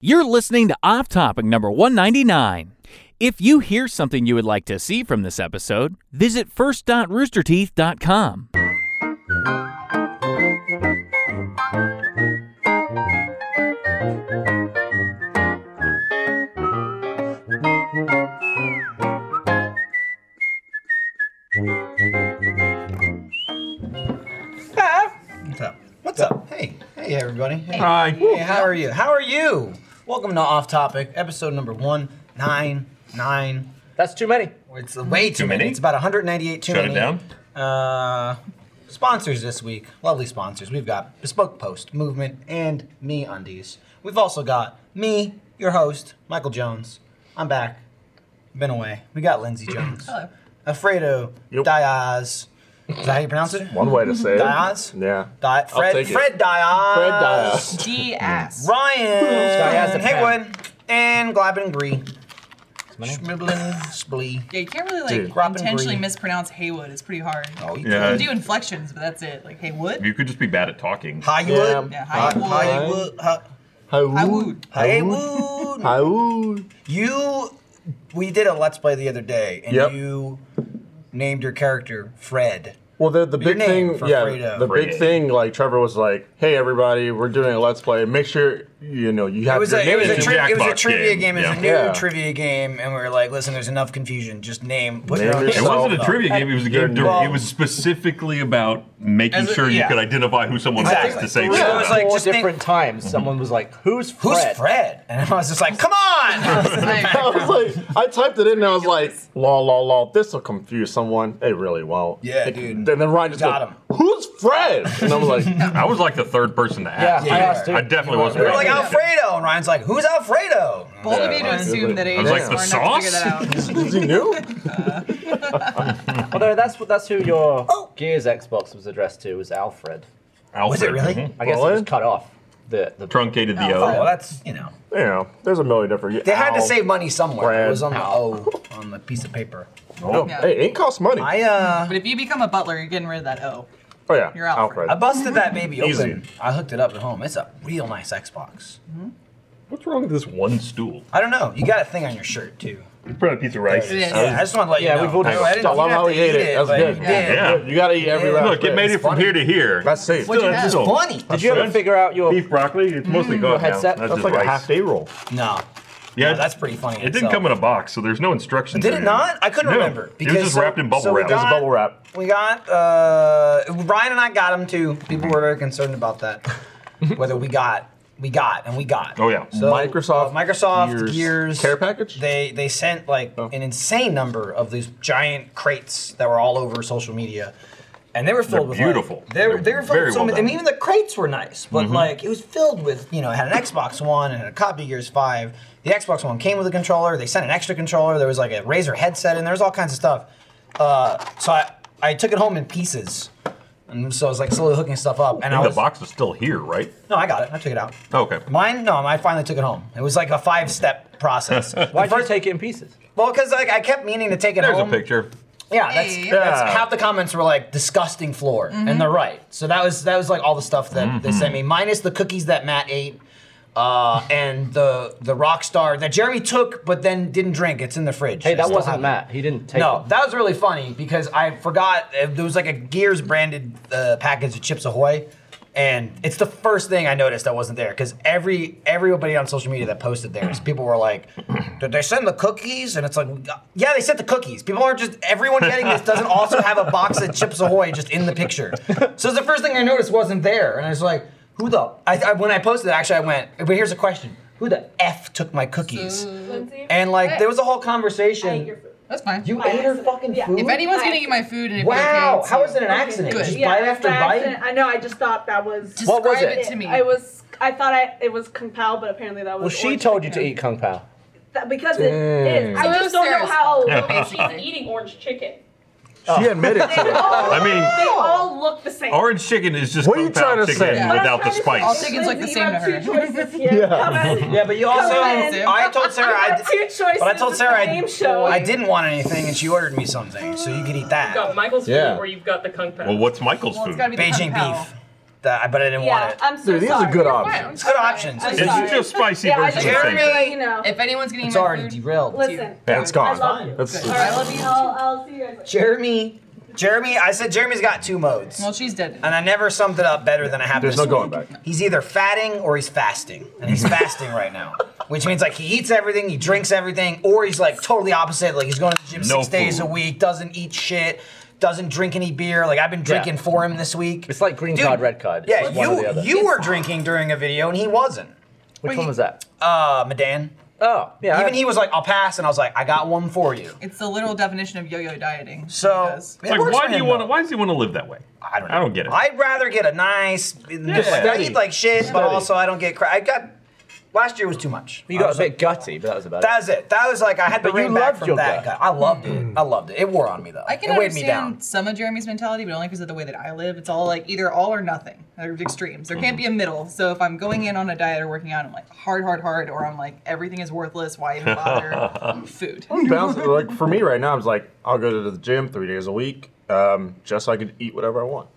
You're listening to Off Topic number 199. If you hear something you would like to see from this episode, visit first.roosterteeth.com. What's up? What's up? Hey, hey everybody. Hey. Hi. Hey, how are you? How are you? Welcome to Off Topic, episode number one nine nine. That's too many. It's way too, many. many? It's about 198 too Shut many. it down. Uh, sponsors this week, lovely sponsors. We've got Bespoke Post, Movement, and Me Undies. We've also got me, your host, Michael Jones. I'm back. Been away. We got Lindsey Jones. Hello. Alfredo Yep. Diaz. Is that how you pronounce it? One way to say it. Diaz? Yeah. Di- Fred, take it. Fred Diaz. Fred Diaz. DS. Diaz Ryan and Hegwood and Glabin and Gree. Schmiblin, Splee. Yeah, you can't really Dude. like Crop and intentionally breed. mispronounce Haywood. It's pretty hard. Oh, you Yeah. yeah. You do inflections, but that's it. Like Haywood. You could just be bad at talking. Hollywood. Yeah, Hi- Haywood. hi- Hollywood. Ho- I Hollywood. would. Hollywood. Hollywood. You, we did a Let's Play the other day, and Yep. you named your character Fred. Well, the, the Your big name thing, for yeah, Fredo. the Fredo. big thing, like Trevor was like, "Hey, everybody, we're doing a let's play. Make sure you know you have It was your a, it was a, name." tri- it was a Jackbox trivia game. game, It was yeah. a new Yeah. trivia game, and we were like, listen, there's enough confusion. Just name. Put Name your own It yourself. wasn't a up. trivia game. It was a game. dir- Well- it was specifically about making As a- sure you yeah. could identify who someone was Exactly. to say. Yeah. shit It was about. like, Four just think- different times, someone was like, "Who's Fred?" Who's Fred? And I was just like, come on! I was like, I typed it in and I was like, "Law, law, law. This will confuse someone. It really won't." Yeah, It- dude. And then Ryan just Got goes, "Who's Fred?" And I'm like, I was like the third person to ask. Yeah, I asked too. I definitely wasn't. we were like, ready. Alfredo! And Ryan's like, who's Alfredo? Bold of you Yeah. to assume that I Haywood was like, is the smart enough to figure that out. "Is he new?" Although that's what that's who your Gears Xbox was addressed to was Alfred. Alfred. "Oh, Was it really? mhm. I guess it was Alfred? cut off. The the Truncated the Oh, well, O. that's, you know. You know, there's a million different. They had to Al- save money somewhere. It Brad. was on the O on the piece of paper. Oh, Yeah. Hey, it costs money. I uh But if you become a butler, you're getting rid of that O. oh yeah, You're Alfred. I busted that baby open. Easy. I hooked it up at home. It's a real nice Xbox. What's wrong with this one stool? I don't know. You got a thing on your shirt too. You put a piece of rice. It is. Yeah, I just want to let Yeah, you know. we've all I, done I it. didn't I love you have how to he ate it. That's but good. you did. Yeah. You gotta eat every Yeah. last Look, it bit. made it from funny. here to here. That's safe. What'd you have? It's funny. Mm-hmm. Did you ever figure out your? Beef broccoli? It's mostly gone now. headset? That's That's just like a rice. half day roll. No. Yeah, No, that's pretty funny. It didn't come in a box, so there's no instructions. Did in it not? I couldn't No, remember. It was just so- wrapped in bubble so we wrap. got- bubble wrap. We got uh Ryan and I got them too. People were very concerned about that. Whether we got we got and we got. Oh, yeah. So, uh, Microsoft Microsoft Gears, Gears care package? They they sent like Oh. an insane number of these giant crates that were all over social media. And they were filled They're with like- beautiful. they were They're they were filled very with so well many, and done. Mm-hmm. even the crates were nice, but like it was filled with you know it had an Xbox One and a copy of Gears Five. The Xbox One came with a controller. They sent an extra controller. There was like a Razer headset, and there was all kinds of stuff. Uh, so I I took it home in pieces, and so I was like slowly hooking stuff up. And I, I think was the box is still here, right? no, I got it. I took it out. Okay. Mine, no, I finally took it home. It was like a five step process. Why'd you take it in pieces? well, because like I kept meaning to take it There's a home. picture. Yeah, that's, Hey. that's Yeah. half the comments were like disgusting floor, and they're right. So that was that was like all the stuff that they Mm-hmm. sent me, minus the cookies that Matt ate, uh, and the the rock star that Jeremy took but then didn't drink. It's in the fridge. Hey, I that still have wasn't it. Matt. He didn't take No, it. that was really funny because I forgot uh, there was like a Gears branded uh, package of Chips Ahoy, and it's the first thing I noticed that wasn't there because every everybody on social media that posted theirs, people were like, "Did they send the cookies?" And it's like, "Uh, "Yeah, they sent the cookies." People aren't just everyone getting this doesn't also have a box of Chips Ahoy just in the picture. So it's the first thing I noticed wasn't there, and I was like, "Who the?" I, I, when I posted it, actually, I went, "But here's a question: Who the f took my cookies?" Mm. And like, there was a whole conversation. That's fine. You ate her fucking Yeah. food. if anyone's gonna eat my food and if wow, you're okay, how is it an accident? Good. Just Yeah, bite after by bite. accident. I know. I just thought that was. describe What was it? it? to me. I was. I thought I it was Kung Pao, but apparently that was. Well, she orange told you to chicken. eat kung pao. That, because it is. So it I was just don't know Sarah's how fault. little Basically. she's eating orange chicken. She admitted to They it. all- I mean, they all look the same. orange chicken is just What are you compound trying to chicken say? Yeah. But I'm without the trying to say, spice. All chicken's look the Lindsay, same you to have her. Two choices here. Yeah. Come on. Yeah, but you also. on. I told Sarah You I. got two d- choices. But I told It's Sarah the I, same show. I didn't want anything, and she ordered me something, so you could eat that. got Michael's Yeah. food or you've got the Kung Pao. Well, what's Michael's Well, it's food? gotta be the Beijing Kung Pao. beef. that, I- but I didn't yeah, want it. I'm so Dude, these are sorry. good You're options. fine. I'm It's good sorry. options. I'm It's sorry. It's just spicy yeah, I version just of wanted steak. to let you know. If anyone's getting It's my already food, derailed. Listen. Yeah, it's I gone. love you. That's- Good. Alright, I love you. I'll, I'll see you guys later. Jeremy, Jeremy, I said Jeremy's got two modes, well, she's dead. and I never summed it up better than I have. There's this no going week. back. He's either fatting or he's fasting, and he's fasting right now, which means like he eats everything, he drinks everything, or he's like totally opposite. Like he's going to the gym No six days a food. week, doesn't eat shit. Doesn't drink any beer. Like I've been drinking Yeah. for him this week. It's like green Dude, card, red card. It's Yeah, like one or the you other. you were drinking during a video and he wasn't. Which one was that? Uh, Madan. Oh, yeah. Even he was like, "I'll pass," and I was like, "I got one for you." It's the literal definition of yo-yo dieting. It So does. it It's like, works why for do you him, want to? though. Why does he want to live that way? I don't. Know. I don't get it. I'd rather get a nice. like, I Steady. eat like shit, but also I don't get. Cra- I got. Last year was too much. You got a bit gutty, but that was about That was it. That was like I had to But you rein back loved from your that. gut. Guy. I loved it. Mm. I loved it. It wore on me though. I can it weighed me understand down. some of Jeremy's mentality, but only because of the way that I live. It's all like either all or nothing. They're extremes. There Mm-hmm. can't be a middle. So if I'm going in on a diet or working out, I'm like hard, hard, hard, or I'm like everything is worthless. Why even bother? Food. Balance, like for me right now, I'm just like I'll go to the gym three days a week, um, just so I could eat whatever I want,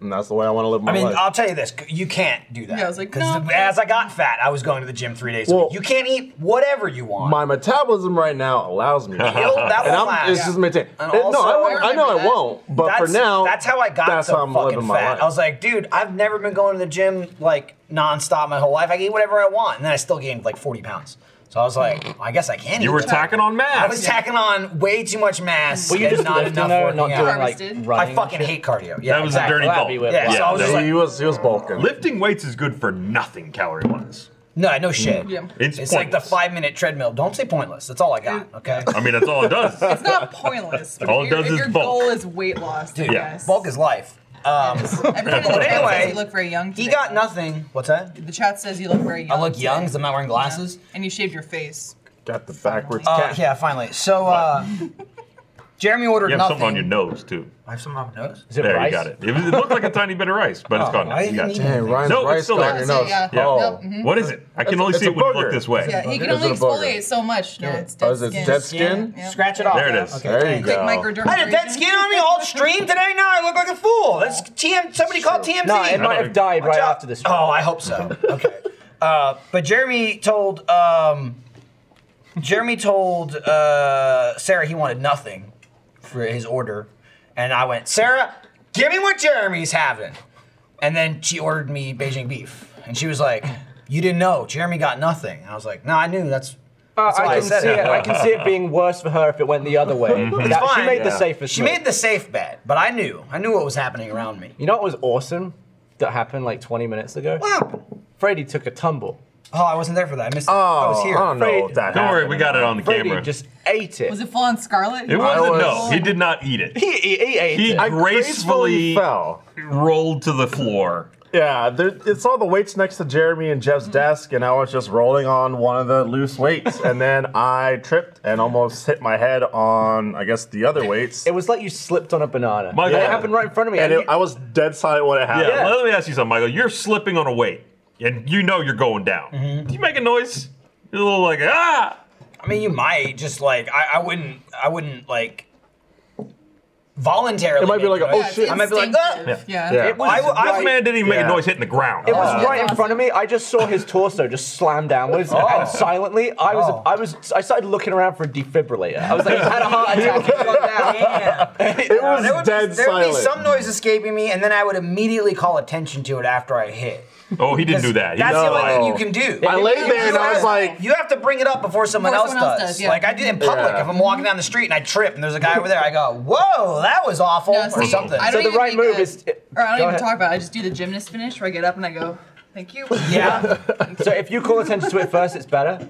and that's the way I want to live my I mean, life. I'll tell you this: c- you can't do that. Yeah, I was like, 'Cause no. the- as I got fat, I was going to the gym three days a Well- week. You can't eat whatever you want. my metabolism right now allows me. to. It'll- that And will I'm, it's last. just maintain. And It- also- no, I, won't, I know I Remember that. won't. But for That's- now, that's how I got That's so how I'm fucking living my fat. life. I was like, dude, I've never been going to the gym like nonstop my whole life. I can eat whatever I want, and then I still gained like 40 pounds. So I was like, I guess I can. You eat were that. tacking on mass. I was tacking on way too much mass Were you and just not lifting enough though, working not out. doing like Harvested. running? I and fucking shit? hee hate cardio. Yeah, that was exactly. a dirty Well, thought. that'd be with- Yeah, so Yeah, I was that just he, like, was he was bulking. Lifting weights is good for nothing calorie wise. no, no shit. Yeah. It's like the pointless. five minute treadmill. Don't say pointless. That's all I got. Okay. I mean, that's all it does. It's not pointless. but All if it your- does if is your bulk. goal is weight loss. Dude, Yeah. Bulk is life. Um, Everyone in the chat anyway, says you look very young. Today. he got nothing. What's that? The chat says you look very young. I look young today. because I'm not wearing glasses. and you shaved your face. Got the backwards. Uh, yeah, finally. So uh, Jeremy ordered You have nothing. something on your nose too. I have something on my nose. Is it there, rice? you got it. It, was- it looked like a tiny bit of rice, but it's gone. now. I You got didn't it. even- Dang, Ryan's No, it's rice still got there. in your So, nose. yeah. Yeah. Oh. Yep, mhm. What is it? I can only It's- see it it's a when you booger. look this way. Yeah, he Bugger? can Is only it a bugger? exfoliate so much. No, it's dead Oh, is it skin. dead skin? Yeah. Scratch it off. There it is. Okay, There you thanks. go. No. Like microdermabrasion. I had a dead skin on me all stream today. Now I look like a fool. That's TM. Somebody called TMZ. No, it might have died Watch right out. after this. Oh, I hope so. Okay. Uh, but Jeremy told um, Jeremy told uh, Sarah he wanted nothing for his order, and I went, Sarah, give me what Jeremy's having. And then she ordered me Beijing beef, and she was like, "You didn't know Jeremy got nothing." And I was like, "No, I knew. That's Uh, why I I can said see it. it. I can see it being worse for her if it went the other way. That- fine. she made the Yeah. safest. She move. made the safe bet, but I knew. I knew what was happening around me. You know what was awesome? That happened like 20 minutes ago. What happened? Freddy took a tumble. Oh, I wasn't there for that. I missed it. Oh, I was here. I don't know Afraid- if that Don't worry, happened. we got it on the Freddy camera. just ate it. Was it full on scarlet? it wasn't. was- No, he did not eat it. he, he, he ate He it. I gracefully, fell. rolled to the floor. Yeah, there, it's all the weights next to Jeremy and Jeff's desk, and I was just rolling on one of the loose weights, and then I tripped and almost hit my head on, I guess, the other weights. It was like you slipped on a banana. My and God. it happened right in front of me. and and it, I was dead silent when it Yeah, happened. Let me ask you something, Michael. You're slipping on a weight, and you know you're going down. Do you make a noise? You're a little like ah. I mean, you might just like I, I wouldn't. I wouldn't like voluntarily. It might be make like, a oh noise. shit. I might be like, ah! Yeah. yeah. Yeah. it was I- I- This right- man didn't even make Yeah. a noise hitting the ground. It was Oh. right in front of me. I just saw his torso just slam downwards, Oh. and silently, I was, Oh. I was, I started looking around for a defibrillator. I was like, he's had a heart attack. he's gone down. It was There would, be, dead there would be silent. some noise escaping me, and then I would immediately call attention to it after I hit. Oh, he didn't do that. He That's was the only like, thing you can do. I laid there and I was like, You have to bring it up before someone Before else someone does. else does, yeah. Like I do in public. Yeah. If I'm walking down the street and I trip and there's a guy over there, I go, "Whoa, that was awful," No, or see, something. I So don't the even right make move a- is- Or I don't Go even ahead. talk about it. I just do the gymnast finish where I get up and I go, thank you. yeah. So if you call attention to it first, it's better.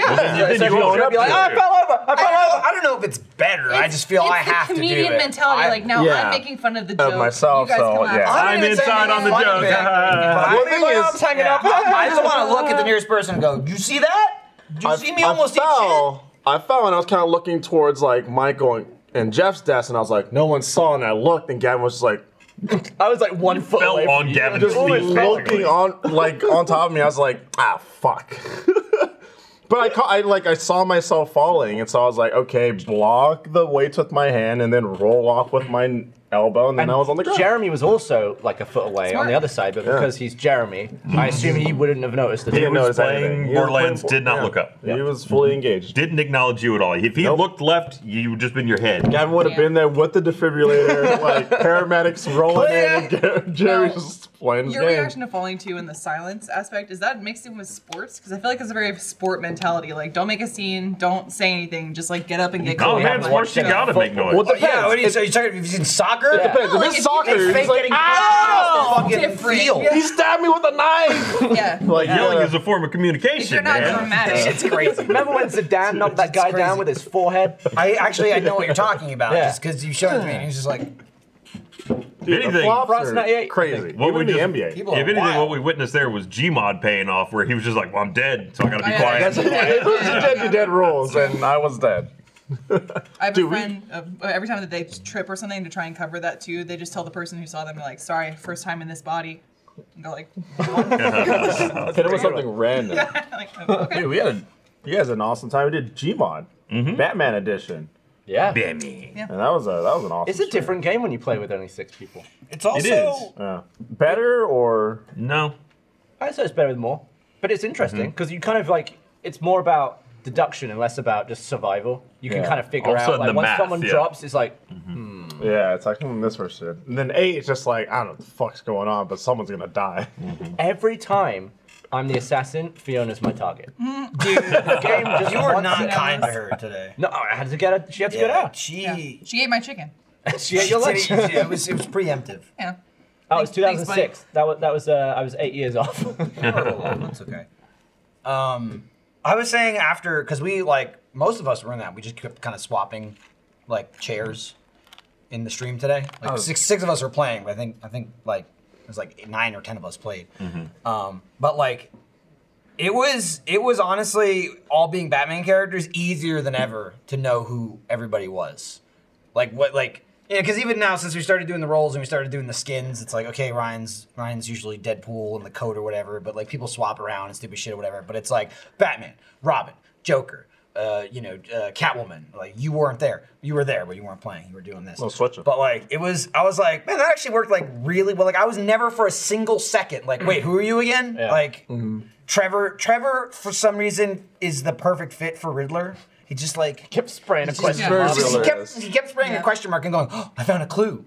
Well, then So you if you own own up up, you're like, to "Oh, I it. fell over. I I fell don't, over. know, I don't know if it's better. I It's- just feel it's I have the to do it. comedian mentality. I- like now yeah. I'm making fun of the Of joke. myself, You guys so, can laugh. yeah. I I'm didn't say inside on the anything joke. funny. Ah. But Well, I the think thing I'm is- hanging up. I just want to look at the nearest person and go, "You see that? Do you see me almost eat shit?" fell. I fell and I was kind of looking towards like Michael and, and Jeff's desk, and I was like, no one saw, and I looked, and Gavin was just like, I was like one foot fell away from on you. Gavin's just feet. basically. looking on like on top of me. I was like, ah, fuck. but I, ca- I like I saw myself falling, and so I was like, okay, block the weights with my hand, and then roll off with my elbow, and then And I was on the ground. Jeremy was also like a foot away Smart. on the other side, but because he's Jeremy, I assume he wouldn't have noticed the He didn't difference. notice playing anything. He was Borderlands, playing- did not yeah. look up. He was fully engaged. Didn't acknowledge you at all. If he Nope. looked left, you would just been your head. Gavin would have Yeah. been there with the defibrillator, like paramedics rolling in, and Jerry's No. just playing his Your game. reaction to falling to in the silence aspect is that mixed in with sports? Because I feel like it's a very sport mentality. Like, don't make a scene, don't say anything, just like get up and get No, going. man, Like, of course you you know, gotta make noise. Well, it Yeah, depends. what do you It say? You're talking you've seen soccer? depends. No, If it's like, if you soccer, can he's fake like, getting "Ow!" It's fucking Different. feel. Yeah. He stabbed me with a knife. Yeah. like Yelling yeah. is a form of If communication, you're not man. That dramatic. shit's crazy. Remember when Zidane knocked that guy crazy. down with his forehead? I actually I know what you're talking about Yeah. just because you showed it to me. And he was just like, Dude, the Anything. flops Ross, are not yet, I crazy. think. What What we would the just- NBA? people are if anything, wild. what we witnessed there was Gmod paying off, where he was just like, "Well, I'm dead, so I gotta be Oh, yeah, quiet." That's it. It was the dead you dead rules, and I was dead. I have Do a we- friend. uh, every time that they trip or something to try and cover that too, they just tell the person who saw them, they're like, "Sorry, first time in this body." And they're like, Hit him with something random. like, "Okay." Dude, we had a, you guys had an awesome time. We did Gmod, Batman edition, Yeah. Damn it. and that was a that was an awesome. It's a different game when you play with only six people. it's also is. Yeah. Better or No. I say it's better with more, but it's Mm-hmm. interesting because you kind of like it's more about deduction and less about just survival. You can Yeah. kind of All figure of a out sudden like the once math, someone yeah. Mm-hmm. drops, it's like yeah, it's like hmm, this person. And then eight is just like I don't know what the fuck's going on, but someone's gonna die. every time I'm the assassin, Fiona's my target. Mm, dude. The game just You were wants not it. kind to her today. No, I had to get out. She had to Yeah, get out. She. Yeah. She ate my chicken. She ate your she lunch. did it, it, was, it was preemptive. Yeah. Oh, it's Thanks- thanks, buddy. 2006. That was that was uh, I was eight years off. That's okay. Um, I was saying after because we like most of us were in that. We just kept kind of swapping like chairs in the stream today. Like six six of us were playing, but I think I think like it was like nine or ten of us played. Um, but like it was it was honestly all being Batman characters easier than ever to know who everybody was. Like what like yeah, because even now since we started doing the roles and we started doing the skins, it's like okay, Ryan's Ryan's usually Deadpool and the coat or whatever, but like people swap around and stupid shit or whatever. But it's like Batman, Robin, Joker, uh, you know, uh, Catwoman. Like you weren't there, you were there, but you weren't playing. You were doing this. Well, switch it. But like it was, I was like, man, that actually worked like really well. Like I was never for a single second like, wait, who are you again? Like. Trevor, Trevor, for some reason, is the perfect fit for Riddler. He just like kept spraying a question. very mark. he Riddler kept is. he kept spraying Yeah. a question mark and going, oh, "I found a clue."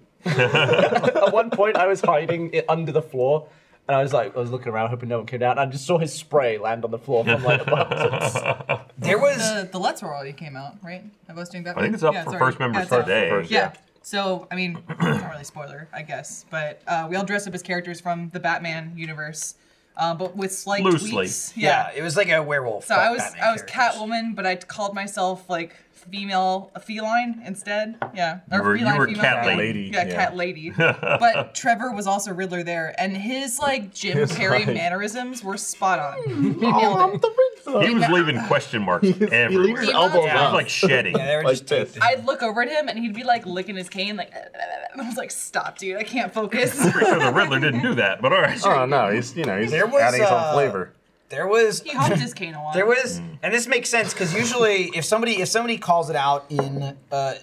At one point, I was hiding it under the floor. And I was like, I was looking around, hoping no one came down. And I just saw his spray land on the floor from like above. There was The the Let's Roll already came out, right? I was doing that. I think it's up for first members today. Yeah. So I mean, it's not really a spoiler, I guess, but uh, we all dressed up as characters from the Batman universe, uh, but with slight Loosely. tweaks. yeah, it was like a werewolf. So but I was Batman I was characters. Catwoman, but I called myself like female a feline instead. Yeah, or You were- you feline, were female, cat feline. lady, Yeah, yeah. cat lady. but Trevor was also Riddler there, and his like Jim His, Carrey like- mannerisms were spot on. He nailed it. He was leaving question marks everywhere. He leaves his elbows was out. like shedding. Yeah, they were Like just taped. this. I'd look over at him, and he'd be like licking his cane, like, and I was like, "Stop, dude! I can't focus." Pretty sure the Riddler didn't do that, but all right. Oh no, he's you know he's There was, adding his uh, own flavor. There was he hopped his cane a lot. there was, and this makes sense because usually if somebody if somebody calls it out in uh,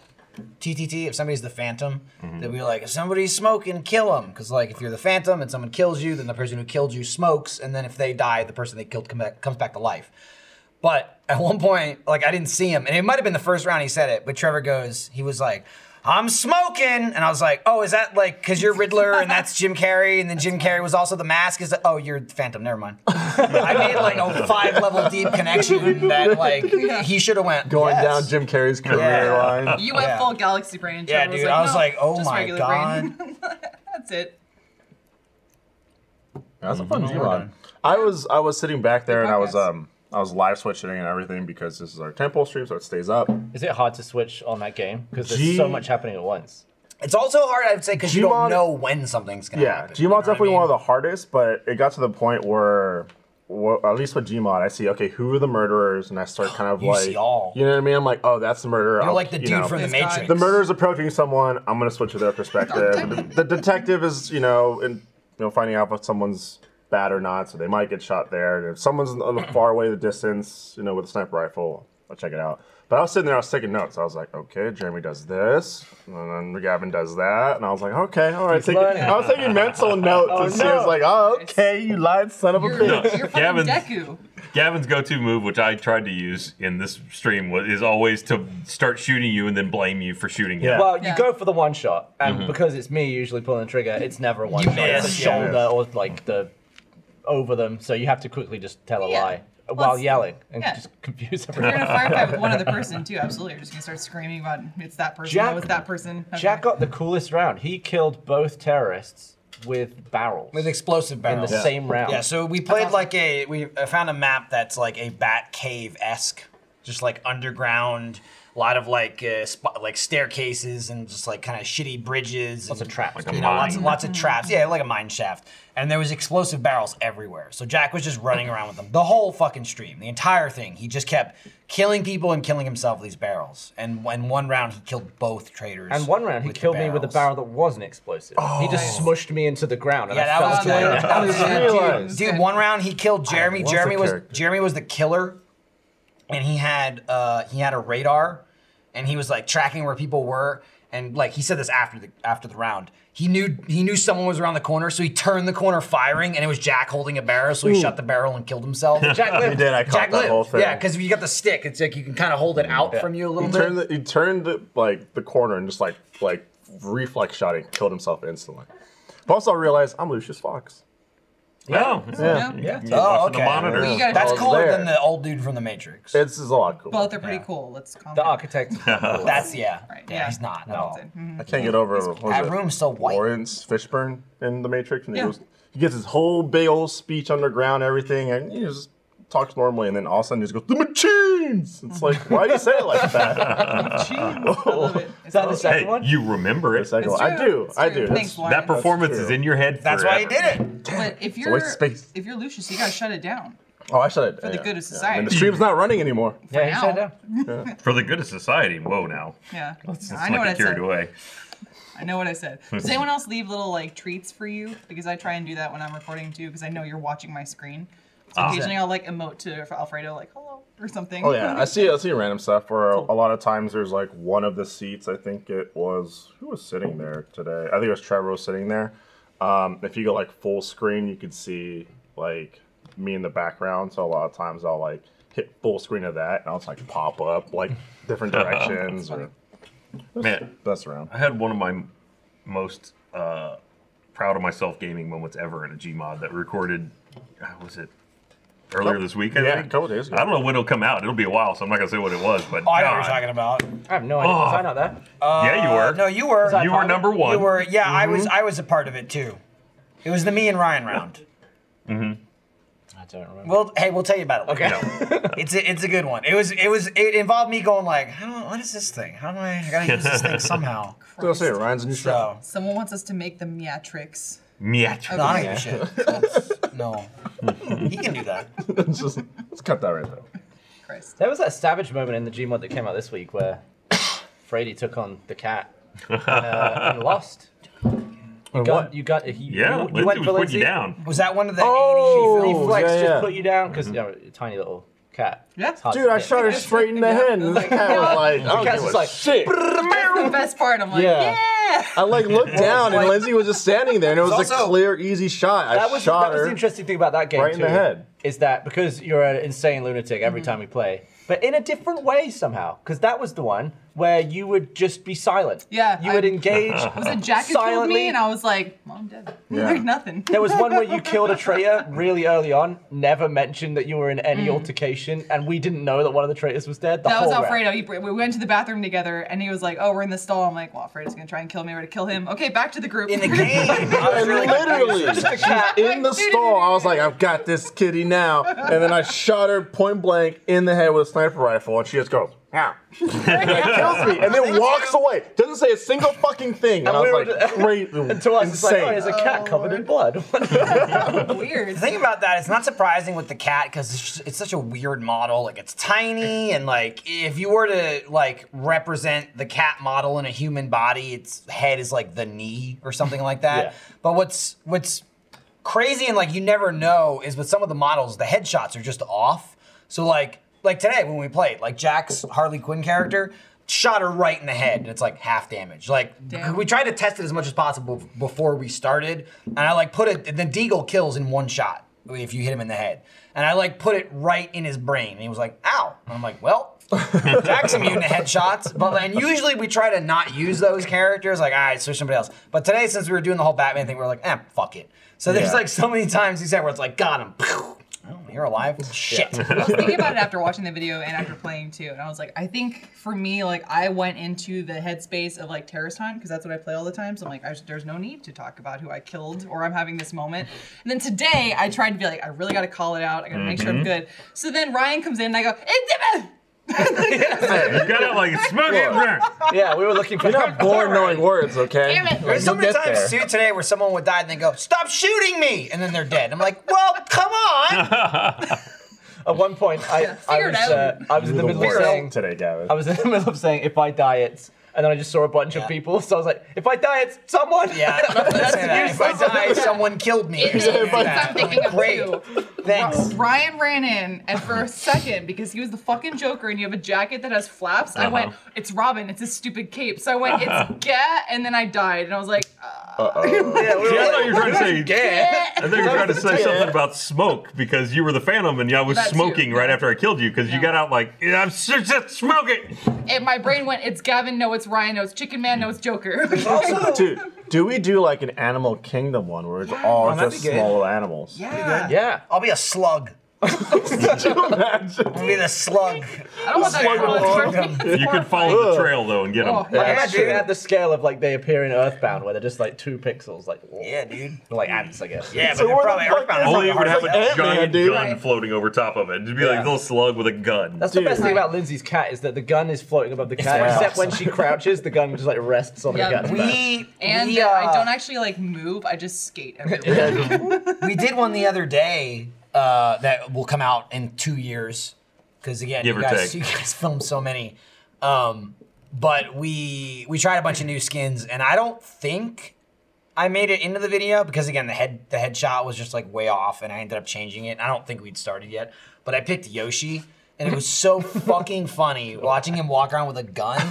TTT, if somebody's the Phantom, they'll be like, if somebody's smoking, kill them. Because like if you're the Phantom and someone kills you, then the person who killed you smokes, and then if they die, the person they killed come back, comes back to life. But at one point, like I didn't see him, and it might have been the first round he said it. But Trevor goes, he was like, "I'm smoking," and I was like, "Oh, is that like because you're Riddler and that's Jim Carrey, and then Jim Carrey was also the mask? Is that, oh, you're Phantom? Never mind." I made like a five level deep connection that like he should have went Going yes. down Jim Carrey's career Yeah. line. You went Yeah. full galaxy brain. and Yeah, Trevor dude, I was "No, like, "Oh just my regular brain." That's it. That's a Mm-hmm. fun Gmod. I was I was sitting back there and I was podcast. um I was live switching and everything because this is our temple stream, so it stays up. Is it hard to switch on that game? Because there's Gee. so much happening at once. It's also hard, I would say, because you don't Gmod- know when something's gonna Yeah, happen. Gmod's definitely one of the hardest, but it got to the point where, well, at least with Gmod, I see okay, who are the murderers, and I start kind of You like, see all. you know what I mean? I'm like, oh, that's the murderer. You're I'll- like the you dude know. from the This guy. Matrix. The murderer's approaching someone. I'm gonna switch to their perspective. the, the detective is, you know, in, you know, finding out if someone's bad or not, so they might get shot there. And if someone's on the far away, the distance, you know, with a sniper rifle, I'll check it out. But I was sitting there, I was taking notes. I was like, okay, Jeremy does this, and then Gavin does that, and I was like, okay, all right. Taking, learning. I was taking mental notes, and she was no. like, oh, okay, you lying son of a You're, bitch. you're fucking Gavin's- Deku. Gavin's go-to move, which I tried to use in this stream, was, is always to start shooting you and then blame you for shooting him. Yeah. Well, Yeah. you go for the one shot, and because it's me usually pulling the trigger, it's never a one shot. It's a miss. shoulder or like the over them, so you have to quickly just tell a Yeah. lie Well, while it's- yelling and yeah. just confuse You're everyone. gonna firefight with one other person too. Absolutely, you're just gonna start screaming about it's that person. Jack- that was that person. Okay. Jack got the coolest round. He killed both terrorists with barrels. with explosive in the barrels. same round. Yeah, so we played like a we I found a map that's like a bat cave esque, just like underground, a lot of like uh, sp- like staircases and just like kind of shitty bridges. Lots and, of traps. a You know, lots, mine. lots of traps. Yeah, like a mine shaft. And there was explosive barrels everywhere. So Jack was just running around with them the whole fucking stream, the entire thing. He just kept killing people and killing himself with these barrels. And in one round, he killed both traitors. And one round, he with the killed me with Oh. a barrels. barrel that wasn't explosive. He just smushed me into the ground, and Yeah, I that was fell good. down. That was I good. realized. It's Dude, good. one round he killed Jeremy. was a Jeremy was character. Jeremy was the killer, and he had uh, he had a radar, and he was like tracking where people were. And like he said this after the after the round, he knew he knew someone was around the corner, so he turned the corner firing, and it was Jack holding a barrel, so he shot the barrel and killed himself. Jack lived. He did, I caught Jack that lived. whole thing. Yeah, because if you got the stick, it's like you can kind of hold it out from you a little He bit. turned, the, he turned the, like the corner and just like like reflex shot and killed himself instantly. But also I realized I'm Lucius Fox. No. Yeah. Yeah. You're Oh, watching okay. the monitor. Well, you gotta- That's Oh, cooler there. than the old dude from the Matrix. It's, it's a lot cooler. Both are pretty cool. Let's calm The down. architect. That's yeah. Right, Yeah, yeah. Mm-hmm. he's not at all. I can't get over what was That it, room's so white. Lawrence Fishburne in The Matrix, and he Yeah. goes, he gets his whole big old speech underground, everything, and he just talks normally, and then all of a sudden he just goes, "The machines." It's like, why do you say it like that? I love it. It's Is that the all- second Hey, one? you remember it. It's like, It's well, I true. do, It's I do. true. Thanks, It's- Lawrence. That performance true. is in your head That's why he forever. did it. But if a you're waste of space. if you're Lucius, you gotta shut it down. oh, I should have. the good of society. And the stream's not running anymore. yeah, he now. said that. For the good of society. Whoa, now. Yeah. Let's I not know what I get carried said. away. I know what I said. Does anyone else leave little like treats for you? Because I try and do that when I'm recording too, because I know you're watching my screen. So Ah. occasionally I'll like emote to Alfredo like hello or something. Oh yeah, I see. I see random stuff where a lot of times there's like one of the seats. I think it was who was sitting there today. I think it was Trevor was sitting there. Um, if you go like full screen, you could see like me in the background. So a lot of times I'll like hit full screen of that, and I'll just like pop up like different directions or Man, that's around. I had one of my m- most uh, proud of myself gaming moments ever in a Gmod that recorded. How was it? Earlier Oh, this week, I yeah, think. a couple days ago. I don't know when it'll come out. It'll be a while, so I'm not gonna say what it was. But Oh, I know what you're God. talking about. I have no idea. Was Oh. I not there? yeah, you were. No, you were. that you were Tommy? number one. You were. Yeah, I was. I was a part of it too. It was the me and Ryan round. I don't remember. Well, hey, we'll tell you about it. Later. Okay. It's a, it's a good one. It was it was it involved me going like, how do I- what is this thing? How do I? I gotta use this thing somehow. So I say Ryan's new show. So Someone wants us to make the Miatrix. Miat. no, I don't give a shit. No, he can do that. Let's just let's cut that right there. Christ. There was that savage moment in the Gmod that came out this week where Freddy took on the cat uh, and lost. You got, you got, he, Yeah, you, Lindsay you went was for putting Lindsay. you down. Was that one of the Oh, 80s He films? Flex flexed, yeah, yeah. just put you down Mm-hmm. because you know, a tiny little cat. Yeah. It's hard Dude, to I hit. shot her straight in the head, and the cat was like, I Oh, cat's don't give just a like, shit. That's the best part. I'm like, Yeah. yeah. I like looked down, and Lindsay was just standing there, and it was It's a also- clear, easy shot. I That was, shot that was her. the interesting thing about that game right too, in the head. is that because you're an insane lunatic Mm-hmm. every time we play, but in a different way somehow. Because that was the one where you would just be silent. Yeah, you I- would engage. Was it Jack who killed Silently. me? And I was like, Well, I'm dead. Yeah. Like nothing. There was one where you killed a traitor really early on, never mentioned that you were in any altercation, and we didn't know that one of the traitors was dead. The Mm. That was whole round. Alfredo. He, we went to the bathroom together, and he was like, "Oh, we're in the stall." I'm like, "Well, Alfredo's gonna try and kill me. We're to kill him." Okay, back to the group. In the game, I was And really literally, she's in the stall. I was like, I've got this kitty now. And then I shot her point blank in the head with a sniper rifle, and she just goes, "Ow!" And it kills me, and then walks away. Doesn't say a single fucking thing. And I we was were like, just- great, And to us, it's like, oh, insane. there's a cat covered in blood. Weird. The thing about that, it's not surprising with the cat because it's, just- it's such a weird model. Like it's tiny, and like if you were to like represent the cat model in a human body, its head is like the knee or something like that. Yeah. But what's what's crazy and like you never know is with some of the models, the headshots are just off. So like like today when we played, like Jack's Harley Quinn character shot her right in the head, and it's like half damage. Like Damn. we tried to test it as much as possible before we started, and I like put it. And then Deagle kills in one shot if you hit him in the head, and I like put it right in his brain, and he was like, "Ow!" And I'm like, "Well." Jack's immune to headshots, but and usually we try to not use those characters. Like, all right, switch somebody else. But today, since we were doing the whole Batman thing, we were like, eh, fuck it. So there's Yeah. like so many times he said where it's like, got him. Oh, you're alive. Shit. thinking about it after watching the video and after playing too, and I was like, I think for me, like I went into the headspace of like terrorist hunt because that's what I play all the time. So I'm like, I, there's no need to talk about who I killed or I'm having this moment. And then today, I tried to be like, I really got to call it out. I got to make sure I'm good. So then Ryan comes in and I go, "Exhibit!" You got it like smoke it. burn. Yeah, we were looking for You're not born knowing words, okay? Damn it. There's so You'll many get times there. too today where someone would die and then go, stop shooting me, and then they're dead. I'm like, well, come on. At one point, I, I Figure it was, uh, I was in You're the the middle of worst saying, today, Gavin. I was in the middle of saying, if I die, it's. And then I just saw a bunch of people, so I was like, if I die, it's someone. Yeah, I'm not gonna say that. If I die, someone killed me. It is Yeah. what I'm thinking of Great. too. Thanks. Ryan ran in, and for a second, because he was the fucking Joker, and you have a jacket that has flaps, I went, "It's Robin. It's his stupid cape." So I went, "It's Gat," and then I died, and I was like, uh, Yeah, we were Yeah, I thought like, you were trying to say. yeah. I thought you were trying to say something about smoke because you were the Phantom and I was That's you. smoking right after I killed you because you got out like yeah, I'm s- s- smoking. and my brain went, "It's Gavin. No, it's Ryan. No, it's Chicken Man. No, it's Joker." Also, do, do we do like an Animal Kingdom one where it's all Oh, that'd just be good. small animals? Yeah. Yeah. I'll be a slug. I'll be the slug. I Oh, don't want that. Slug Oh, of color. the kingdom. You could follow the trail though and get Oh, them. my Yeah, God. dude, at the scale of like they appear in Earthbound, where they're just like two pixels, like whoa. Yeah, dude. like ants, I guess. Yeah, but So they're where the probably fuck Earthbound. is They're probably Only it would have a hard to Ant-Man, giant dude. gun Right. floating over top of it. It'd be like Yeah. a little slug with a gun. That's the best thing about Lindsay's cat is that the gun is floating above the cat, Yeah. except when she crouches, the gun just like rests on Yeah. the cat's tell. back. We And we, uh, uh, I don't actually like move. I just skate everywhere. we did one the other day uh, that will come out in two years because again Give you or guys, take. you guys filmed so many um, but we we tried a bunch of new skins and i don't think i made it into the video because again the head the headshot was just like way off and i ended up changing it i don't think we'd started yet but i picked yoshi and it was so fucking funny watching him walk around with a gun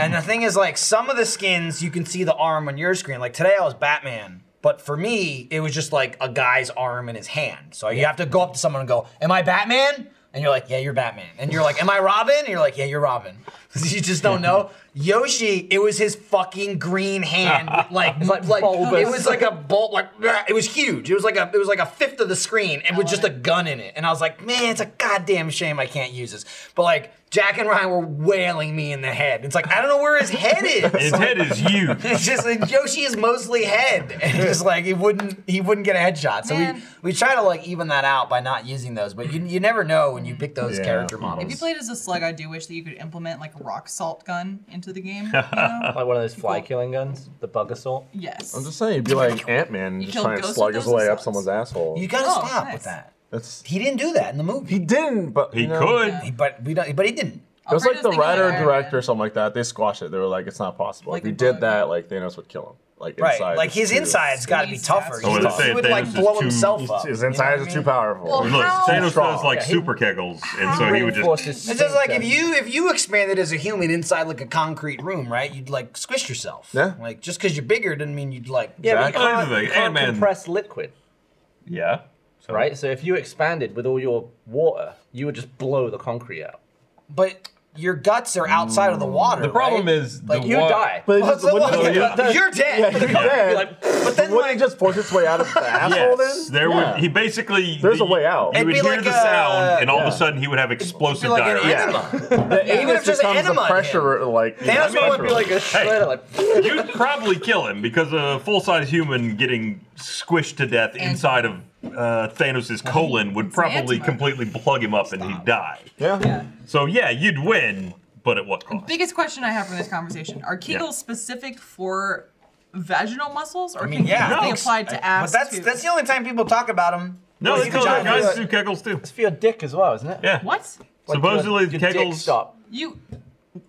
and the thing is like some of the skins you can see the arm on your screen like today i was batman but for me, it was just like a guy's arm in his hand. So you have to go up to someone and go, "Am I Batman?" And you're like, "Yeah, you're Batman." And you're like, "Am I Robin?" And you're like, "Yeah, you're Robin." you just don't know. Yoshi, it was his fucking green hand, like like, it bulbous. was like a bolt, like bleh, it was huge. It was like a it was like a fifth of the screen, and with love just it. a gun in it. And I was like, "Man, it's a goddamn shame I can't use this." But like Jack and Ryan were wailing me in the head. It's like I don't know where his head is. His head is huge. It's just like Yoshi is mostly head, and just like he wouldn't he wouldn't get a headshot. So Man. we we try to like even that out by not using those, but you, you never know when you pick those Yeah. character If you models. played as a slug, I do wish that you could implement like a rock salt gun into the game. You know? Like one of those fly killing guns, the bug assault. yes. I'm just saying, you'd be like Ant Man You just killed trying to ghosts slug with his those way up insults. someone someone's asshole. You gotta Oh, stop nice. with that. That's He didn't do that in the movie, he didn't, but He you know, could. He- but we don't. But he didn't. It was like the Alfredo's thinking writer or of Iron director or Man. something like that. They squashed it. They were like, it's not possible. Like if he a bug. did that, like Thanos would kill him. Like Right, inside like is his too- insides got to be Sneeze tougher. Oh, He, they say he would like Thanos is blow too- himself His, up. his you know what insides I are too mean? powerful. Well, Look, How- Thanos does Strong. like Yeah, he- super kegels, and so he would just. It's just like if you if you expanded as a human inside like a concrete room, right? You'd like squish yourself. Yeah. Like just because you're bigger doesn't mean you'd like. Yeah, but you Exactly. can't, Another you thing, can't Ant-Man. compress liquid, Yeah. So- right? So if you expanded with all your water, you would just blow the concrete out. But your guts are outside of the water. The problem right? is Like, the You wa- die. Mm. But it Well, just so wouldn't- what? yeah, But you're yeah, dead. you're dead. like, but then wouldn't like- he just force its way out of the asshole Yes, then? there Yeah. would. He basically. There's a the- way out. You It'd would be hear like the a- sound, and all yeah. of a sudden he would have explosive be like an diarrhea. enema. The even if anus there's becomes the enema in pressure, like Thanos yeah, would be pressure. like a shredder, like You'd probably kill him because a full-size human getting squished to death inside of uh, Thanos' colon would probably antimatter. completely plug him up and he'd die. yeah. So yeah, you'd win, but at what cost? Biggest question I have from this conversation: Are Kegels Yeah. specific for vaginal muscles, or I mean, can yeah, Kegels be No. applied to ass? But that's too? that's the only time people talk about them. No, they Is kill vagina- that guys do kegels too. for your dick as well, isn't it? Yeah. what Supposedly your, the your dick kegels. stop. you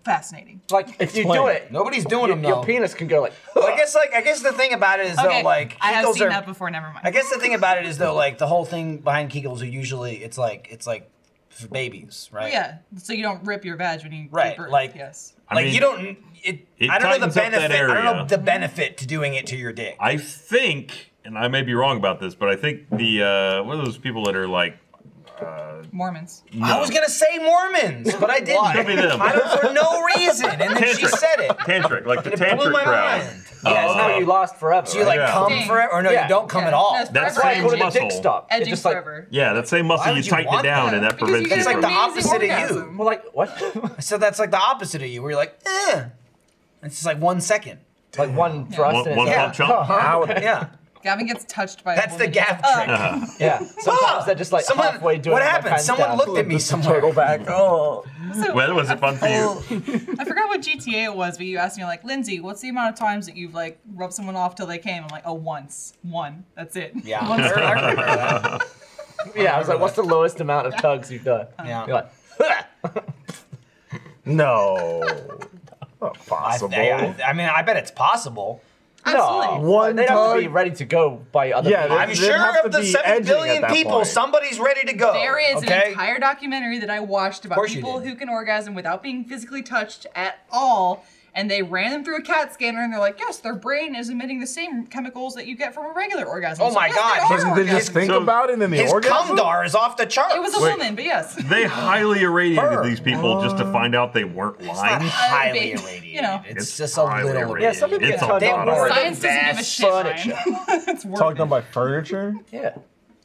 fascinating. Like if you do Explain. it, Nobody's doing them your, though. your penis can go like. Well, I guess like I guess the thing about it is Okay, though like I have Kegels seen are- that before. Never mind. I guess the thing about it is though like the whole thing behind Kegels are usually it's like it's like for babies, right? Oh, Yeah, so you don't rip your vag when you give Right, birth, like- yes. I like mean, you don't. It, it I don't know the tightens up that benefit. I don't know area. the benefit to doing it to your dick. I think, and I may be wrong about this, but I think the uh, what are those people that are like Mormons. I was gonna say Mormons, but I didn't. Could be them. I don't, for no reason, and then she Tantric. said it. tantric, like the It blew tantric my crowd. Oh. mind. Yeah, it's how you last forever. Do you like Yeah. come Dang. forever, or no? Yeah. You don't come Yeah. at all. No, it's That's That's why I call it a Edging dick stop. It's Edging just like, forever. Yeah, that same muscle Why you would you tighten it want down, that? and that Because you prevents get you It's like from. the amazing opposite of you. orgasm. Well, like what? So that's like the opposite of you, where you're like, eh. It's just like one second. like one thrust One- and one it's pump like, chump? huh, okay. Yeah, Gavin gets touched by. a that's the woman. gav Uh, trick. Yeah. Sometimes they're just like Someone- halfway doing what it, like, happened? hands Someone down, looked at me just somewhere. Turtle back. Uh, Oh. so- Well, was it fun for you? I forgot what GTA it was, but you asked me like, Lindsay, what's the amount of times that you've like rubbed someone off till they came? I'm like, oh, once, one. That's it. Yeah, I Once. remember- I remember that. Yeah, I was like, what's the lowest amount of tugs you've done? Yeah. You're like, "Huh." No. Not I, possible. I, I mean, I bet it's possible. no. Absolutely. One They'd have to be tug. ready to go by other Yeah, people. they- I'm It'd sure have of to the be seven edging billion at that people, point. somebody's ready to go. There is an okay? entire documentary that I watched about course you people did. who can orgasm without being physically touched at all. And they ran them through a CAT scanner, and they're like, "Yes, their brain is emitting the same chemicals that you get from a regular orgasm." Oh So my yes, God. they are Doesn't Doesn't they just orgasms. think So- about it and then the His orgasm? cum dar is off the charts. It was a Wait. woman, but yes, They highly irradiated Her. these people just to find out they weren't It's not lying. highly big, irradiated. you know. it's, It's just a highly little. irradiated. yeah, some people It's get a tugged lot on. of by- work. science doesn't give a Vast shit. Ryan. furniture. it's worth Tugged it. on by furniture? Yeah.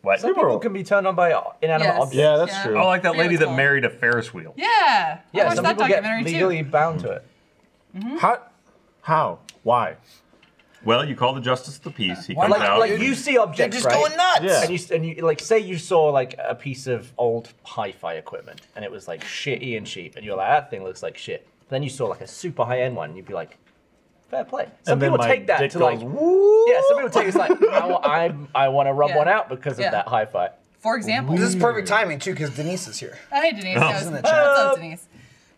What? Some people can be turned on by inanimate Yes. objects. Yeah, that's Yeah. true. Oh, like that Pretty lady that cool. married a Ferris wheel. Yeah, I Yeah, watched some that people get documentary legally too. bound to it. How? How? Why? Well, you call the justice of the peace. He comes Like, out. like and- you see They're objects, just right? going nuts. Yeah. And you, and you like say you saw like a piece of old hi-fi equipment and it was like shitty and cheap and you're like that thing looks like shit. then you saw like a super high-end one and you'd be like, fair play. Some and then people my take that dick to goes, like woo. yeah. Some people take it's like I, am I want to rub Yeah. one out because of Yeah. that hi-fi. For example, This is perfect timing too, because Denise is here. Hey Denise, Oh. I was Isn't it what's up, just- Denise?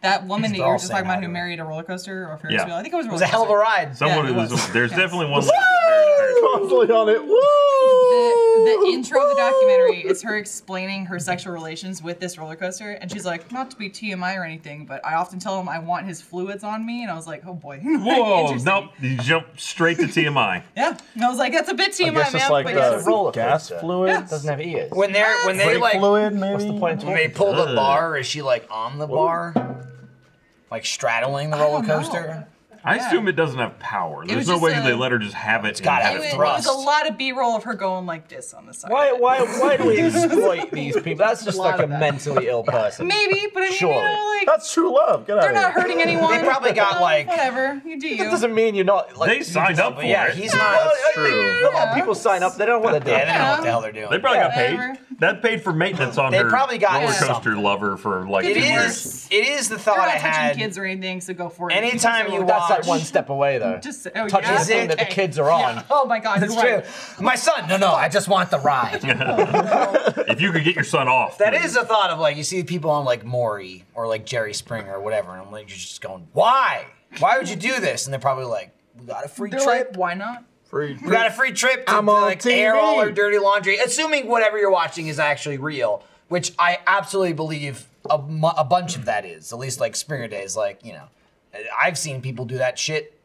That woman that you all were just saying talking about hi who to her. married a roller coaster or a Ferris Yeah. wheel. I think it was. It was a hell of a ride. Someone Yeah, it is- was. there's Yes. definitely one. lady that married a Ferris wheel. Constantly on it. Woo. The, the intro of the documentary is her explaining her sexual relations with this roller coaster, and she's like, "Not to be TMI or anything, but I often tell him I want his fluids on me," and I was like, "Oh boy." Whoa! Interesting. Nope. You jump straight to TMI. Yeah, and I was like, "That's a bit I TMI, guess man." it's like but the yes. roller gas coaster. fluids. Doesn't have ears. When they're when they Brake like fluid, maybe. What's the point? of when they talking? pull the Hmm. Ugh. bar, is she like on the bar, like straddling the roller don't know. coaster? I Yeah. assume it doesn't have power. There's was no just way a- they let her just have it. and gotta have It was, it it thrust. was a lot of B-roll of her going like this on the side. Why, why, why do we exploit these people? That's just Lot like a of that. mentally ill person. Maybe, but I mean, you Surely. know, like That's true love. Get out they're of here. not hurting anyone. They probably got, Um, like- whatever you do. That You. doesn't mean you're not like. They signed up for But yeah, it. he's not. That's true. A lot of people sign up. They don't want to do Yeah, they it. don't know what the hell they're doing. They probably got paid. Whatever. That paid for maintenance on They her probably got roller coaster something. lover for like It two it years. is. It is the They're thought I not touching had. kids or anything, so go for it. Anytime you That's watch, like one step away though. Just oh, touching yeah? the thing that the Okay. kids are on. Yeah. Oh my God, That's you're right. true. My son, no, no, I just want the ride. If you could get your son off, that please. is the thought of like you see people on like Maury or like Jerry Springer or whatever, and I'm like, you're just going, why? Why would you do this? And they're probably like, we got a free They're trip. like, why not? Free. We got a free trip to, I'm to, on like air TV. all our dirty laundry, assuming whatever you're watching is actually real, which I absolutely believe a, mu- a bunch of that is. At least like Springer Days, like you know, I've seen people do that shit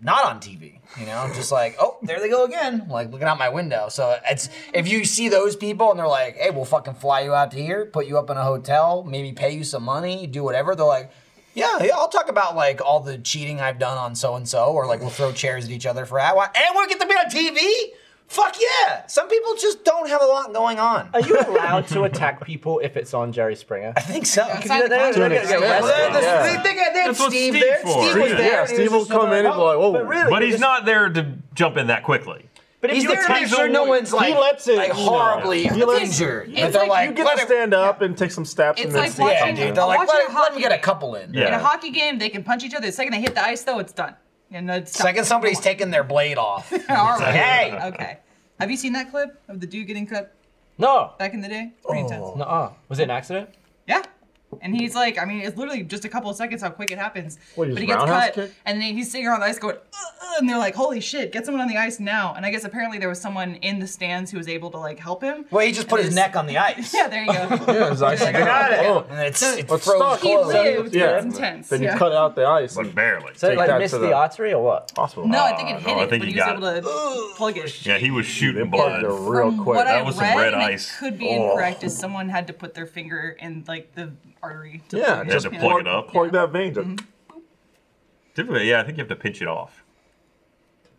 not on TV. You know, just like oh, there they go again, like looking out my window. So it's if you see those people and they're like, hey, we'll fucking fly you out to here, put you up in a hotel, maybe pay you some money, do whatever. They're like. Yeah, yeah, I'll talk about like all the cheating I've done on so and so, or like we'll throw chairs at each other for that. Why- And we'll get to be on TV. Fuck yeah! Some people just don't have a lot going on. Are you allowed to attack people if it's on Jerry Springer? I think so. That's You know, they're To they're an gonna get extent. Well, arrested. they- they- Yeah. they got- they had That's what Steve Steve there. for. Steve was Yeah. there. Yeah, and he Steve was will just come in and be like, "Oh, whoa. but really, But he's just- not there to jump in that quickly. But if He's you there to attack make sure no one's like, lets it, like you know. horribly He lets- injured. it's But they're like like, You get let to him- stand up and take some steps It's and then like see watching- Yeah, something. dude. They're like, let, Watching a let him hockey get a game. couple in. Yeah. In a hockey game, they can punch each other. The second they hit the ice, though, it's done. And it's It's like if somebody's taking their blade off. All right. Hey! Okay. Have you seen that clip of the dude getting cut No. back in the day? Pretty intense. Nuh-uh. Was it an accident? Yeah. And he's like, I mean, it's literally just a couple of seconds how quick it happens. What, he but was he gets roundhouse cut, kick? and then he's sitting around the ice going, "Uh, uh," and they're like, holy shit, get someone on the ice now. And I guess apparently there was someone in the stands who was able to like help him. Well, he just put his There's- neck on the ice. Yeah, there you go. Yeah, it's actually I got it. Oh, And it's, it's Let's froze stop. he closed. lived. yeah. It's intense. Then you yeah. cut out the ice. But and barely. So it Take like that missed to the the- artery or what? Hospital. No, I think it hit Oh, no, I it, think but he he was got able to plug it. Yeah, he was shooting Plugged blood. her real From quick. What That I was some read, red and it ice. could be Oh. incorrect. Is someone had to put their finger in like the artery? To yeah, You had just to plug it up. plug that vein. Just, Mm-hmm. Typically, yeah, I think you have to pinch it off.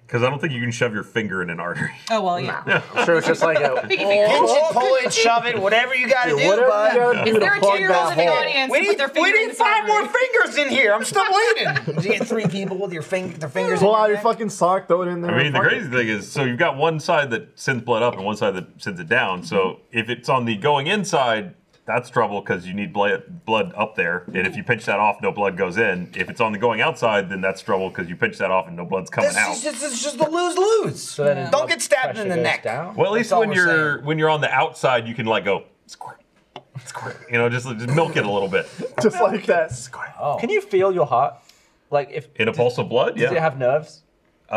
Because I don't think you can shove your finger in an artery. Oh well, yeah. I'm sure it's just like a. Pinky finger. Pinch it, pull it, shove it, whatever you gotta Dude, do. whatever bud. you gotta do Is to there a plug two-year-old that in the hole. audience We to need, put their we finger in need the five artery? more fingers in here. I'm still waiting. Did you get three people with your fing- their fingers? Pull in out your your neck? fucking sock, throw it in there. I mean, the Fuck it. crazy thing is, so you've got one side that sends blood up and one side that sends it down. So if it's on the going inside, that's trouble because you need bla- blood up there, and if you pinch that off, no blood goes in. If it's on the going outside, then that's trouble because you pinch that off and no blood's coming This out. is just, it's just a lose lose. then Don't get stabbed in Pressure the goes neck. down. Well, at least all when we're you're saying. when you're on the outside, you can like go squirt, squirt. You know, just just milk it a little bit. Just like that. Can you feel your heart? Like if In a does, pulse of blood, does it yeah. have nerves? Uh,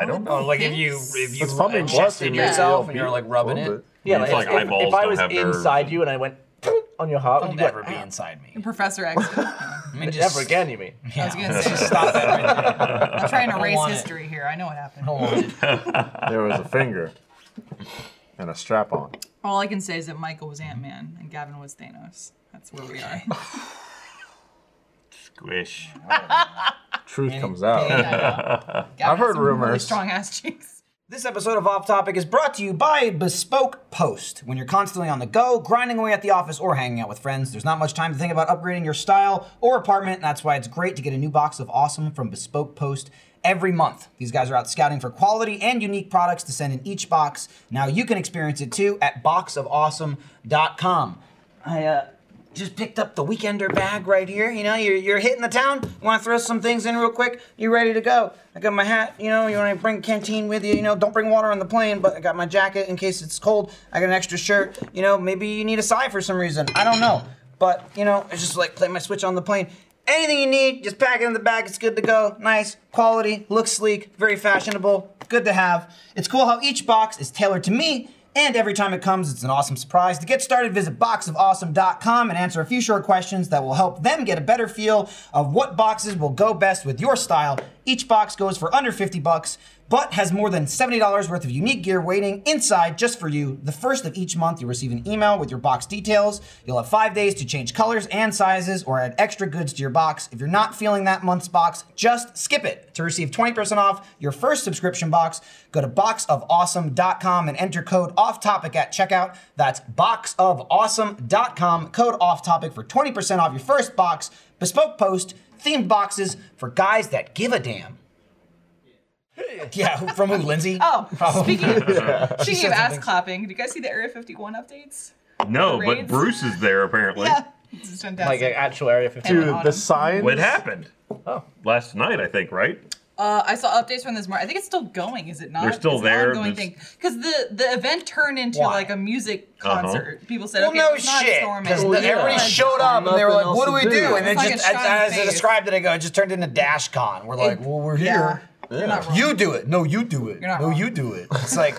I don't know. Oh, like if you if you It's pumping blood through ingested your yourself little and you're beat. like rubbing Little it, Yeah, It's like if- if, eyeballs if I don't was have nerves inside and- you and I went on your heart, would don't you be like, ever be "Ow." inside me. Professor X. I mean, just Never again, you mean? I was gonna say. Stop that right there. I'm trying to don't erase want it. history here. I know what happened. Don't want it. There was a finger and a strap on. All I can say is that Michael was Ant Man and Gavin was Thanos. That's where we are. Squish. Truth comes out. I've heard Really rumors. strong ass cheeks. This episode of Off Topic is brought to you by Bespoke Post. When you're constantly on the go, grinding away at the office, or hanging out with friends, there's not much time to think about upgrading your style or apartment, and that's why it's great to get a new box of awesome from Bespoke Post every month. These guys are out scouting for quality and unique products to send in each box. Now you can experience it too at boxofawesome.com. I uh, just picked up the weekender bag right here. You know, you're, you're hitting the town. Want to throw some things in real quick? You ready to go? I got my hat. You know, you want to bring canteen with you? You know, don't bring water on the plane. But I got my jacket in case it's cold. I got an extra shirt. You know, maybe you need a sigh for some reason. I don't know. But you know, I just like play my switch on the plane. Anything you need, just pack it in the bag. It's good to go. Nice quality, looks sleek, very fashionable. Good to have. It's cool how each box is tailored to me. And every time it comes, it's an awesome surprise. To get started, visit boxofawesome.com and answer a few short questions that will help them get a better feel of what boxes will go best with your style. Each box goes for under 50 bucks, but has more than $70 worth of unique gear waiting inside just for you. The first of each month, you'll receive an email with your box details. You'll have five days to change colors and sizes or add extra goods to your box. If you're not feeling that month's box, just skip it. To receive 20% off your first subscription box, go to boxofawesome.com and enter code off topic at checkout. That's boxofawesome.com, code off topic for 20% off your first box, bespoke post, themed boxes for guys that give a damn. Yeah, who- from who, Lindsay? Oh, speaking of, She speaking said of ass something. clapping, did you guys see the Area 51 updates? No, but Raids. Bruce is there apparently. Yeah. This is Like fantastic. Oh, an actual Area 51. Dude. Dude, the sign. What happened? Oh. Last night, I think, right? Uh, I saw updates from this morning. I think it's still going, is it not? They're still It's there, An ongoing thing. there's- Because the, the event turned into Why? like a music Uh-huh. concert. People said, Well, okay, no it's not shit. storming. Because It's everybody not. showed up and they were Nothing like, else "What do to we do." do?" And it It's like just, a shot in as, the as I face. described it ago, it just turned into Dash Con. We're like, It- "Well, we're Yeah. here. You're not wrong. You do it. No, you do it. You're not no, wrong. you do it." It's like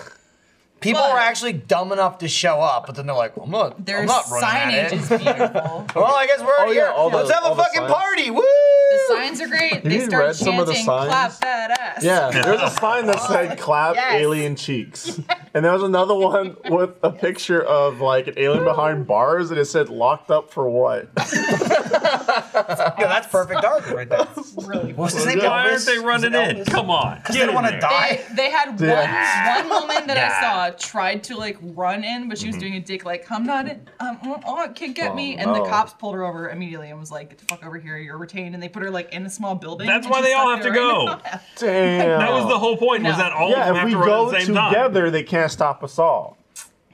people But- were actually dumb enough to show up, but then they're like, "I'm not. Their I'm not running signage at it." is beautiful. well, I guess we're Oh, yeah, here. all the- Let's have all a the fucking signs. party. Woo! The signs are great. they you start read chanting, some of the clap signs? that ass. Yeah, there's a sign that said "clap Yes. alien cheeks," and there was another one with a picture of like an alien behind bars, and it said "locked up for what?" Yeah, that's perfect argument right there. Really What's his name? Why Elvis? aren't they Was running it in? Elvis? Come on. Because they don't want to They, die. they had one, Yeah. one woman that Yeah. Mm-hmm. I saw tried to like run in, but she was doing a dick like, "I'm not in, um, oh, oh, it can't get Oh, me." And the no. cops pulled her over immediately and was like, "Get the fuck over here! You're retained." And they put her like in a small building. That's and why she they all sat have to there and- go. Damn. That was the whole point. Was No. that all of them Yeah, if have we to run go at the same time? together, they can't stop us all.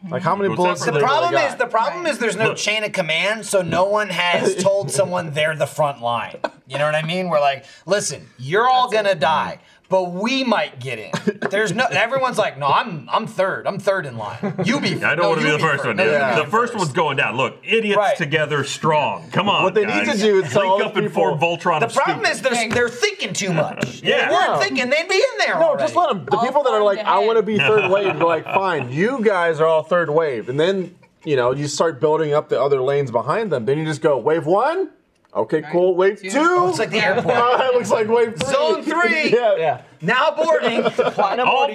Like how many Go bullets? have separate- The they really problem is got? the problem Right. is there's no chain of command, so no one has Mm-hmm. told someone they're the front line. You know what I mean? We're like, listen, you're all gonna die, but we might get in. There's no. Everyone's like, no, I'm I'm third. I'm third in line. You be. I don't no, want to be you the first one. dude. Yeah. The first one's going down. Look, idiots Right. together strong. Come on. What they need guys. to do is tell link all up the and form people- Voltron. The of problem stupid. is they're they're thinking too much. Yeah. If they weren't Yeah. thinking they'd be in there. No, already. just let them. The All people that are formed like, I ahead. want to be third wave, they're like, fine, you guys are all third wave. And then, you know, you start building up the other lanes behind them. Then you just go, wave one? Okay, cool. Wave two? Two. Oh, It's like the airport. it looks like wave three. Zone three. yeah. Yeah. now boarding. Platinum all already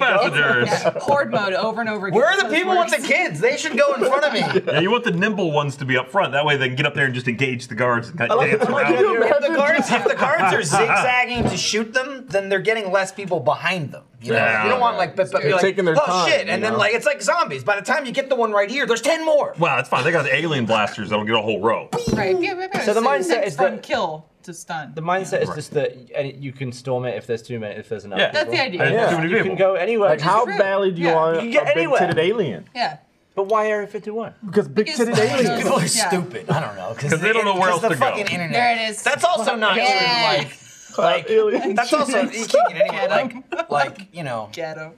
passengers. goes. Yeah, horde mode over and over again. Where are So the this people with works. the kids? They should go in front of me. Yeah, you want the nimble ones to be up front. That way they can get up there and just engage the guards and kind of Like, dance like, can around. you If the imagine? guards, if the guards are zigzagging to shoot them, then they're getting less people behind them. You know, Yeah. you don't want like, but, but They're you're like, taking their oh time, shit, you and then know? like it's like zombies. By the time you get the one right here, there's ten more. Wow, it's fine. They got alien blasters that'll get a whole row. Right. Yeah, yeah, yeah. So the mindset next is from that- kill to stun. The mindset is just that y- and you can storm it if there's too many, if there's enough. Yeah. people. That's the idea. There's too Yeah. many You people. can go anywhere. Like, how true. badly do you Yeah. want You can get a big anywhere. titted alien? yeah. But why Area 51? Because big Because- titted aliens. People are Yeah. stupid. I don't know 'Cause they don't know where because else the to go. fucking internet. There it is. That's also not Yeah. true. Like, like Aliens. that's also you can't get anywhere. Get 'em. Like, like you know, Get 'em.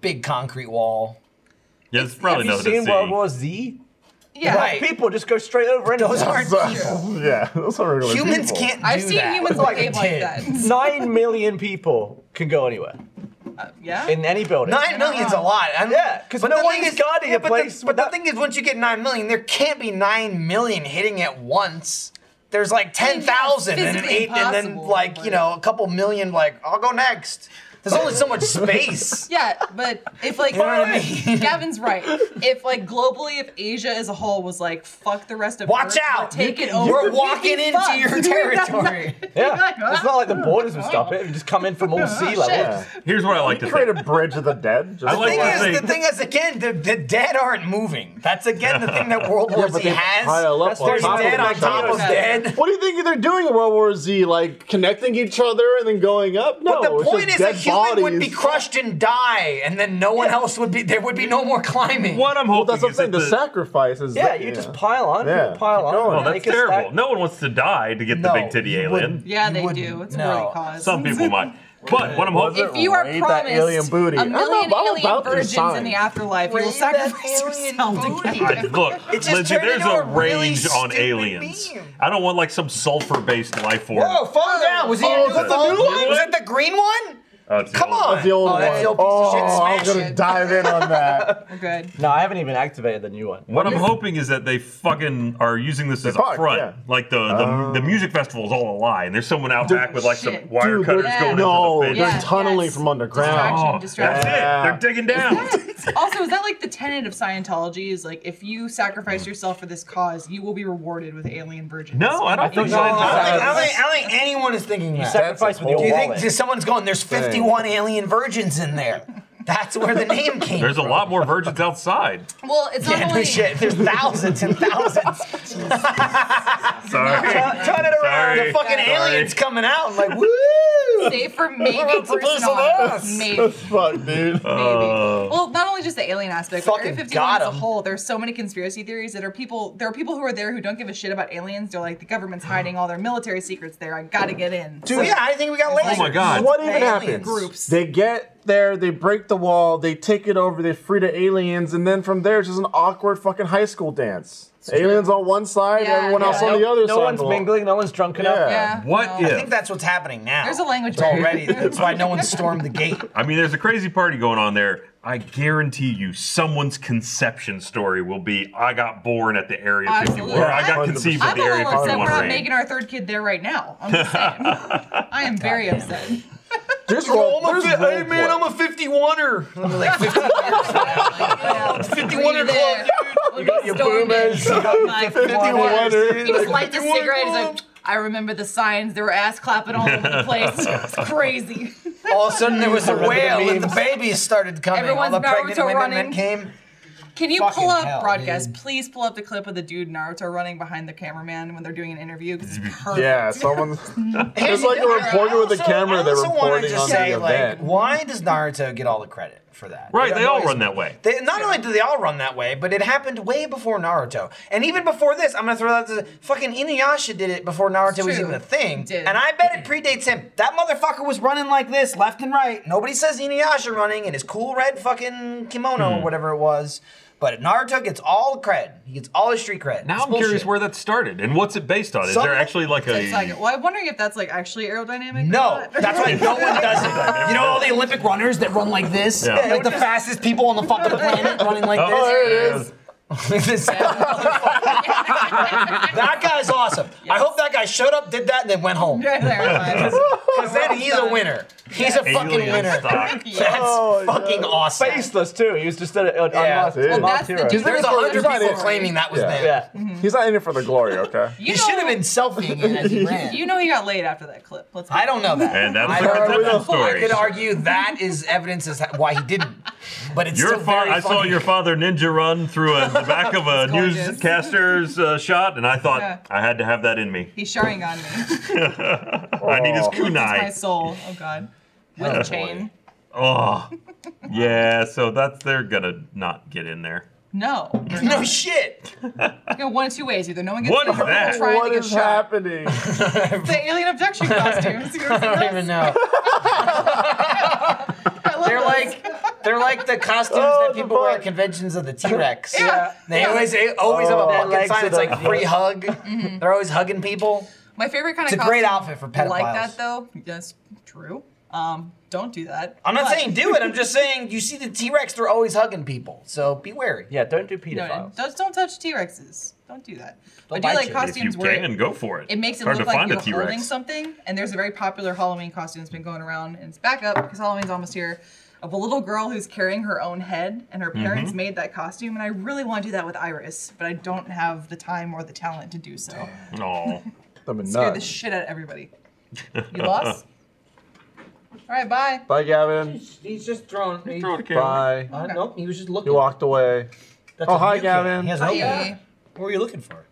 big concrete wall. Yeah, it's probably Have you nothing to seen see. World War Z? Yeah. Right. People just go straight over and Those aren't true. yeah, those are regular Humans people. can't. Do I've seen that. humans Like a behave like kid. that. Nine million people can go anywhere Uh, yeah. in any building. Nine million's a lot. I'm, Yeah, 'cause but no the one thing is is- guarding yeah, a but place The, but the without- thing is, once you get nine million, there can't be nine million hitting at once. There's like ten thousand and an physically eight, and then impossible, like you but- know a couple million. Like I'll go next. There's only so much space. Yeah, but if like know what I mean? Gavin's right. If like globally, if Asia as a whole was like, fuck the rest of Watch Earth, out! we're taking You're over. walking we'd be into fucked. your territory. Yeah, Like, it's not like the borders would stop it. You just come in from all sea levels. Yeah. Here's what I like to Create think. a bridge of the dead. Just I like thing what like- I is, think- the thing is, again, the, the dead aren't moving. That's again the thing that World War but Z they has. pile up on There's top of dead on each top other. of dead. What do you think they're doing in World War Z? Like connecting each other and then going up? No, But the it's point is, just a dead human would be bodies. crushed and die, and then no one else would be. There would be no more climbing. What I'm Well, hoping that's the is thing. that The, sacrifice is Yeah, that- you just pile on, people Yeah. pile Keep on. going. Oh, Well, They that's can terrible. stack- No one wants to die to get No, the big titty you alien. wouldn't. Yeah, You they wouldn't. do. It's No. a worthy cause. Some people might. But what I'm Was hoping. it- If you are Raid that promised alien booty. a I'm not- million I'm alien about to virgins in sign. the afterlife, you will Raid that sacrifice alien yourself to booty. get I, look, It just Lindsay, turned there's into a a really range on stupid aliens. meme. I don't want like some sulfur based life form. Whoa, fall down. Was he Oh, in is that the phone? new one? Was that the green one? Oh, it's the Come old one. on. That's the old Oh, one. that's the old piece of oh, shit. I'm Smash gonna it. dive in on that. We're good. No, I haven't even activated the new one. What I'm hoping is that they fucking are using this as a fuck, front. yeah. Like the, the, Oh. the music festival is all a lie, and there's someone out back with like some shit. wire Dude, cutters they're- going no, into the they're face. Yeah, tunneling yes. from underground. Distraction. Oh, that's Yeah. it. They're digging down. also, is that like the tenet of Scientology? Is like if you sacrifice yourself for this cause, you will be rewarded with alien virgins. No, I don't think No, so. I I don't, think, I, I don't think, I don't think anyone is thinking that. Sacrifice with your Do you think wallet. just someone's going? There's 51 alien virgins in there. That's where the name came. There's a from. lot more virgins outside. Well, it's not Yeah, no only shit. There's thousands and thousands. Sorry. Turn turn it around. Sorry. The fucking Sorry. aliens coming out. I'm like, woo! safe for maybe What's a piece person of on us? maybe. Fuck, dude. Maybe. well, not only just the alien aspect, but Area Fucking 51 as a got 'em. whole, there's so many conspiracy theories that are people. There are people who are there who don't give a shit about aliens. They're like, the government's hiding all their military secrets there. I gotta get in. Dude, yeah, I think we got lasers. Oh my god. What even Alien happens? groups. They get there, they break the wall, they take it over, they free the aliens, and then from there it's just an awkward fucking high school dance. aliens on one side, Yeah, everyone yeah. else on no, the other no side. one's mingling, no one's drunk enough. Yeah. What no. if? I think that's what's happening now. There's a language It's already. That's why no one stormed the gate. I mean, there's a crazy party going on there. I guarantee you, someone's conception story will be I got born at the Area 51. Oh, Absolutely. Or I got I'm- conceived at I'm the a Area little upset we're 51 not raid. making our third kid there right now. I'm just saying. I am very upset. There's role, there's role play. a 51er. I'm like 51er. Were 51er you there? club. You got your boomers. You got 51 He just lights a cigarette. He's like, I remember the signs. There were ass clapping all over the place. It's crazy. All of a sudden there was a the whale and the memes. babies started coming. Everyone's all the pregnant Naruto women running. that came. Can you Fucking pull up hell, broadcast? dude. Please pull up the clip of the dude Naruto running behind the cameraman when they're doing an interview. 'cause it's perfect. Yeah, someone's. There's like a And I reporter with a also- camera I that also wanna reporting just on say, the like, event. Why does Naruto get all the credit? for that. Right, I've they all always- run that way. They, not only do they all run that way, but it happened way before Naruto, and even before this. I'm gonna throw out the fucking Inuyasha did it before Naruto was true. even a thing, Did. and I bet it predates him. That motherfucker was running like this, left and right. Nobody says Inuyasha running in his cool red fucking kimono Hmm. or whatever it was. But Naruto gets all the cred. He gets all the street cred. Now It's I'm curious bullshit. where that started and what's it based on. Is Some- there actually like a? It's like, well, I'm wondering if that's like actually aerodynamic. or No, not. that's why no one does it. You know all the Olympic runners that run like this, Yeah. like the fastest people on the fucking planet running like oh, this. there it is. This- that guy's awesome. I hope that guy showed up, did that, and then went home. Right there, fine. Because then he's a winner. He's a fucking Alien winner. stock. That's Oh, yeah. fucking awesome. Faceless too. He was just an unmarked Yeah. yeah. Well, that's the hero. difference. Mm-hmm. There's a hundred He's not people in- claiming that was Yeah. them. Yeah. He's not in it for the glory, okay? You He know- should have been selfieing it as he ran. You know he got laid after that clip. Let's. be I don't know that. And I that's the don't- conception I story. could argue that is evidence as to why he didn't. But it's Your still fa- very I saw funny. your father ninja run through a, the back of a gorgeous. newscaster's uh, shot, and I thought Yeah. I had to have that in me. He's sharing on me. It's I need his Oh. my kunai. soul. Oh God. With a chain. Oh, yeah. So that's they're gonna not get in there. No. We're No shit. gonna go one of two ways. Either no one gets What laid is or that? we're trying What to get is shot. happening? The alien abduction costumes. You ever seen I don't those? even know. I love They're those. like they're like the costumes Oh, that the people wear at bug. conventions of the T Rex. Yeah. They Yeah. always they always Oh. have a Their fucking legs sign. are It's like the- free hug. They're always hugging people. Mm-hmm. My favorite kind It's of a great costume outfit for pedophiles. Like that though. That's true. Um, don't do that. I'm not But- saying do it. I'm just saying you see the T Rex. They're always hugging people. So be wary. Yeah, don't do No, no, pedophiles. don't, don't touch T Rexes. Don't do that. But do bite you. If like If you costumes where can, go for it. it makes it Hard look to like find you're a T-Rex. holding something. And there's a very popular Halloween costume that's been going around, and it's back up because Halloween's almost here. Of a little girl who's carrying her own head, and her parents Mm-hmm. made that costume. And I really want to do that with Iris, but I don't have the time or the talent to do so. Aw. I'm a Scare the nut. shit out of everybody. You lost. All right, bye. Bye, Gavin. He's just throwing. He, Throw it, Cameron. Bye. nope, he was just looking. You walked away. Oh, hi, Gavin. He has Bye. no camera. What were you looking for?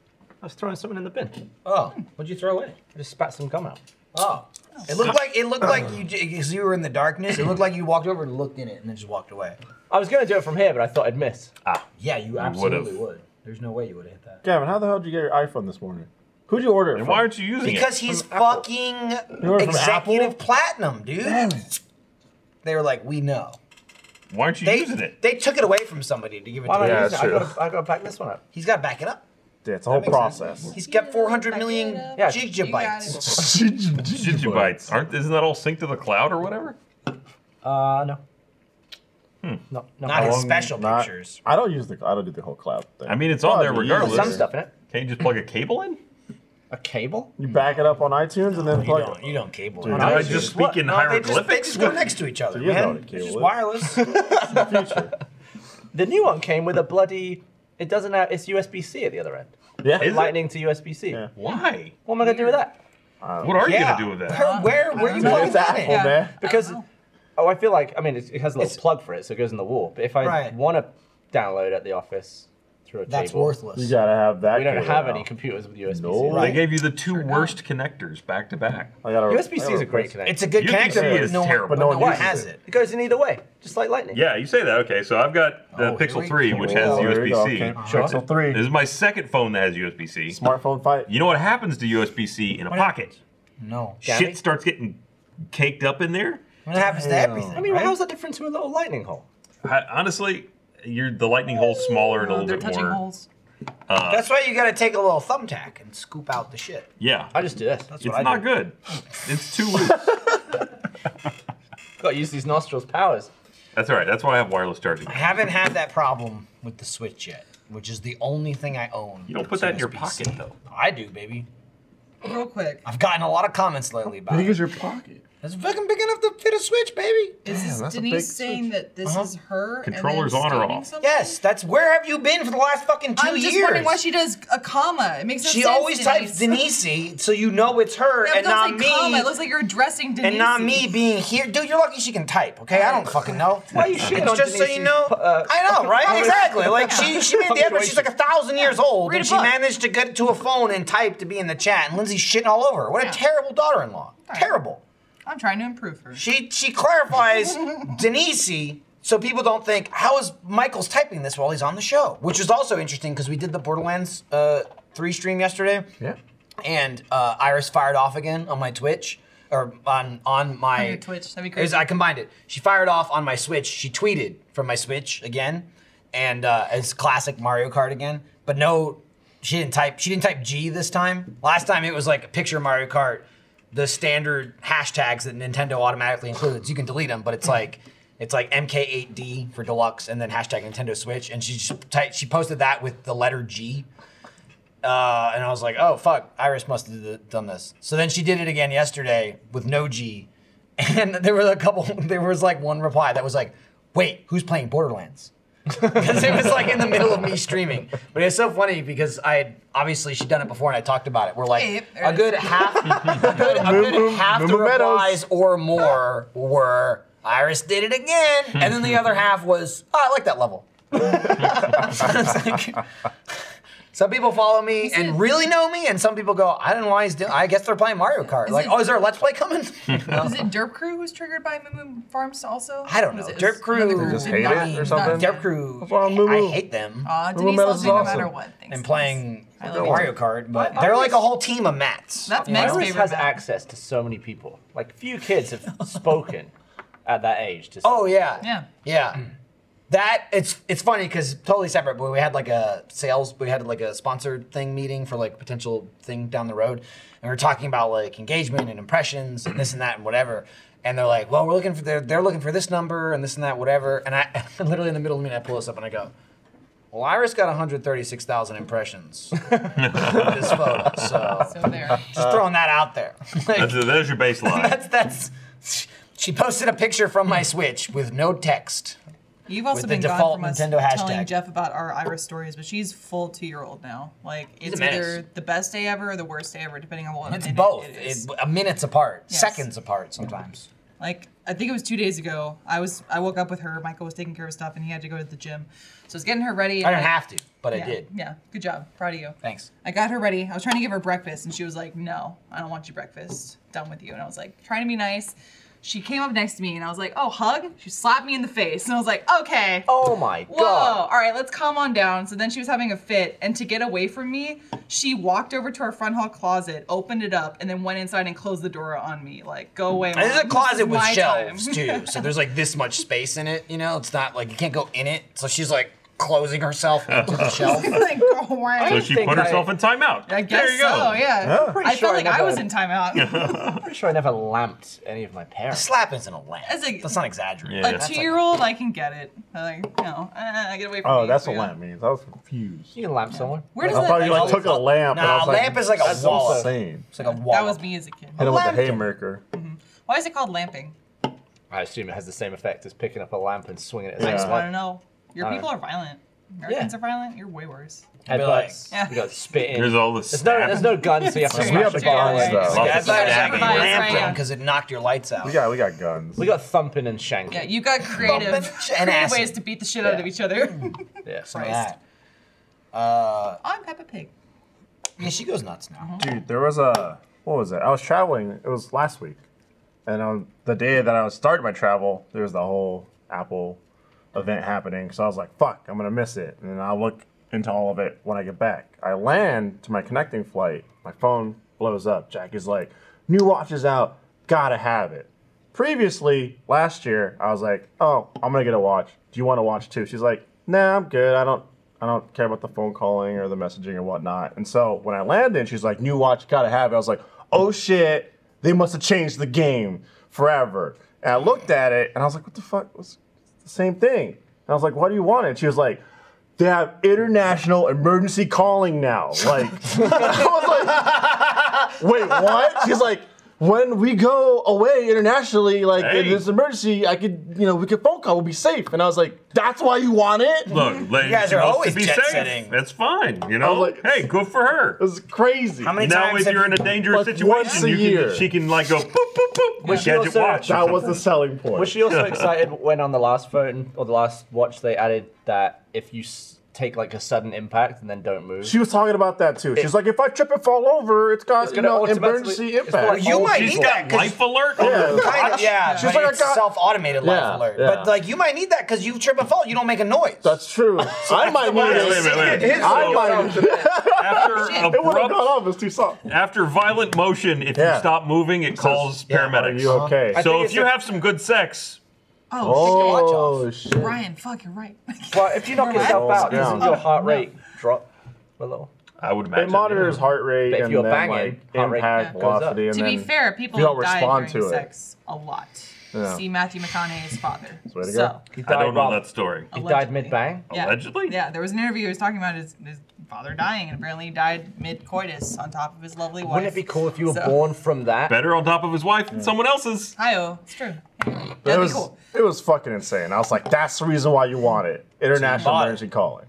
I was throwing something in the bin. Oh, what'd you throw away? I just spat some gum out. Oh. It looked like it looked like you because you were in the darkness. It looked like you walked over and looked in it and then just walked away. I was gonna do it from here, but I thought I'd miss. Yeah, you absolutely would. There's no way you would have hit that. Gavin, how the hell did you get your iPhone this morning? Who'd you order it And from? why aren't you using Because it? he's Apple. fucking were from executive Apple? platinum, dude. They were like, we know. Why aren't you They using it? they took it away from somebody to give it to Why not him. Yeah, use it? I true. gotta, I gotta back this one up. He's got to back it up. Yeah, it's a whole process. He's kept 400 million Yeah, Yeah, You got gigabytes. it. Digibytes. Aren't isn't that all synced to the cloud or whatever? Uh, no. No, no. Not his Long- special not- pictures. I don't use the. I don't do the whole cloud thing. I mean, it's Oh, on there you use regardless. some stuff in it. Can't you just plug a cable in? A cable? You back it up on iTunes and then You plug. don't, you don't cable. Dude, it. No, I I just just- speak in No, they just, they hieroglyphics. just go next to each other, You know man. what a It's cable just is. wireless. The new one came with a bloody. It doesn't have. It's USB C at the other end. Yeah. Is it? Lightning to USB C. Yeah. Why? What am I gonna do with that? What are you yeah. gonna do with that? Where, where, where you know. plugging It's that Apple, in? Yeah. man. Because, oh, I feel like I mean it, it has a little It's- plug for it, so it goes in the wall. But if I Right. want to download at the office through a That's cable, worthless. You gotta have that. we don't cable have now. any computers with USB C. No. They Right. gave you the two worst connectors back to back. I gotta- I USB C gotta is a great replace- connection. It's a good You can see connector, but it's no one, terrible. but no But one uses has it. it. It goes in either way, just like lightning. Yeah, you say that. Okay, so I've got the Oh, here Pixel we 3, which has Oh, there you go, USB-C. okay. Pixel This three. is my second phone that has USB-C. Smartphone fight. You know what happens to USB-C in a pocket? No. Damage? Shit starts getting caked up in there. That happens to everything. I mean, how's that different to a little lightning hole? I, honestly, you're the lightning hole's smaller and Oh, a little they're bit touching more. holes. That's why you gotta take a little thumbtack and scoop out the shit. Yeah, I just do this. it's not good. It's too loose. Got to use these nostrils powers. That's all right. That's why I have wireless charging. I haven't had that problem with the Switch yet, which is the only thing I own. You don't that's put that in your USB-C. pocket though. I do, baby. Real quick. I've gotten a lot of comments lately about Big it. as your pocket. It's fucking big enough to fit a Switch, baby. Is Damn, this that's a Denise big saying that this is her? and then Controllers on or stating off? something? Yes, that's where have you been for the last fucking 2 I'm years? just wondering why she does a comma. It makes no She sense. always types Denise. Denise, so you know it's her Yeah, but and don't not say me. comma. It looks like you're addressing Denise. and not me being here, dude. You're lucky she can type. Okay, I don't fucking know. Why are you shitting It's on just so you Denise's know. pu- uh, I know, right? punctuation? Exactly. Like she, she made the effort. She's Punctuation. like a thousand years old, Read and a she book. managed to get to a phone and type to be in the chat. And Lindsay's shitting all over. her. What a Yeah. terrible daughter-in-law. right. Terrible. I'm trying to improve her. She she clarifies Denise So people don't think how is Michael's typing this while he's on the show, which is also interesting because we did the Borderlands uh, three stream yesterday. Yeah. And uh, Iris fired off again on my Twitch or on on my On your Twitch, that'd be Is- crazy. I combined it. She fired off on my Switch. She tweeted from my Switch again, and uh, it's classic Mario Kart again. But no, she didn't type. She didn't type G this time. Last time it was like a picture of Mario Kart, the standard hashtags that Nintendo automatically includes. You can delete them, but it's like it's like MK8D for deluxe, and then hashtag Nintendo Switch. And she just typed, she posted that with the letter G. Uh, and I was like, oh fuck, Iris must have d- done this. So then she did it again yesterday with no G, and there was a couple. There was like one reply that was like, wait, who's playing Borderlands? Because it was like in the middle of me streaming. But it's so funny because I had obviously she'd done it before and I talked about it. We're like Yep, there a it good half, a good, a Boom, good boom, half the boom, boom, Meadows. replies or more were Iris did it again, and then the other half was oh, I like that level. It's like- some people follow me and it- really know me, and some people go, I don't know why he's doing. I guess they're playing Mario Kart. Is Like, it- oh, is there a Let's Play coming? Is it Derp Crew who's triggered by Moo Moo Farms also? I don't Or know. was it- Derp Crew. another group? just hate it or Not- something? not- Derp Crew. why I'm Moo I Moo. hate them. Aw, Moo Denise Moo loves is me no awesome. matter what. Thanks, and playing I love Mario Kart, but I- I they're like a was- whole team of mats. That's you Meg's know? Iris favorite has map. access to so many people. Like few kids have spoken at that age. Just Oh yeah. Yeah. Yeah. That it's it's funny because totally separate, but we had like a sales, we had like a sponsored thing meeting for like potential thing down the road, and we were talking about like engagement and impressions and this and that and whatever. And they're like, well, we're looking for they're, they're looking for this number and this and that whatever. And I literally in the middle of the meeting, I pull this up and I go, well, Iris got 136,000 impressions with this photo, so So there. just throwing that out there. Like, That's, there's your baseline. that's that's. She posted a picture from my Switch with no text. You've also the been gone default from us Nintendo telling hashtag. Jeff about our Iris stories, but she's full two year old now. Like it's a menace. either the best day ever or the worst day ever, depending on what. It's minute both. It It is. a minutes apart, Yes. seconds apart sometimes. like I think it was two days ago. I was I woke up with her. Michael was taking care of stuff, and he had to go to the gym, so I was getting her ready. I and didn't have to, but yeah, I did. Yeah, good job. Proud of you. Thanks. I got her ready. I was trying to give her breakfast, and she was like, "No, I don't want your breakfast. Done with you." And I was like, trying to be nice. She came up next to me, and I was like, "Oh, hug." She slapped me in the face, and I was like, "Okay." Oh my Whoa! god. All right, let's calm on down. So then she was having a fit, and to get away from me, she walked over to our front hall closet, opened it up, and then went inside and closed the door on me. Like, go away. And Mom. there's a This closet is with my shelves time." too, so there's like this much space in it. You know, it's not like you can't go in it. So she's like closing herself into the shelf. like, go away. So I, she think put I- herself in timeout. guess there you go. so. Yeah. Yeah. I sure felt like I I was never- in timeout. I'm pretty sure I never lamped any of my parents. Slap isn't a lamp. That's like- That's not exaggerating. Yeah. a two-year-old, I can get it. Like, no, uh, get away from me. Oh, that's So, what yeah. lamp means. I was confused. You can lamp someone. Where I does thought that? you like took a lamp. and I Nah, was lamp is like a that's wall. Insane. It's like a wall. That was me as a kid. Hit him with a Lamp. haymaker. Why is it called lamping? I assume it has the same effect as picking up a lamp and swinging it. At I just Yeah. want to know. Your Alright. people are violent. Americans are violent. You're way worse. Headbutts. Yeah. You got spitting. There's all the There's no, stab. there's no guns, so you have to We smash have the the guns, guns yeah, yeah. though. That's Lots not of gotta stabbing. sacrifice, right? lamping because it knocked your lights out. We got we got guns. We got thumping and shanking. Yeah, you got creative, Bumping and creative acid. ways to beat the shit out of Yeah. each other. Yeah. Look Christ. at that. Uh, I'm Peppa Pig. yeah, she goes nuts now. Dude, there was a what was it? I was traveling. It was last week, and on the day that I was starting my travel, there was the whole Apple event happening. So I was like, "Fuck, I'm gonna miss it." And then I'll look into all of it when I get back. I land to my connecting flight. My phone blows up. Jack is like, "New watch is out. Gotta have it." Previously, last year, I was like, "Oh, I'm gonna get a watch. Do you want a watch too?" She's like, "Nah, I'm good. I don't I don't care about the phone calling or the messaging or whatnot. And so when I landed, she's like, new watch, gotta have it. I was like, oh shit, they must have changed the game forever. And I looked at it and I was like, what the fuck? It's the same thing. And I was like, why do you want it? She was like, they have international emergency calling now. Like, I was like, wait, what? She's like, when we go away internationally, like Hey. in this emergency, I could, you know, we could phone call, we'll be safe. And I was like, that's why you want it? Look, ladies, guys she are wants always to be jet safe. setting. That's fine. You know, was like- hey, good for her. It was crazy. How many Now, times if have you're in you- a dangerous Like, situation, once a you year. Can, she can like go boop boop boop with she gadget also- watch. or That was the something. selling point. Was she also excited when on the last phone or the last watch they added that if you s- take like a sudden impact and then don't move. She was talking about that too. She's like, if I trip and fall over, it's got It's you gonna know automatically- emergency it's for, impact. like, You all might people. She's need that got 'cause- life alert. Yeah. Kind of, yeah. She's but like, I it's got- self-automated Yeah, life alert. yeah. But like, you might need that because you trip and fall. You don't make a noise. That's true. I might Wait, wait, need wait, it. wait, wait. His- I So, might need it. It after would have gone abrupt, off. It's too soft. after violent motion, if you Yeah. stop moving, it calls yeah, Are paramedics. you okay? I So think if it's you a- have some good sex, Oh, Oh shit! shit. Ryan, fuck, you're right. Well, if you knock Relax. yourself out, Yeah. doesn't your heart rate drop a little? I would imagine. It monitors heart rate But if and you're then banging, like heart rate impact goes up. velocity, and to be then- fair, people you don't die respond during to it. sex a lot. Yeah. See Matthew McConaughey's father. Way to so, go. He died I don't know rather- that story. He died Allegedly. mid bang. yeah. Allegedly? Yeah, there was an interview he was talking about his, his father dying, and apparently he died mid coitus on top of his lovely wife. Wouldn't it be cool if you were So- born from that? Better on top of his wife than someone else's. Hi-oh, it's true. Anyway, It that'd was be cool. it was fucking insane. I was like, that's the reason why you want it. International bought it. emergency calling.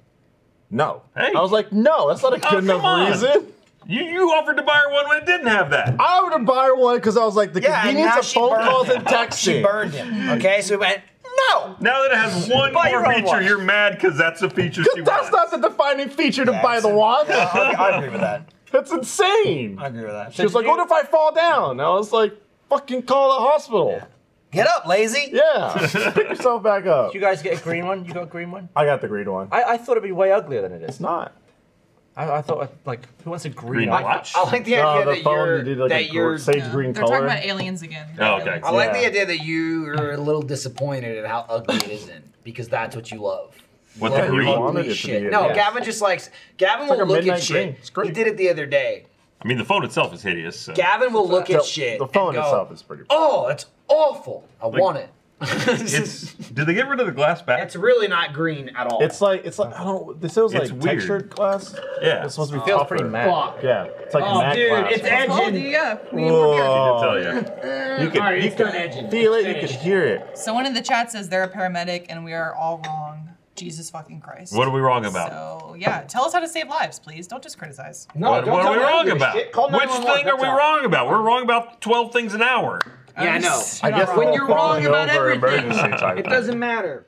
No. Hey. I was like, no, that's not a Oh, good enough come on. reason. You you offered to buy her one when it didn't have that. I would have bought one because I was like, the Yeah, and convenience now of she phone burned calls it. and texting. She burned him. Okay, so we went no. Now that it has one Buy your more own feature, watch. you're mad because that's the feature she That's wants. not the defining feature to Yeah, buy the it's- watch. I, I agree with that. That's insane. I agree with that. She was like, what if I fall down? I was like, fucking call the hospital. Get up, lazy. Yeah. Pick yourself back up. Did you guys get a green one? You got a green one? I got the green one. I, I thought it'd be way uglier than it is. not. I, I thought, like, who wants a green, Green one? watch? I like the No, idea Oh, the that phone, you're you did like that a gr- you're. sage Yeah, green They're color. talking about aliens again. Oh, okay. I like the Yeah. idea that you're a little disappointed at how ugly it is in because that's what you love. What Yeah, the you green? want- I wanted it Holy to be shit. in No, there. Gavin just likes Gavin like will a look at midnight shit. green. It's great. He did it the other day. mean, the phone itself is hideous. So. Gavin will look The- at shit. The phone and go, itself is pretty. Oh, it's awful. I want it. It's. Did they get rid of the glass back? It's really not green at all. It's like it's like I don't. This feels It's like weird. textured glass. yeah. It's supposed to be Feels tougher. pretty mad. fuck. Yeah, it's like Oh, matte dude, glass. it's edging. Oh, yeah. we need more beer. I Oh, can tell you. you can, Alright, you it's done edging. can feel it. It's You can finished. hear it. Someone in the chat says they're a paramedic and we are all wrong. Jesus fucking Christ. What are we wrong about? So yeah, tell us how to save lives, please. Don't just criticize. No, what don't what tell are we me wrong to do about? shit. Call Which 911, thing are that's we all. wrong about? We're wrong about 12 things an hour. Yeah, I know. I guess When all you're falling wrong about over everything, emergency type it thing. doesn't matter.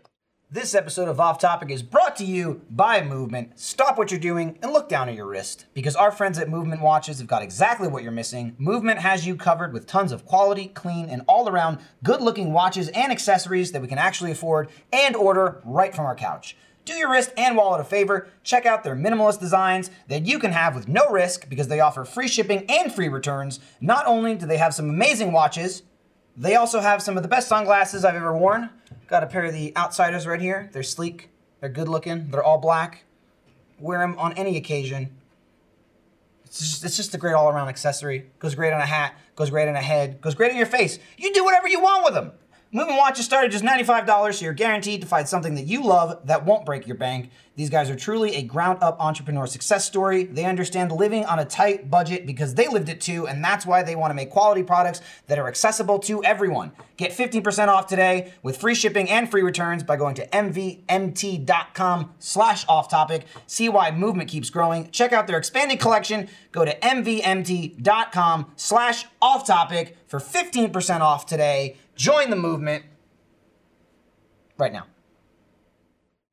This episode of Off Topic is brought to you by Movement. Stop what you're doing and look down at your wrist because our friends at Movement Watches have got exactly what you're missing. Movement has you covered with tons of quality, clean, and all around good looking watches and accessories that we can actually afford and order right from our couch. Do your wrist and wallet a favor. Check out their minimalist designs that you can have with no risk because they offer free shipping and free returns. Not only do they have some amazing watches, they also have some of the best sunglasses I've ever worn. Got a pair of the Outsiders right here. They're sleek, they're good looking, they're all black. Wear them on any occasion. It's just, it's just a great all around accessory. Goes great on a hat, goes great on a head, goes great on your face. You do whatever you want with them. Movement watches start at just $95, so you're guaranteed to find something that you love that won't break your bank. These guys are truly a ground up entrepreneur success story. They understand living on a tight budget because they lived it too, and that's why they want to make quality products that are accessible to everyone. Get 15% off today with free shipping and free returns by going to mvmt.com slash off topic. See why movement keeps growing. Check out their expanded collection. Go to mvmt.com slash off topic for 15% off today. Join the movement right now.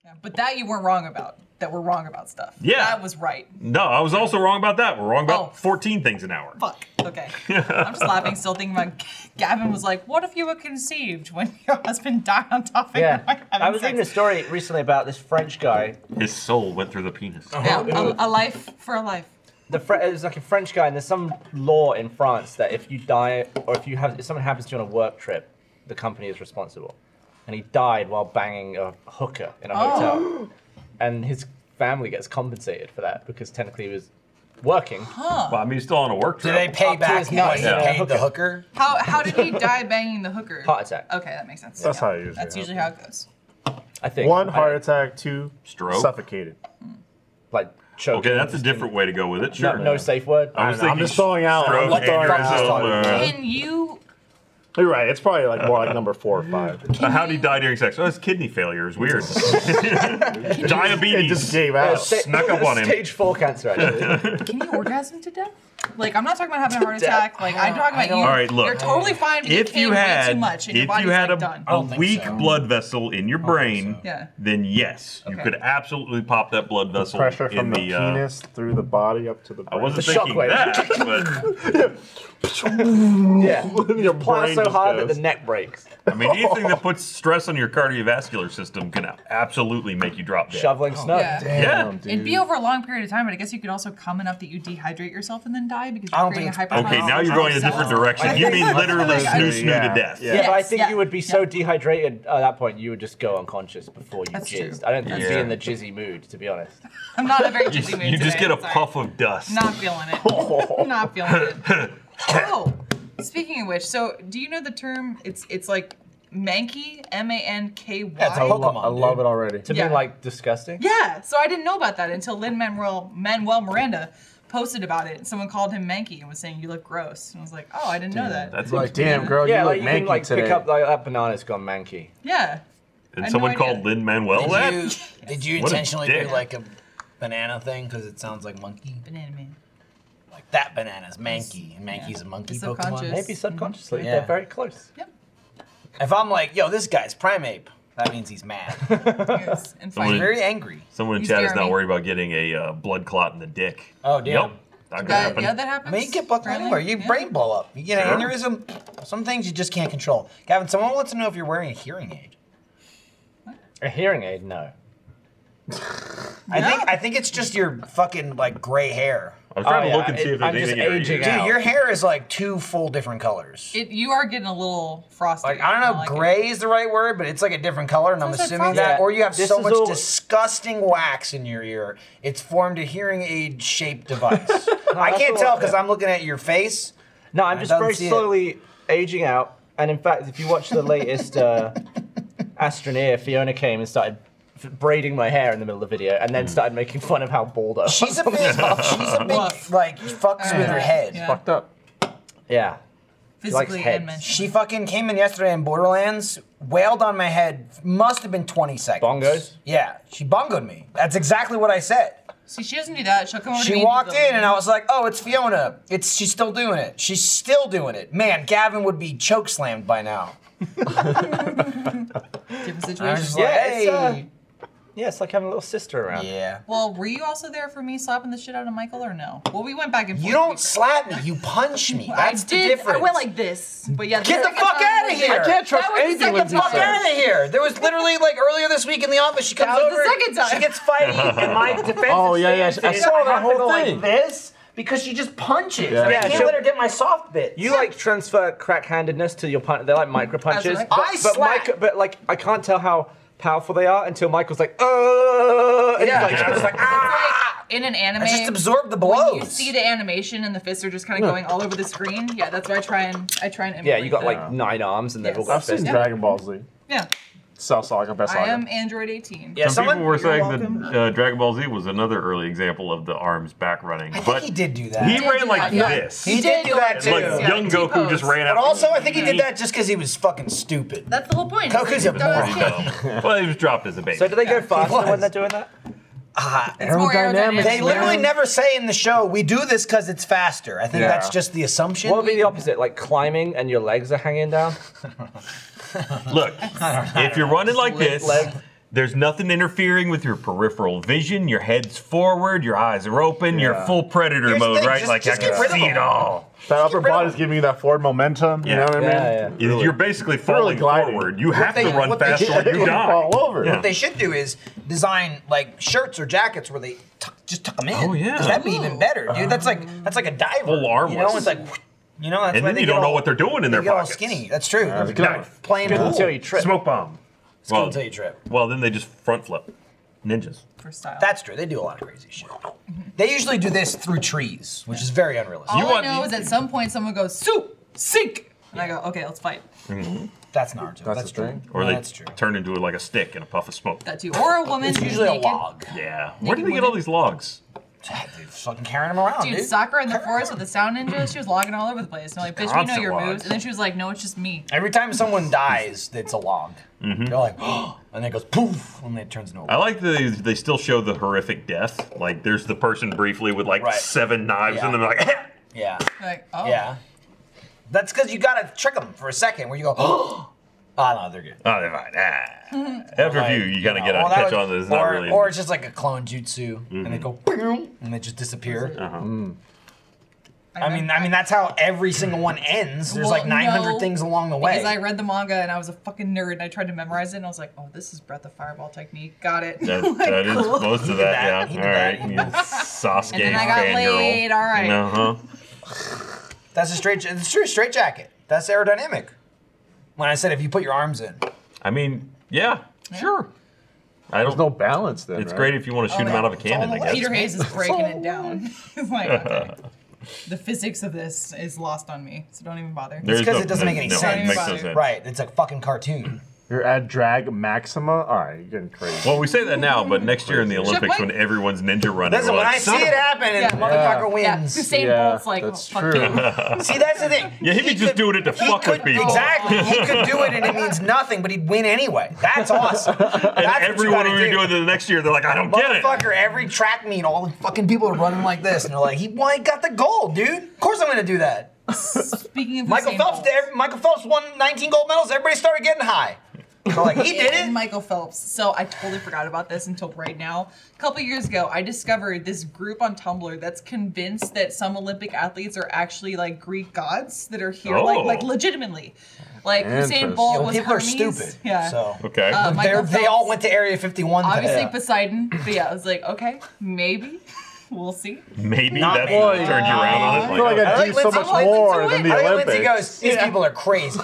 Yeah, but that you weren't wrong about. That we're wrong about stuff. Yeah. That was right. No, I was also wrong about that. We're wrong about Oh. 14 things an hour. Fuck. Okay. I'm just laughing, still thinking about Gavin was like, what if you were conceived when your husband died on top of Yeah. having I was reading a sex? story recently about this French guy His soul went through the penis. Yeah, a, a life for a life. the Fre- it was like a French guy, and there's some law in France that if you die or if you have if something happens to you on a work trip, the company is responsible. And he died while banging a hooker in a hotel, and his family gets compensated for that because technically he was working. Well, I mean, he's still on a work Did trip. they pay Up to back his what nuts. he Yeah. paid the hooker? How how did he die banging the hooker? Heart attack. Okay, that makes sense. That's how it usually That's usually how happens. it goes. I think One I- heart attack, two Stroke? suffocated. like choking. okay, that's a different way to go with it. no, Sure. no safe word. I was I'm thinking just throwing out- I'm stroke, uh, just throwing out- aneurysm, Can you You're right. It's probably like more like number four or five. uh, How'd he die during sex? Oh, his kidney failure is weird. Diabetes. It just gave out. Sta- snuck up on him. Stage four cancer. Actually. can you orgasm to death? Like I'm not talking about having a heart attack. Like I'm talking about you. All right, look. You're totally fine. But if you, you came had way too much, and your if body's you had like, a, Oh, done. a don't think weak so. blood vessel in your brain, so. Yeah. then yes, you Okay. could absolutely pop that blood vessel Pressure in from the, uh, penis through the body up to the I brain. wasn't The thinking shockwave. that, but Yeah. Your Apply brain so just hard that goes. the neck breaks. I mean anything that puts stress on your cardiovascular system can absolutely make you drop dead. Shoveling snow. Yeah. Yeah. Damn, dude. It'd be over a long period of time, but I guess you could also come enough that you dehydrate yourself and then die because I you're don't creating a think hyper. it's- Okay, now you're going in a different direction. You mean literally snoo snoo to death. Yeah. Yeah, but I Yes, think yeah, you would be so dehydrated at that point, you would just go unconscious before you That's true. jizzed. I don't think you'd Yeah. be in the jizzy mood, to be honest. I'm not in a very You, juicy mood you just today, get a sorry. puff of dust. Not feeling it. Not feeling it. Oh, speaking of which, so do you know the term? It's it's like manky, M A N K Y. That's how- Pokemon, I love dude. it already. To Yeah. be like disgusting. Yeah, so I didn't know about that until Lin Manuel Manuel Miranda posted about it. Someone called him manky and was saying you look gross, and I was like, oh, I didn't know that. That's Like, damn, girl, Yeah, you like look you manky can like today. pick up like that banana's gone manky. yeah. I and had someone no called idea. Lin Manuel that? Did you, did you What a intentionally do dick. like a banana thing because it sounds like monkey? Banana man. Like that banana's manky, and manky's a monkey It's Pokemon. subconscious. Maybe subconsciously Mm-hmm. Yeah. they're very close. Yep. If I'm like, yo, this guy's primate, that means he's mad. Yes. And Someone- fine. Very angry. Someone in You chat is scare not me. worried about getting a uh, blood clot in the dick. Oh, damn. Nope. Not gonna That- happen. yeah, that happens. I mean, you get bucked apparently. anywhere. You Yeah. brain blow up. You get an Sure. aneurysm. Some things you just can't control. Gavin, someone wants to know if you're wearing a hearing aid. A hearing aid, no. I think I think it's just your fucking like gray hair. I was trying Oh, to yeah, look and see it- if there's I'm just anything in your aging ears. out. Dude, your hair is like two full different colors. It, you are getting a little frosty. Like I don't know, like it. gray is the right word, but it's like a different color, and I'm Sounds like assuming frosting. that, or you have This so is much all- disgusting wax in your ear, it's formed a hearing aid shaped device. I that's can't all- tell because I'm looking at your face. No, I'm I just don't very see it. slowly aging out. And in fact, if you watch the latest uh, Astroneer, Fiona came and started f- braiding my hair in the middle of the video, and Mm. then started making fun of how bald I was. She's a big, she's a big Woof. like fucks with her head. Yeah. Fucked up. yeah. likes Physically heads. and mentally. She fucking came in yesterday in Borderlands, wailed on my head. Must have been 20 seconds. Bongos? Yeah, she bongoed me. That's exactly what I said. See, she doesn't do that. She'll come over to She me walked and do the- in and I was like, "Oh, it's Fiona. It's she's still doing it. She's still doing it." Man, Gavin would be choke slammed by now. different I was situations. just Yeah, like, it's, uh, "Hey." Yeah, it's like having a little sister around. yeah. Well, were you also there for me slapping the shit out of Michael or no? Well, we went back and forth. You don't slap me. You punch me. That's I the did. difference. I went like this, but yeah. Get the second fuck time outta was- here! I can't trust that was the anything second Lindsay time. Fuck out of here! There was literally like earlier this week in the office. She comes That was the over. second time. She gets fighting, and my defense. Oh, yeah, yeah, I saw that whole thing. Like this because she just punches. Yeah. I Yeah, can't she- let her get my soft bit. You like transfer crack-handedness to your punch. They're like micro punches. right. But, I but, slap. Mike, but like I can't tell how powerful they are until Michael's like, uh, and Yeah. he's like, It's like ah. In an anime, I just absorb the when blows. you see the animation and the fists are just kind of going all over the screen. Yeah, that's why I try and I try and. yeah, emulate you got that. like nine arms and they've Yes. all got I've seen fists. Dragon Ball Z. Yeah, Cell Saga, best I saga. am Android 18. yeah, Some someone, people were saying welcome. that uh, Dragon Ball Z was another early example of the arms back running. I think but he did do that. he did ran do like that, yeah. this. He did do that, like Yeah. young Goku just ran out. But also, I think he did that just because he was fucking stupid. That's the whole point. Goku's a That was moron. it. well, he was dropped as a baby. So do they go faster was. when they're doing that? It's more aerodynamic. They literally Yeah. never say in the show, we do this because it's faster. I think Yeah. that's just the assumption. What would be the opposite? Like climbing and your legs are hanging down? Look, if you're running like this, leg. there's nothing interfering with your peripheral vision. Your head's forward, your eyes are open, you're Yeah. full predator Here's the mode, thing, right? just- like just I get rid can of see it them. all. that upper rid of body's him. giving you that forward momentum. Yeah. You know what I mean? Yeah, yeah. Really. You're basically falling gliding. forward. You have they- to run what they faster should or you do- die. fall over. Yeah. what they should do is design like shirts or jackets where they tuck, just tuck them in. Oh, yeah. 'Cause that'd be even better, dude. That's like that's like a diver. Full arm You know, it's was- like, you know, that's And why then they you get don't know all- what they're doing in they their get all pockets. skinny. That's true. That's good. Playing pool. Until you trip. Smoke bomb. Well, until you trip. Well, then they just front flip. Ninjas. For style. That's true. They do a lot of crazy shit. They usually do this through trees, which is very unrealistic. all You I want- know is at some point someone goes soup sink, and I go okay, let's fight That's Naruto. That's, That's the true. thing. Or No, they that's true. turn into like a stick and a puff of smoke. that too. Or a woman. It's who's usually a naked. log. Yeah. Where do they get all these logs? Dude, fucking carrying them around, dude. Dude, Sakura in the forest with the sound ninja, she was logging all over the place. And I'm like, bitch, we know Constant your logs. moves. And then she was like, no, it's just me. Every time someone dies, it's a log. Mm-hmm. They're like, and then it goes poof, and then it turns into a I log. like the they still show the horrific death. Like there's the person briefly with like Right. seven knives Yeah. in them, like Yeah. Like, oh. Yeah. That's because you gotta trick them for a second where you go, oh, no, they're good. Oh, they're fine. Ah. After a few, you gotta get Well, on, that catch would- on. There's or, not really. Mm-hmm. or it's just like a clone jutsu, and they go, "Pew," and they just disappear. Uh-huh. I mean, I mean that's how every single one ends. There's like Well, 900 no, things along the way. Because I read the manga and I was a fucking nerd and I tried to memorize it and I was like, oh, this is Breath of Fireball technique. Got it. that, Like, that is cool. most of that, that. he Yeah. did All that. right. You Sasuke And then I got fangirl. laid, all right. Uh-huh. that's a straight. It's true. Straight jacket. That's aerodynamic. When I said if you put your arms in, I mean, yeah, sure. I don't. There's no balance then. it's right? great if you want Oh, to shoot him out of a cannon. I guess. Peter Hayes is breaking it down. He's like, okay. the physics of this is lost on me, so don't even bother. There's 'cause no- it doesn't make any no, it sense. makes no sense. right? It's a fucking cartoon. You're at drag maxima. All right, you're getting crazy. Well, we say that now, but next year in the Shut Olympics, up. when everyone's ninja running, Listen, we're when like, I see "Son of it a-" happen and Yeah. motherfucker Yeah, wins. Usain Bolt's like, that's oh, fuck true. you. See, that's the thing. yeah, he'd be just doing it to He fuck could- with people. Exactly. He could do it and it means nothing, but he'd win anyway. That's awesome. And That's everyone what will you be gotta do. doing it the next year. They're like, I don't get it. Motherfucker, every track meet, all the fucking people are running like this, and they're like, "He, why he got the gold, dude? Of course I'm gonna do that." Speaking of Michael Usain Phelps, Bolt. did, every- Michael Phelps won 19 gold medals. Everybody started getting high. They're like, "He did and it." Michael Phelps. So I totally forgot about this until right now. A couple years ago, I discovered this group on Tumblr that's convinced that some Olympic athletes are actually like Greek gods that are here, Oh. like like legitimately. Like Usain Interesting. Bolt Well, was people are Hermes. stupid. Yeah. So Okay. Uh, They're- Michael they all Phelps. went to Area 51. today. Obviously Poseidon, but yeah, I was like, okay, maybe. We'll see. Maybe Not that's me. what turned you around on it. I feel like I I do like so Lindsay- much I like more Lindsay than I the think Lindsay Olympics. goes, "These people are crazy."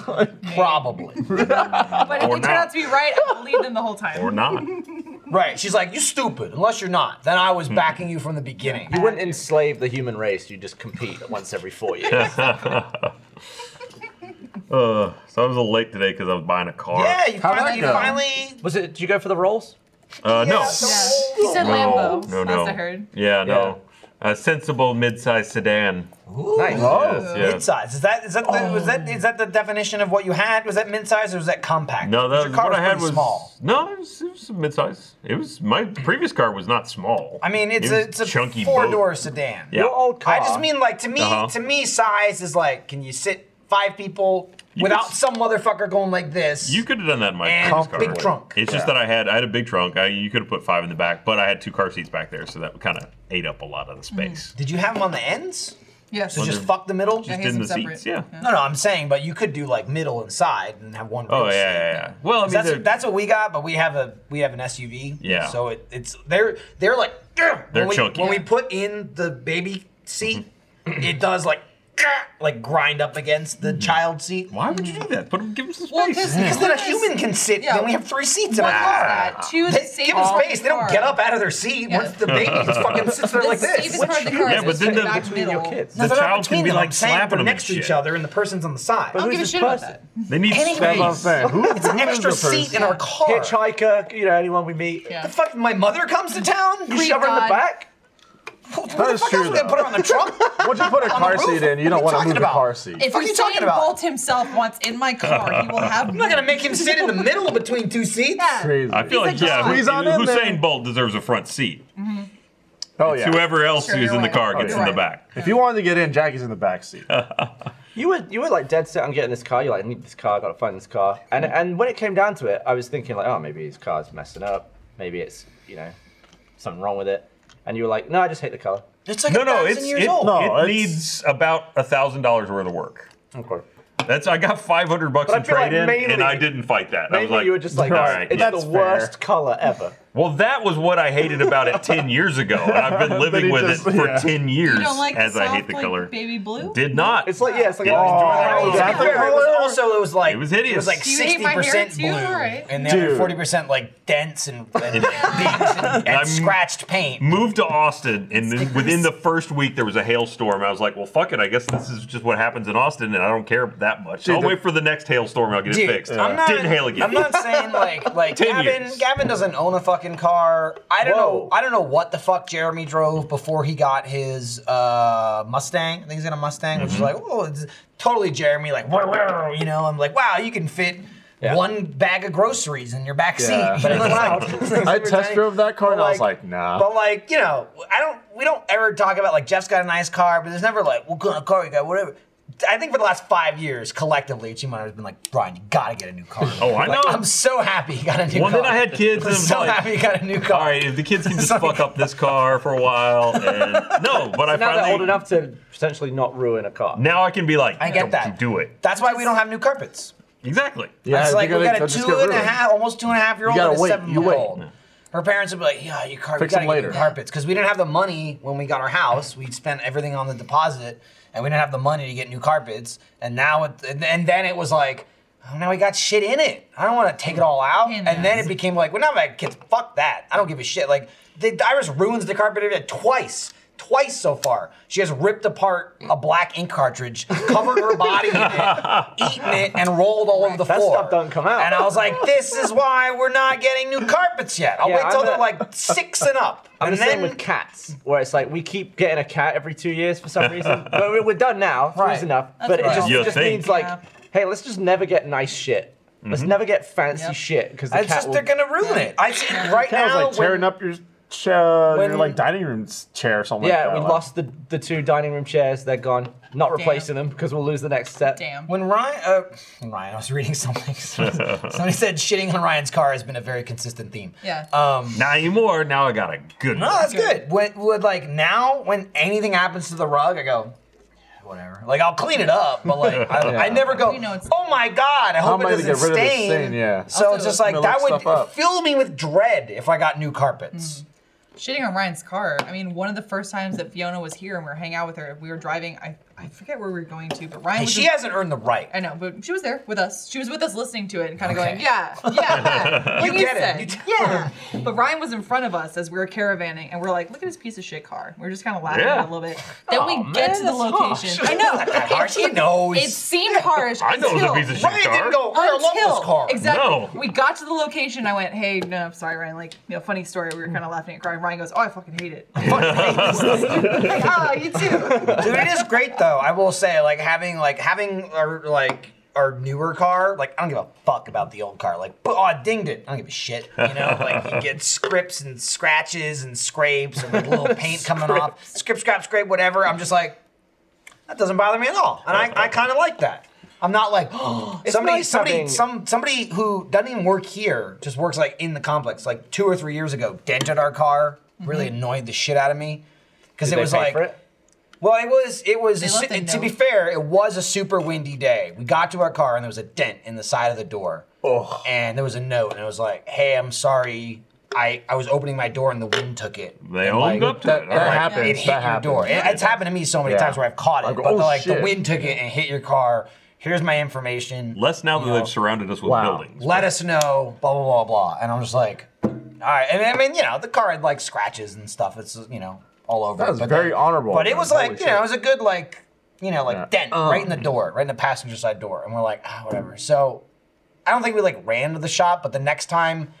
Probably. But if Or they turn not. out to be right, I believe them the whole time. or not. Right. She's like, "You stupid." Unless you're not, then I was Hmm. backing you from the beginning. You wouldn't enslave the human race. You just compete once every four years. Uh, so I was a little late today because I was buying a car. Yeah, you How'd finally, that you go? finally Was it? Did you go for the rolls? Uh, no. Yeah. He said No, Lambo. no, That's no. what I heard. Yeah, no. A sensible mid-sized sedan. Nice. Oh, Yeah. Mid-size. Is that is that the, was that is that the definition of what you had? Was that mid-size or was that compact? No, Because your that was, car what I had pretty was small. no. It was, it was mid-size. It was my previous car was not small. I mean, it's It a was it's a chunky boat. four-door sedan. Yeah. Your old car. I just mean like to me Uh-huh. to me size is like can you sit five people without could s- some motherfucker going like this? You could have done that in my And previous car. big trunk. It's just that I had I had a big trunk. I, you could have put five in the back, but I had two car seats back there, so that kind of ate up a lot of the space. Mm. Did you have them on the ends? Yes. So just fuck the middle. Just he has in the them seats, yeah. no, no, I'm saying, but you could do like middle and side and have one. Oh real yeah, seat. yeah, yeah. Well, I mean, That's, they're- that's what we got, but we have a we have an SUV. Yeah. So it, it's they're they're like "Grr!" They're when we, chunky. Mm-hmm. When we put in the baby seat, it does like "Grr!" like grind up against the child seat. Mm. why would you do that? Put 'em- give them some Well, space. Because then a human can sit. Yeah. Then we have three seats in One our loves Ah. car. that. Two, They the give them space. They don't get up out of their seat Yeah. once the baby just fucking sits there like this. Safest part of the car Yeah, is but just then the the- back between middle. No, they're The not child can between be, them. like, I'm saying slapping they're them next and to each shit. other, and the person's on the side. I don't Who's give a this shit about person? that. They need that's what I'm space. saying. Who, It's an extra seat in our car. Hitchhiker. You know, anyone we meet. Yeah. The fuck? My mother comes to town. You shove her in the God. back. Where That the is fuck true, else would they though. put her on the trunk? Once you put a car roof? seat in, What you don't are you want to move talking the about? car seat. If What are you talking Usain about? Bolt himself wants in my car, he will have. I'm not gonna make him sit in the middle between two seats. Crazy. I feel He's like a yeah, dog. Squeeze on in there. Hussein Bolt deserves a front seat. oh yeah. Whoever else Sure, who's you're in the right. car Oh, gets yeah. in the Right. back. If you wanted to get in, Jackie's in the back seat. You were you were like dead set on getting this car. You're like, I need this car. I gotta find this car. And and when it came down to it, I was thinking like, oh, maybe his car's messing up. Maybe it's you know something wrong with it. And you were like, no, I just hate the color. It's like No, a no, thousand it's years it, old. No, it it's- needs about a thousand dollars worth of work. Okay. That's I got five hundred bucks But I in feel like trade in, and mainly- I didn't fight that. I Maybe was like, you were just like, all "Alright, right, it's yeah. the that's worst fair." color ever. Well, that was what I hated about it ten years ago, and I've been living he with just- it for yeah. ten years You don't like as the I hate the soft, color. like, baby blue. Did not. It's like yeah, it's like Yeah, Oh, enjoy is that the It was color? also it was like It was It hideous. was like Do you hate sixty my hair percent too? blue, All right. and the other Dude. forty percent like dents and, and, and, I'm- and scratched paint. Moved to Austin, and then within the first week there was a hailstorm. I was like, "Well, fuck it. I guess this is just what happens in Austin, and I don't care that much. I'll the- wait for the next hailstorm. I'll get Dude, it fixed." I'm not, Didn't hail again. I'm not saying like like Ten Gavin. years. Gavin doesn't own a fucking car. I don't know. Whoa. I don't know what the fuck Jeremy drove before he got his uh, Mustang. I think Mm-hmm. he's got a Mustang, which is like oh, it's totally Jeremy. Like "Wah, wah," you know, I'm like wow, you can fit Yeah. one bag of groceries in your back seat. Yeah. But it's loud. I test drove that car But and I was like, nah. But like, you know, I don't. We don't ever talk about like Jeff's got a nice car, but there's never like what kind of car you got, whatever. I think for the last five years, collectively, Chimon has been like, Brian, you gotta get a new car. Oh, I Like, know. I'm so happy you got a new One car. day I had kids I'm and so I'm like, happy you got a new car. all right, if the kids can just Sorry. fuck up this car for a while, and no, but I now finally they're old enough to potentially not ruin a car. Now I can be like, I get don't that. do it That's why we don't have new carpets. exactly. Yeah, it's I like think we I think got a they'll two just get and a rid of it. half, almost two and a half year old You gotta and a wait, seven you month wait. old. Her parents would be like, "Yeah, your car. Fix we gotta them get later. new carpets because we didn't have the money when we got our house. We spent everything on the deposit, and we didn't have the money to get new carpets. And now, it, and, and then it was like." Oh, now we got shit in it. I don't want to take it all out. In and then it. it became like, well, now my kids, fuck that. I don't give a shit. Like, the the Iris ruins the carpet every day twice. Twice so far. She has ripped apart a black ink cartridge, covered her body in it, eaten it, and rolled all over the That floor. stuff don't come out. And I was like, this is why we're not getting new carpets yet. I'll Yeah, wait till I'm they're the- like six and up. I'm and the same with cats, where it's like we keep getting a cat every two years for some reason. but we- we're done now. Three Right. is enough. That's but it right. just, You it just think. means like, Yeah. hey, let's just never get nice shit. Let's never get fancy Yep. shit because the Mm-hmm. it's cat just will- they're gonna ruin it. I see right That now was like tearing when- up your chair, when- your like dining room s- chair or something. like Yeah, that, we like- lost the, the two dining room chairs. They're gone. Not replacing them because we'll lose the next set. Damn. When Ryan, uh, Ryan, I was reading something. Somebody said shitting on Ryan's car has been a very consistent theme. Yeah. Um, Not anymore. Now I got a good no, one. Oh, that's good. When, would like now when anything happens to the rug, I go. Whatever. Like I'll clean it up, but like I, I never go. You know it's- oh my god! I How hope am it I gonna doesn't get rid of this stain. stain? Yeah. So Also, it's just like gonna that look stuff would up. fill me with dread if I got new Mm. carpets. Shitting on Ryan's car. I mean, one of the first times that Fiona was here and we were hanging out with her, we were driving. I, I forget where we were going to, but Ryan Hey, was. she in- hasn't earned the right. I know, but she was there with us. She was with us listening to it and kind of Okay. going, yeah, yeah, like you, get it. said, You t- yeah. But Ryan was in front of us as we were caravanning, and we're like, look at this piece of shit car. We are just kind of laughing Yeah. at it a little bit. Then we get to the that's location. I know. Archie knows. It seemed harsh. I know it's a until- piece of shit Ryan car. didn't go. Ryan loved this car. Exactly. No. We got to the location. I went, hey, no, I'm sorry, Ryan. Like, you know, funny story. We were kind of laughing and crying. Ryan goes, oh, I fucking hate it. I fucking hate this. like, oh, you too. Dude, it is great though. I will say, like having like having our like our newer car. Like I don't give a fuck about the old car. Like, but, oh, I dinged it. I don't give a shit. You know, like you get scripts and scratches and scrapes and like, little paint coming off. Script, scrap, scrape, whatever. I'm just like, that doesn't bother me at all, and I, I kind of like that. I'm not like somebody nice somebody having- some somebody who doesn't even work here just works like in the complex. Like two or three years ago, dented our car, really Mm-hmm. annoyed the shit out of me because Did it they was pay like for it? well, it was it was a They left su- a to be note. fair, it was a super windy day. We got to our car and there was a dent in the side of the door. Oh. And there was a note and it was like, "Hey, I'm sorry. I I was opening my door and the wind took it." They And, owned like, up to that- it. that Alright. happened. It That hit your happens. door. It- it's happened to me so many Yeah. times where I've caught it, Like, but oh, the, like the shit. wind took it and hit your car. Here's my information. Less now that You know. they've surrounded us with Wow. buildings. Let us know. Blah blah blah blah. And I'm just like, all right. And I mean, you know, the car had like scratches and stuff. It's you know all over. That it, was but very then- honorable. But it man. was Holy like, you shit. know, it was a good like, you know, like Yeah. dent right in the door, right in the passenger side door, and we're like, ah, whatever. So, I don't think we like ran to the shop, but the next time,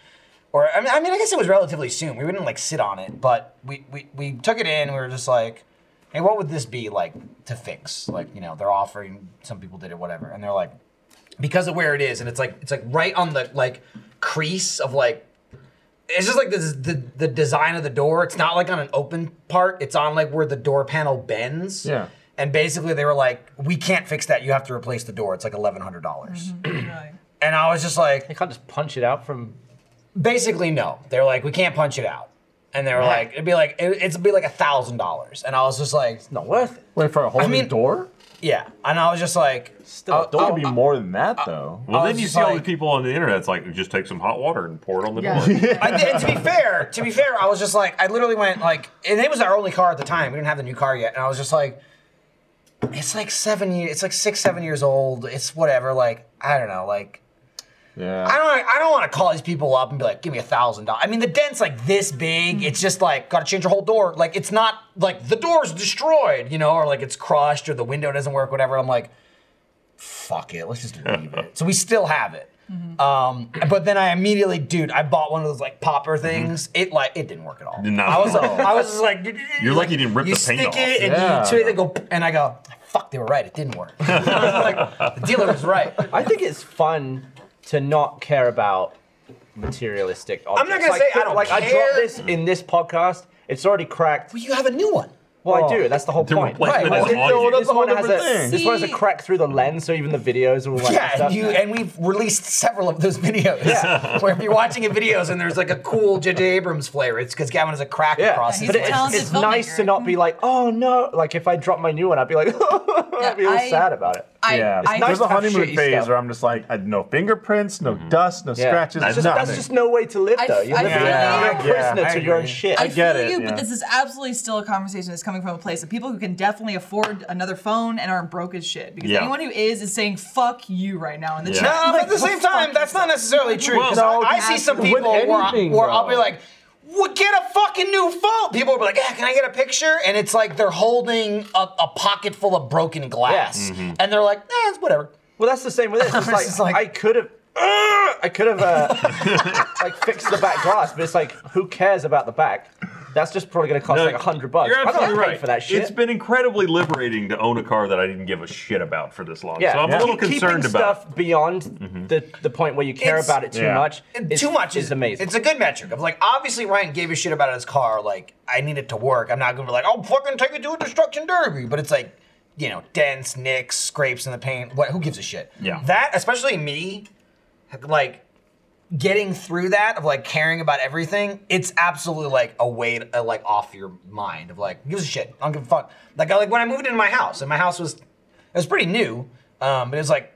or I mean, I mean, I guess it was relatively soon. We didn't like sit on it, but we we we took it in. and We were just like. Hey, what would this be like to fix? Like, you know, they're offering some people did it, whatever, and they're like, because of where it is, and it's like it's like right on the like crease of like it's just like this the the design of the door. It's not like on an open part. It's on like where the door panel bends. Yeah. And basically they were like, we can't fix that. You have to replace the door. It's like eleven hundred dollars. Right. And I was just They like, can't just punch it out from. basically no. They're like, we can't punch it out. And they were Right. like, it'd be like it, it'd be like a thousand dollars. And I was just like, Not worth it. Wait for a whole I new mean- door. yeah. And I was just like, Still, I'll- a door I'll- would be more than that uh, though. Well, I then was you just see all the like- people on the internet. It's like just take some hot water and pour it on the Yeah. door. I did, and to be fair, to be fair, I was just like, I literally went like, and it was our only car at the time. We didn't have the new car yet, and I was just like, it's like seven years, it's like six, seven years old. It's whatever. Like I don't know. Like yeah. I don't, I don't want to call these people up and be like, give me a thousand dollars. I mean, the dent's like this Mm-hmm. big. It's just like got to change your whole door. Like it's not like the door's destroyed, you know, or like it's crushed or the window doesn't work, whatever. I'm like, fuck it, let's just leave it. So we still have it. Mm-hmm. Um, but then I immediately, dude, I bought one of those like popper things. It like it didn't work at all. Mm-hmm. Did not I was work. like, I was just like, You're lucky you didn't rip you the paint stick off. it and Yeah. you two, they go, and I go, fuck, they were right. It didn't work. like, the dealer was right. I think it's fun to not care about materialistic objects. not gonna say I don't like I care. dropped this in this podcast. It's already cracked. Well, you have a new one. Well, I do. That's the whole The point. replacement Right, is well, on you. this, That's a whole one has different a, thing. this one has a crack through the lens, so even the videos are all like Yeah, stuff. you and we've released several of those videos. Where if you're watching a videos and there's like a cool J.J. Abrams flavor, it's because Gavin has a crack yeah, across his but a it's, talented it's nice to filmmaker. not be like, oh no. Like if I drop my new one, I'd be like, "Oh." I'd be all I- sad about it. I, yeah, I, there's a to have honeymoon shitty phase stuff. where I'm just like, I, no fingerprints, no Mm-hmm. dust, no Yeah. scratches, that's, just, nothing. that's just no way to live I- though. You're, I living- feel Yeah. you're a you. prisoner Yeah, I to your own agree. shit. I, get feel it, you, yeah. but this is absolutely still a conversation that's coming from a place of people who can definitely afford another phone and aren't broke as shit. Because Yeah. anyone who is is saying "fuck you" right now in the Yeah. chat. No, but um, at the Like, same fuck time, that's not necessarily true. 'cause Well, I, I no, see some with people where, I, anything, where I'll be bro. like, well, get a fucking new phone. People will be like, yeah, can I get a picture? And it's like they're holding a, a pocket full of broken glass. Mm-hmm. And they're like, eh, it's whatever. Well, that's the same with this. It's It's like, just like- I could have. I could have uh, like fixed the back glass, but it's like, who cares about the back? That's just probably going to cost No, like a hundred bucks. You're I'm not absolutely paying right. for that shit. It's been incredibly liberating to own a car that I didn't give a shit about for this long. yeah, So I'm a little Keep- keeping concerned about. Mm-hmm. stuff beyond the, the point where you care It's- about it too Yeah. much. And is- too much is amazing. It's a good metric of like, obviously Ryan gave a shit about his car. Like, I need it to work. I'm not gonna be like, oh, fucking take it to a destruction derby. But it's like, you know, dents, nicks, scrapes in the paint. What? Who gives a shit? Yeah. That, especially me, like getting through that of like caring about everything. It's absolutely like a weight uh, like off your mind of like, who gives a shit. I don't give a fuck. Like, I, like when I moved into my house, and my house was, it was pretty new, um, but it was like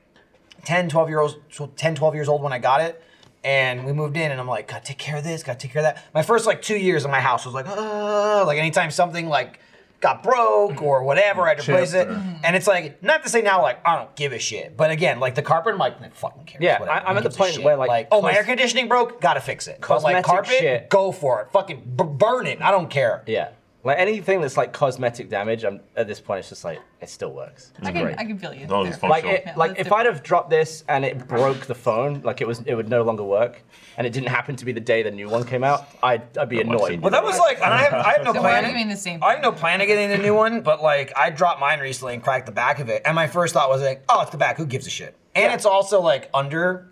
10, 12 year olds, 10, 12 years old when I got it. And we moved in, and I'm like, gotta take care of this, gotta take care of that. My first like two years in my house was like, uh, like anytime something like got broke or whatever, I had to replace it. Chips or- And it's like, not to say now, like, I don't give a shit. But again, like the carpet, I'm like, "Man, fucking cares. Yeah, whatever, I- I'm who at the gives a point shit?" where, like, oh, my cos- air conditioning broke, gotta fix it. But like Cosmetic carpet, shit. go for it. Fucking b- burn it. I don't care. yeah, like anything that's like cosmetic damage. I'm at this point. It's just like it still works. I can, I can feel you. long as it's there. functional. Like, it, Yeah, like that's if different. I'd have dropped this and it broke the phone, like it was, it would no longer work, and it didn't happen to be the day the new one came out, I'd, I'd be That works. annoyed. Well, that was like, and I have, I have no So we're plan. arguing the same I have no plan of getting a new one, but like, I dropped mine recently and cracked the back of it, and my first thought was like, oh, it's the back. Who gives a shit? And it's also like under,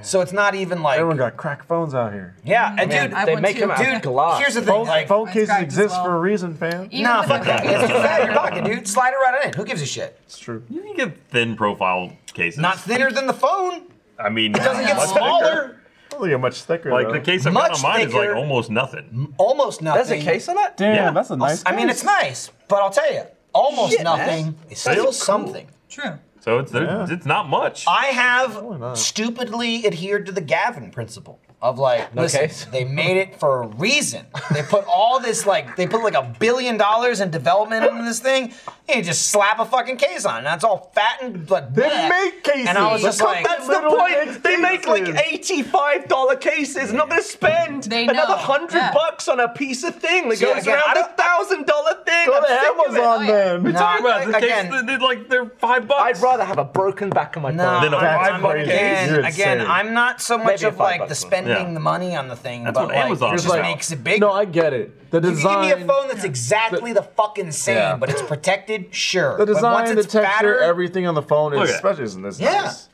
so it's not even like, Everyone got crack phones out here. yeah. And Man, dude, I they want make to- them out dude, of glass. here's the thing, Phone, like, phone It's cases cracked as exist well. for a reason, fam. Even nah, with fuck a- that. It's too fat in your pocket, dude. Slide it right in. Who gives a shit? It's true. You can get thin profile cases. Not thinner than the phone. I mean, It doesn't get much thicker. smaller. Probably get much thicker. Like though. the case I've got Much on mine is like thicker. almost nothing. Almost nothing. There's a case on that. Damn, Yeah. that's a nice. I mean, case. it's nice, but I'll tell you, almost Shit, man. nothing is still something. True. So it's there it's not much. I have not. stupidly adhered to the Gavin principle of like, listen, case. they made it for a reason. They put all this like, they put like a billion dollars in development into this thing, and you just slap a fucking case on, it, and that's all fat and like. They bleh. make cases. And I was just like, That's the point. They make like eighty-five dollar cases. Not gonna spend They know, another hundred yeah. bucks on a piece of thing that So goes again, I around a don't- thousand dollar thing. Go I'm to sick of it. Amazon yeah. then. What are you talking about the Again- case they're like they're five bucks. I'd rather have a broken back on my No, phone. Then a I'm- five I'm- buck case. again, You're again, insane. I'm not so much Maybe a of five like buck the one. spending Yeah. the money on the thing, That's but what like, Amazon's it just about. makes it bigger. No, I get it. The If you give design. me a phone that's exactly the fucking same, Yeah. but it's protected, sure. The but design, once the it's texture, fatter, everything on the phone, Look is at it. especially isn't this Yeah. nice.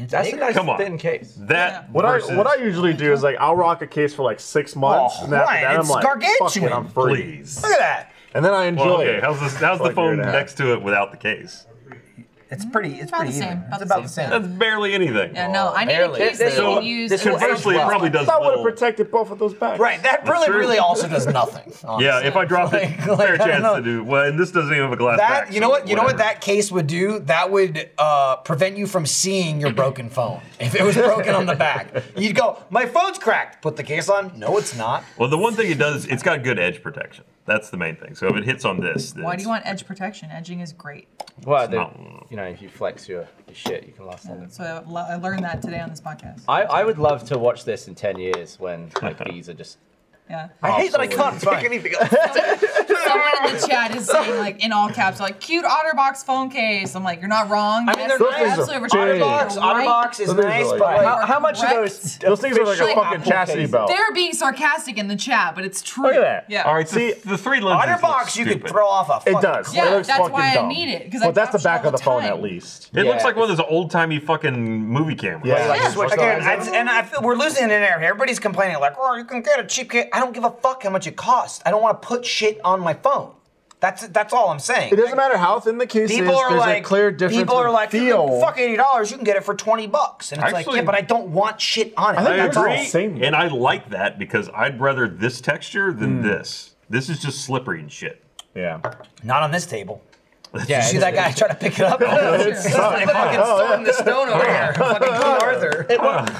It's That's a bigger. nice Come on. thin case. that What versus, I what I usually do is like I'll rock a case for like six months, Oh, and after Ryan, that I'm it's like, gargantuan. fuck it, I'm free. please. Look at that. And then I enjoy Well, okay, it. how's this how's the Fuck, you're phone an ass. next to it without the case? It's pretty. It's About the pretty same, even. about It's the about the same. same. That's barely anything. Yeah, no, I need barely. a case that you So, can use. this as a Conversely, it self-love. probably does That would have little. protected both of those backs. Right. That really, true. really also does nothing. Yeah, if I dropped it, Like- like, fair I don't chance know. to do. Well, and this doesn't even have a glass That back, you know so what you know what whatever. that case would do? That would uh, prevent you from seeing your broken phone if it was broken on the back. You'd go, my phone's cracked. Put the case on. No, it's not. Well, the one thing it does, it's got good edge protection. That's the main thing. So if it hits on this, then Why do it's- you want edge protection? Edging is great. Well, the- not- you know, if you flex your, your shit, you can last longer. So I lo- I learned that today on this podcast. I, I would love to watch this in 10 years when like these are just Yeah. I hate that I can't Fine. pick anything up. Someone in the chat is saying like in all caps like cute OtterBox phone case. I'm like you're not wrong. I mean, they're you're nice. absolutely Things are Otterbox, right. Otterbox is Those are nice, like- but like, How- how much are Correct. those? Those things are like a Fish- fucking chastity cases. belt. They're being sarcastic in the chat, but it's true. Look at that. Yeah. All right, See- see the three lenses. Otterbox, look you could stupid. throw off a. It fucking does. Yeah, it looks that's fucking why I dumb. need it, 'cause I But that's the capture back all of the the phone time. at least. It looks Yeah. like one of those old timey fucking movie cameras. Yeah. Like, Yeah. switch Again, I, and I, feel- we're losing an air here. Everybody's complaining like, "Oh, you can get a cheap kit." I don't give a fuck how much it costs. I don't want to put shit on my phone. That's that's all I'm saying. It doesn't matter how thin the case People is. are There's like, a clear difference. people are in like, feel. fuck eighty dollars, you can get it for twenty bucks, and it's like, Actually- yeah, but I don't want shit on it. I I think That's that's all. all same. agree, and I like that because I'd rather this texture than this. This is just slippery and shit. Yeah. Not on this table. Yeah, See it- that guy trying to pick it up? It's like fucking throwing the stone over here. Fucking King Arthur.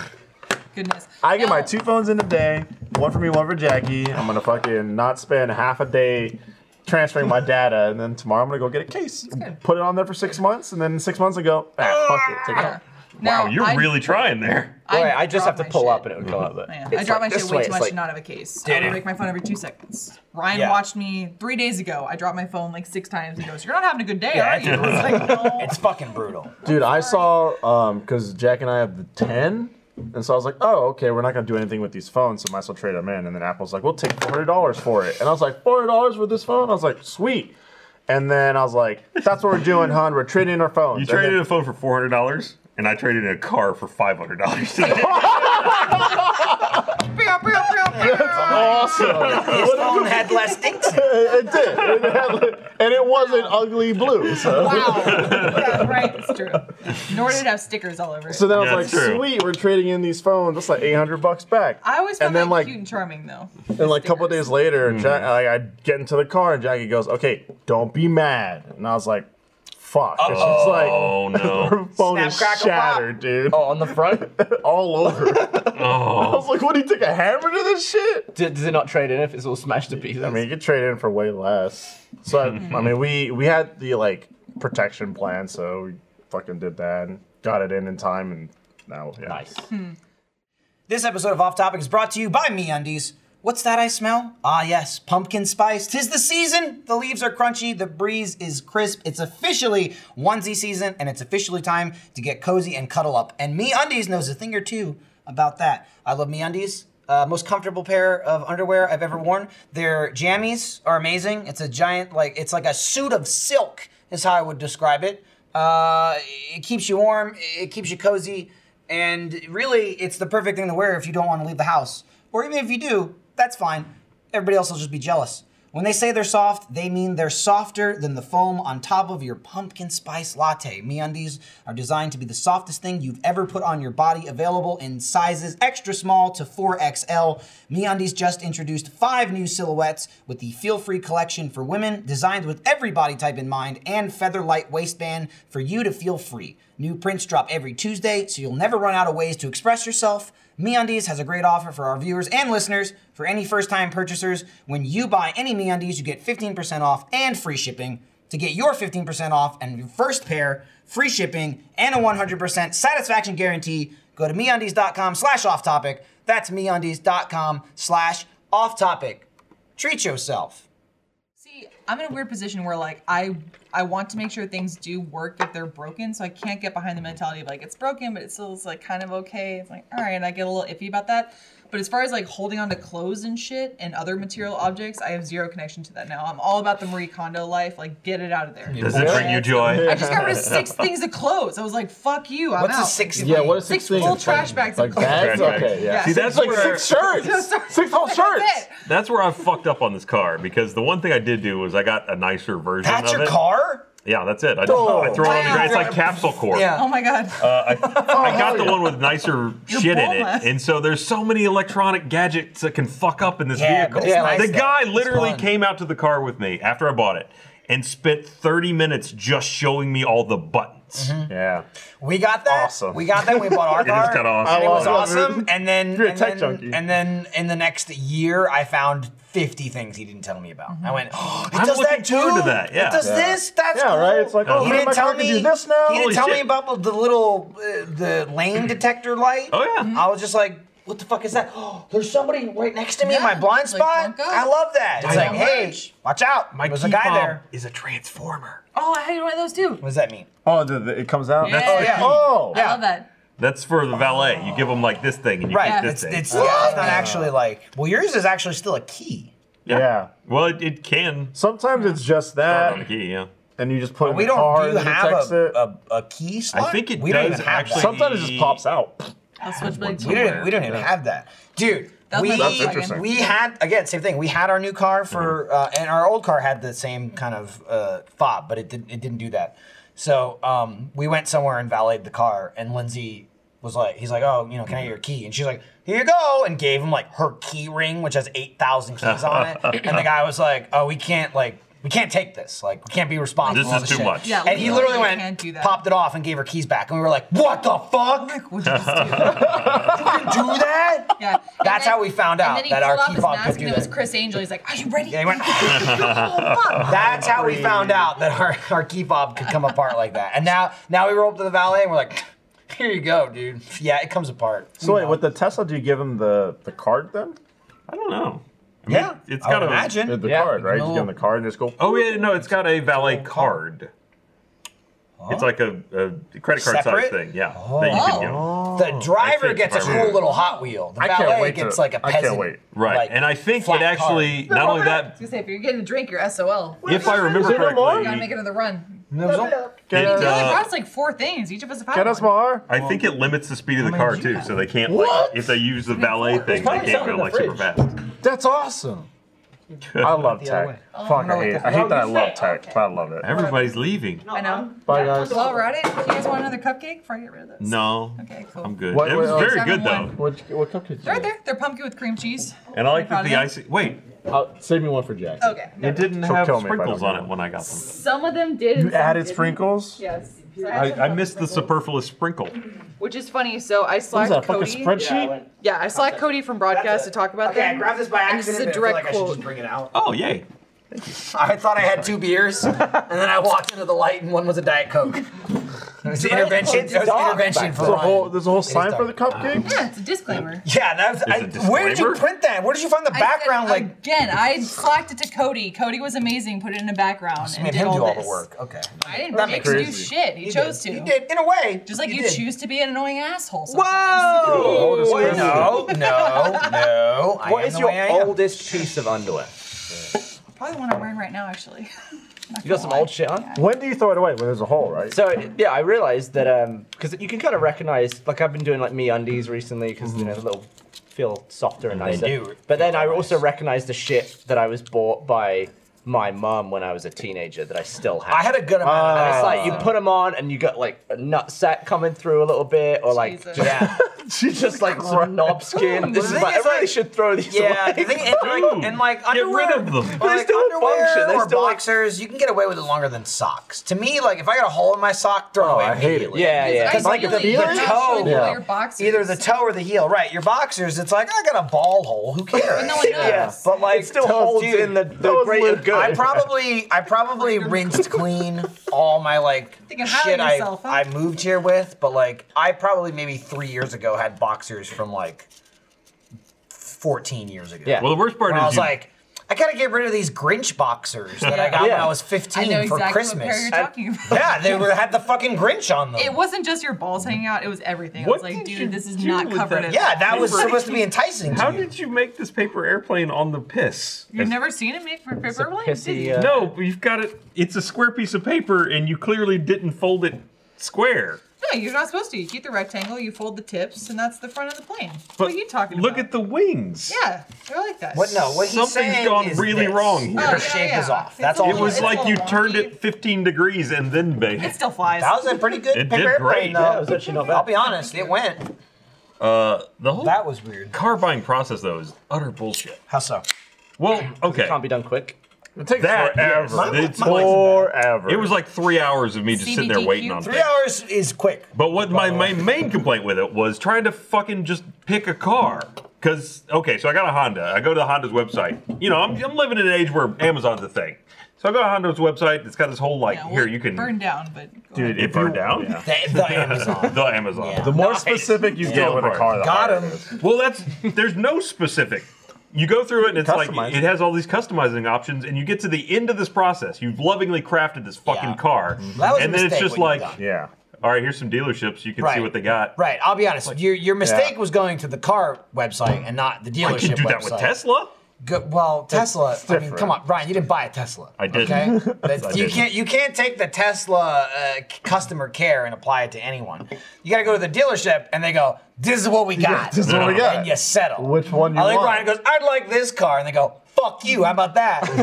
Goodness. I get my No. two phones in a day, one for me, one for Jackie. I'm gonna fucking not spend half a day transferring my data, and then tomorrow I'm gonna go get a case, put it on there for six months, and then six months I go, ah, fuck it, take it out. Now, Oh, Wow, you're I- really trying there. I Right, I just have drop to my pull shit. up and it would come up. But Yeah, it's I drop like my this shit way way, too it's much like- to not have a case. I would break my phone every two seconds. Ryan Yeah. watched me three days ago. I dropped my phone like six times. He goes, "You're not having a good day, are you?" Yeah, I It's like, "Oh, no. It's fucking brutal. Dude, I saw um because Jack and I have the ten. And so I was like, oh, okay, we're not gonna do anything with these phones, so might as well trade them in. And then Apple's like, we'll take $400 for it. And I was like, $400 for this phone? I was like, sweet. And then I was like, that's what we're doing, hon. We're trading in our phones. You And traded then- a phone for four hundred dollars, and I traded in a car for five hundred dollars. Pew, pew, pew, pew. awesome. His phone had less dinks. in it. it it did. It had- and it wasn't ugly blue. So, Wow. yeah, right. It's true. Nor did it have stickers all over it. so then I was Yeah, like, it's true. sweet, we're trading in these phones. That's like 800 bucks back. I always found and then that like cute and charming though. and like a couple days later, Mm-hmm. Jack, like, I get into the car and Jackie goes, "Okay, don't be mad." And I was like, "Fuck!" And she's like, oh "Her no! phone Snap, is crackle, pop. shattered, dude, Oh, on the front? all over." I Oh, was like, "What? Do you take a hammer to this shit?" D- does it not trade in if it's all smashed to pieces? I mean, you could trade in for way less. So I, I mean, we we had the like protection plan, so we fucking did that and got it in in time, and now yeah. nice. Hmm. This episode of Off Topic is brought to you by Me Undies. What's that I smell? Ah, yes, pumpkin spice. Tis the season. The leaves are crunchy. The breeze is crisp. It's officially onesie season, and it's officially time to get cozy and cuddle up. And Me Undies knows a thing or two about that. I love Me Undies. Uh, most comfortable pair of underwear I've ever worn. Their jammies are amazing. It's a giant, like it's like a suit of silk, is how I would describe it. Uh, it keeps you warm. It keeps you cozy. And really, it's the perfect thing to wear if you don't want to leave the house. Or even if you do, that's fine. Everybody else will just be jealous. When they say they're soft, they mean they're softer than the foam on top of your pumpkin spice latte. MeUndies are designed to be the softest thing you've ever put on your body, available in sizes extra small to 4XL. MeUndies just introduced five new silhouettes with the Feel Free collection for women, designed with every body type in mind, and feather light waistband for you to feel free. New prints drop every Tuesday, so you'll never run out of ways to express yourself. MeUndies has a great offer for our viewers and listeners. For any first-time purchasers, when you buy any MeUndies, you get 15% off and free shipping. To get your 15% off and your first pair, free shipping, and a 100% satisfaction guarantee, go to MeUndies.com slash off-topic. That's MeUndies.com slash off-topic. Treat yourself. See, I'm in a weird position where like I I want to make sure things do work if they're broken, so I can't get behind the mentality of like it's broken, but it still is like kind of okay. It's like all right, I get a little iffy about that. But as far as like holding on to clothes and shit and other material objects, I have zero connection to that now. I'm all about the Marie Kondo life. Like, get it out of there. does it bring you joy? I just got rid of six things of clothes. I was like, fuck you, I'm What's out. a six? Yeah, what is Six things? full It's trash bags Like, of like that's clothes. Trash bags. okay. Yeah. Yeah. See, It's that's like where six shirts. Six whole That's shirts. it. that's where I fucked up on this car because the one thing I did do was I got a nicer version That's of your it. car? Yeah, that's it. I just Oh. I throw it on the Wow. ground. It's like capsule core. Yeah. Oh my god. Oh, I got the one with nicer shit in boneless. it, and so there's so many electronic gadgets that can fuck up in this Yeah, but vehicle. it's nice the though. guy It's literally fun. came out to the car with me after I bought it and spent 30 minutes just showing me all the buttons. Mm-hmm. Yeah. We got that. Awesome. We got that. We bought our is car. kinda awesome. And it I was love it. awesome. And then, You're a and, tech then junkie. and then in the next year, I found 50 things he didn't tell me about. I went, oh, it I'm does looking that forward too. to that, yeah. It does Yeah. this. That's Mm-hmm. Yeah, cool. right? It's like, oh, he man, didn't my tell car can me do this now? He didn't Holy tell me shit. about the little uh, the lane detector light. Oh, yeah. I was just like, what the fuck is that? Oh, there's somebody right next to me in Yeah, my blind it's like, spot. don't go. I love that. It's I like, know. hey, watch out. My there's a key guy fob there. is a transformer. Oh, I had one of those too. What does that mean? Oh, the, the, it comes out. Yeah. Oh, yeah. Oh, I love that. That's for the valet. You give them like this thing, and you Right. keep It's, this thing. it's, yeah, it's not actually like, well, yours is actually still a key. yeah. Uh, Well, it, it can Sometimes it's just start on the that, key. Yeah. and you just put it in We the don't car do and you it have detects a, it. a, a key slot. think it we don't does even have actually- That. Sometimes it just pops out. I'll switch my We didn't. We didn't even have that, dude. That was my we That's interesting. we had again same thing. We had our new car for uh, Mm-hmm. and our old car had the same kind of uh, fob, but it didn't it didn't do that. So um, we went somewhere and valeted the car, and Lindsay was like, he's like, oh, you know, can I get your key? And she's like, here you go, and gave him like her key ring, which has eight thousand keys on it. And the guy was like, oh, we can't like. We can't take this. Like, we can't be responsible. This for is too shit." much. Yeah, and he literally, literally I went, can't do that. popped it off, and gave her keys back. And we were like, "What the fuck? Like, what'd you just do? do that? Yeah. And That's how we found and out then he that our pulled off key his fob mask could do and it was that. Chris Angel. He's like, Are you ready? Yeah, he went, oh, fuck. That's how we found out that our, our key fob could come apart like that. And now now we roll up to the valet and we're like, here you go, dude. Yeah, it comes apart. So wait, with the Tesla, do you give him the, the card then? I don't know. I yeah, it's I would got a. The, imagine. the Yeah. card, right? You give him the card and just go. Oh yeah, no, it's got a valet card. It's like a, a credit card size Separate? Oh. thing. Yeah. That you can give 'em. Oh. The driver I see. gets a cool little Hot Wheel. The I can't valet wait to- gets like a I can't peasant. wait. Right. like, and I think it flat actually not only I was that. gonna say, if you're getting a drink, you're SOL. If I remember there more? You gotta make correctly, another run. card. There's only- Get, It, us- We only uh, brought like four things. Each of us have had get us one. more. I think it limits the speed of the car too, so they can't like if they use the valet thing, they probably can't something go in the like super fridge. fast. That's awesome. I love tech. Oh, Fuck, I hate, I hate that I love tech, but I love it. Everybody's leaving. I know. Bye, guys. Well, we're at it. Do you guys want another cupcake before I get rid of this? No, Okay, cool. I'm good. What- it was what- very Seven good one. though, What, what cupcakes? They're right there. They're pumpkin with cream cheese. and I like Proud that of the them. icy. Wait, save me one for Jack. Okay. it didn't She'll have kill me if I don't sprinkles on get it when I got them. Some of them did. You added sprinkles? Yes. I, I missed the superfluous sprinkle. Which is funny. So I What is slacked that, a Cody. fucking spreadsheet? yeah, I slacked Cody from broadcast to talk about Okay, that. I grabbed this by And this is accident. a but I feel direct like I should quote. just bring it out. Oh yay! I thought I had two beers, and then I walked into the light, and one was a Diet Coke. It was an intervention. It was an intervention for There's a Ryan. whole, there's a whole sign for done. the cupcake? Yeah, it's a disclaimer. Yeah, that was. There's a I, where did you disclaimer? print that? Where did you find the I background? said, Like, again, I slacked it to Cody. Cody was amazing. Put it in the background and made did him all do all this. the work. Okay. I didn't That make makes you do sense. shit. He, chose to. He did, in a way. Just like He you did. choose to be an annoying asshole. sometimes. Whoa! oldest Wait, person. no, no, no. I What am is the your way I am. oldest piece of underwear? Probably the one I'm wearing right now, actually. You got some old shit on? When do you throw it away? When there's a hole, right? So yeah, I realized that um, because you can kind of recognize, like I've been doing like me undies recently because you know Mm-hmm. the little feel softer and nicer. do But then I feel also nice. recognize the shit that I was bought by my mum when I was a teenager that I still have. I had a good amount of And that. it's like you put them on and you got like a nut sack coming through a little bit, or like Jesus. just, Yeah. just like some knob skin. This Mm, The is thing like, is, everybody like- should throw these Yeah, away. the thing, and like, and like Get underwear, rid of them. or, They like, still underwear function, they or still, like- boxers, you can get away with it longer than socks. To me, like if I got a hole in my sock, throw Oh, it away. I hate it. immediately. Yeah, yeah. Because Because, like, like the- the toe- Yeah. your boxers. Either the toe or the heel, right? Your boxers, it's like I got a ball hole. Who cares? no one knows. Yeah, but like It still dude, holds in the, the those greater look- good. I probably I probably rinsed clean all my like Thinking highly shit of I, yourself, huh? I moved here with, but like I probably maybe three years ago had boxers from like fourteen years ago. Yeah. Well, the worst part When I was is you, like, I gotta get rid of these Grinch boxers that I got when Yeah. I was I fifteen know for exactly Christmas. what pair you're talking about. yeah, they were had the fucking Grinch on them. It wasn't just your balls hanging out; it was everything. What I was like, did you dude, this is do not with covered. that? at yeah, all. that was Paper- supposed to be enticing to how you. did you make this paper airplane on the piss? You've never seen it made from paper plate, did pissy, you? uh, No, but you've got it. It's a square piece of paper, and you clearly didn't fold it square. No, you're not supposed to. You keep the rectangle, you fold the tips, and that's the front of the plane. what are you talking look about? at the wings. Yeah, they're like that. What no? What he's Something's saying gone is really this. wrong here. Oh, Your yeah, shape is yeah. off. It's That's a all. It little- he was It's did. like all you wonky. turned it 15 degrees and then made It it. still flies. That was a pretty good It paper did airplane, great. though. Yeah, it was actually not I'll bad. be honest, it went. Uh, the whole That was weird. car buying process, though, is utter bullshit. How so? Well, okay. Can't be done quick. It takes That- forever. My- my- it's my- forever. It was like three hours of me just sitting there CBDQ? waiting on Three things. hours is quick. But what my, my main complaint with it was trying to fucking just pick a car. Because, okay, so I got a Honda. I go to the Honda's website. You know, I'm, I'm living in an age where Amazon's a thing. So I go to Honda's website. It's got this whole, like, Yeah, well, here, you can. burn down, but go ahead. It burned down? The, the Amazon. The Amazon. Yeah. The more specific you Yeah, get with a right. car, the Got harder it him. is. Well, that's there's no specific. You go through it and it's Customize like it. it has all these customizing options, and you get to the end of this process. You've lovingly crafted this fucking Yeah. car, That was a and then it's mistake, just what you've like, done. Yeah. all right, here's some dealerships. You can see Right. what they got. Right, I'll be honest. Your your mistake Yeah. was going to the car website and not the dealership I can do that website. with Tesla. Go, well, Tesla. I mean, different. come on, Brian. You didn't buy a Tesla. I didn't. Okay, That's- I you didn't. can't. You can't take the Tesla uh, c- customer care and apply it to anyone. You got to go to the dealership, and they go, "This is what we got." this is what we got. And you settle. Which one you I think want? Brian goes, "I'd like this car," and they go, "Fuck you. How about that?" All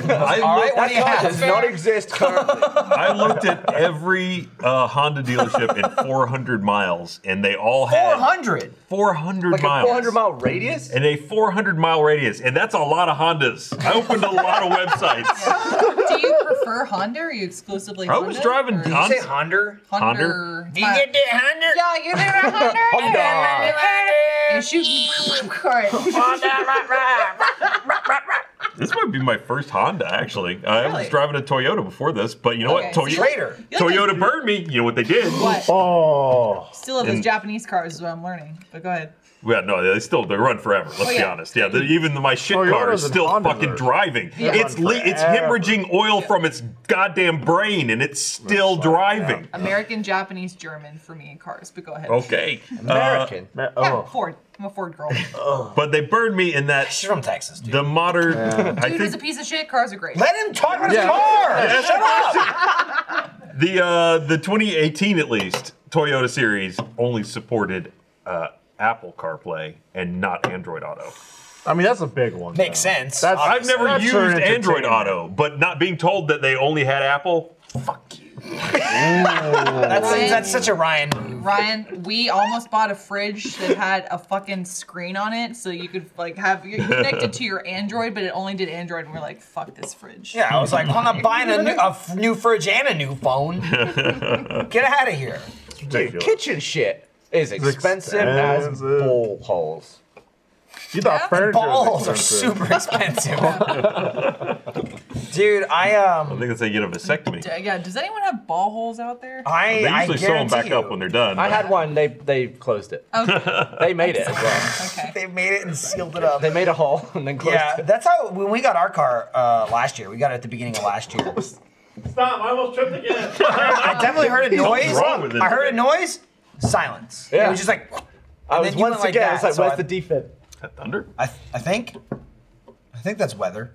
right, what do you car have? does not exist currently. I looked at every uh, Honda dealership in 400 miles, and they all had Four hundred. 400 like miles. a 400 mile radius? and a 400 mile radius, and that's a lot of Hondas. I opened a lot of websites. Do you prefer Honda? Or are you exclusively I Honda? was driving. or Honda. You say Honda? Honda. Uh, Do you get that Honda? Yeah, you're there at 100. You shoot. Alright. This might be my first Honda, actually. I was Really? driving a Toyota before this, but you know Okay, so what? you- Toyota, Later. Toyota burned me. You know what they did? What? Oh. Still love those And- Japanese cars is what I'm learning. But go ahead. Well, no, they still they run forever. Let's Oh, be yeah. honest. Yeah, the, even the, my Oh, shit car is Toyotas and still Hondas fucking are- driving. It's run le- it's forever. hemorrhaging oil from its goddamn brain, and it's still driving. American, Japanese, German for me in cars. But go ahead. Okay, Uh, American. Ma- Yeah, oh. Ford. I'm a Ford girl. but they burned me in that She's from Texas, dude. the modern. I Food is a think piece of shit. Cars are great. Let him talk about his car. Shut up. the uh, the 2018 at least Toyota series only supported uh, Apple CarPlay and not Android Auto. I mean, that's a big one. Makes though. sense. That's- Obviously. I've never That's used her Android entertainment. Auto, but not being told that they only had Apple. That's, Ryan. that's such a Ryan move. Ryan, we almost bought a fridge that had a fucking screen on it, so you could like have you connected to your Android, but it only did Android, and we're like, fuck this fridge. Yeah, I was like, I'm not buying a new, a f- new fridge and a new phone. Get out of here. Dude, kitchen shit is expensive, as expensive. ball holes. You thought furniture Balls was are expensive. super expensive. Dude, I I um, think that's how you get a vasectomy. D- yeah. Does anyone have ball holes out there? I They I usually sew them guarantee back you, up when they're done. I but- had one, they they closed it. They made it as well. Okay. They made it and sealed it up. They made a hole and then closed yeah, it. that's how when we got our car uh, last year. We got it at the beginning of last year. Stop, I almost tripped again. I definitely heard a noise. wrong with this I heard a thing? noise. Silence. It Yeah. was just like. I and was then you went once like again, that, it's like, so where's I- the defib? Is that thunder? I, th- I think, I think that's weather.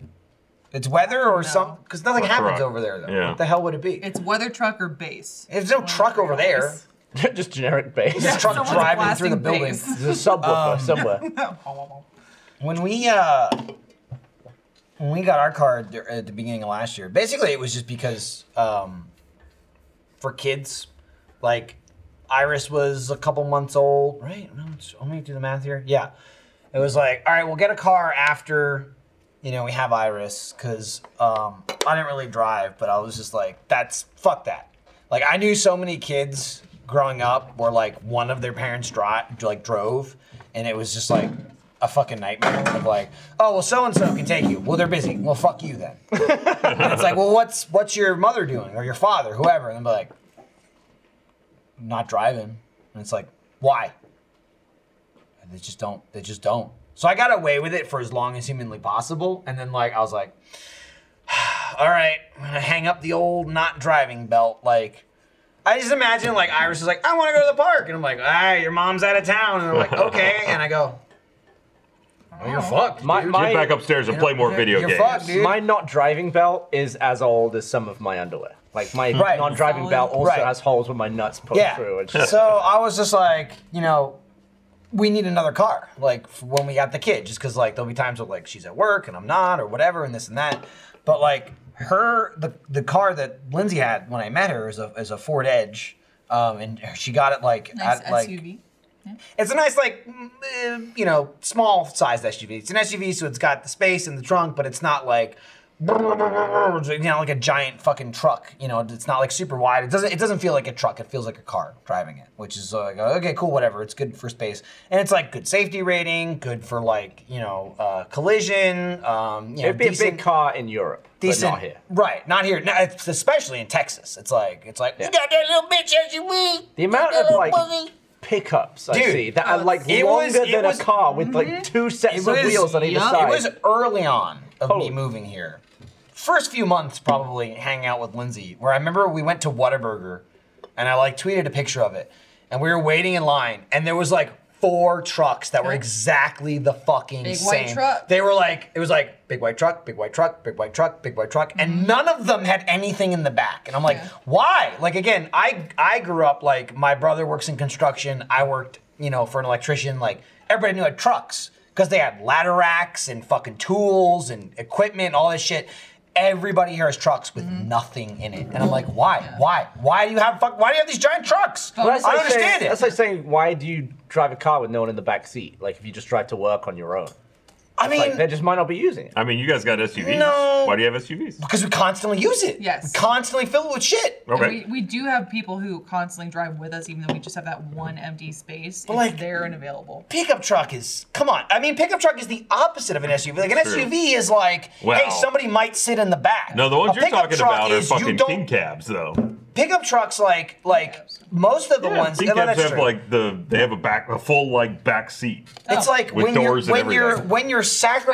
It's weather or some because nothing Or happens truck. over there though. Yeah. What the hell would it be? It's weather truck or base. There's no truck over there. Nice. Just generic bass. There's a truck Someone's driving through the blasting building. bass. There's a subwoofer Um, somewhere. When we uh, when we got our car dur- at the beginning of last year, basically it was just because um, for kids, like Iris was a couple months old, right? No, it's- Let me do the math here. Yeah, it was like, all right, we'll get a car after, you know, we have Iris, because um, I didn't really drive, but I was just like, that's fuck that. Like I knew so many kids growing up where like one of their parents drive like drove, and it was just like. A fucking nightmare of like, oh well, so and so can take you. Well, they're busy. Well, fuck you then. And it's like, well, what's what's your mother doing or your father, whoever? And they're like, not driving. And it's like, why? And they just don't. They just don't. So I got away with it for as long as humanly possible, and then like I was like, all right, I'm gonna hang up the old not driving belt. Like, I just imagine like Iris is like, I want to go to the park, and I'm like, ah, your mom's out of town, and they're like, okay, and I go, oh, you're fucked. My, Get back my, upstairs and play more video you're games. fucked, dude. my not driving belt is as old as some of my underwear. Like my Right. non driving belt also Right. has holes where my nuts pull yeah. through. And so I was just like, you know, we need another car, like f- when we got the kid, just because like there'll be times where like she's at work and I'm not or whatever and this and that. But like her, the the car that Lindsay had when I met her is a is a Ford Edge, um, and she got it like Nice at, like SUV. it's a nice like mm, eh, you know small sized SUV. It's an SUV, so it's got the space in the trunk, but it's not like you know, like a giant fucking truck. You know, it's not like super wide. It doesn't. It doesn't feel like a truck. It feels like a car driving it, which is like okay, cool, whatever. It's good for space, and it's like good safety rating, good for like you know uh, collision. Um, you know, It'd be a decent- big car in Europe, decent, but not here. right? Not here. No, it's especially in Texas. It's like it's like you got that little bitch as you weak. The amount of like pickups I Dude, uh, see that are like it longer was- it than was- a car with like two sets of wheels on either yeah, side. It was early on of me Oh. moving here. First few months, probably hanging out with Lindsay, where I remember we went to Whataburger and I like tweeted a picture of it. And we were waiting in line, and there was like four trucks that were exactly the fucking Big same. white truck. They were like, it was like big white truck, big white truck, big white truck, big white truck, Mm-hmm. and none of them had anything in the back. And I'm like, why? Like again, I I grew up like my brother works in construction. I worked, you know, for an electrician. Like everybody knew had trucks because they had ladder racks and fucking tools and equipment, and all this shit. Everybody here has trucks with Mm-hmm. nothing in it, and I'm like, why? Why? Why do you have fuck? Why do you have these giant trucks? Well, that's I don't like saying- understand it. That's like saying, why do you drive a car with no one in the back seat? Like if you just drive to work on your own, I mean, like they just might not be using it. I mean, you guys got SUVs. No. Why do you have SUVs? because we constantly use it. Yes. We constantly fill it with shit. We, Okay. we do have people who constantly drive with us, even though we just have that one empty space. It's like- there and available. pickup truck is come on. I mean, pickup truck is the opposite of an SUV. Like an True. SUV is like, Well- hey, somebody might sit in the back. No, the A ones you're pickup talking truck about are is you fucking don't- king cabs, though. Pickup trucks, like like most of the Yeah, ones. king and cabs that's have true. like the they have a back a full like back seat. It's like With when you're doors and when you're everything. when you're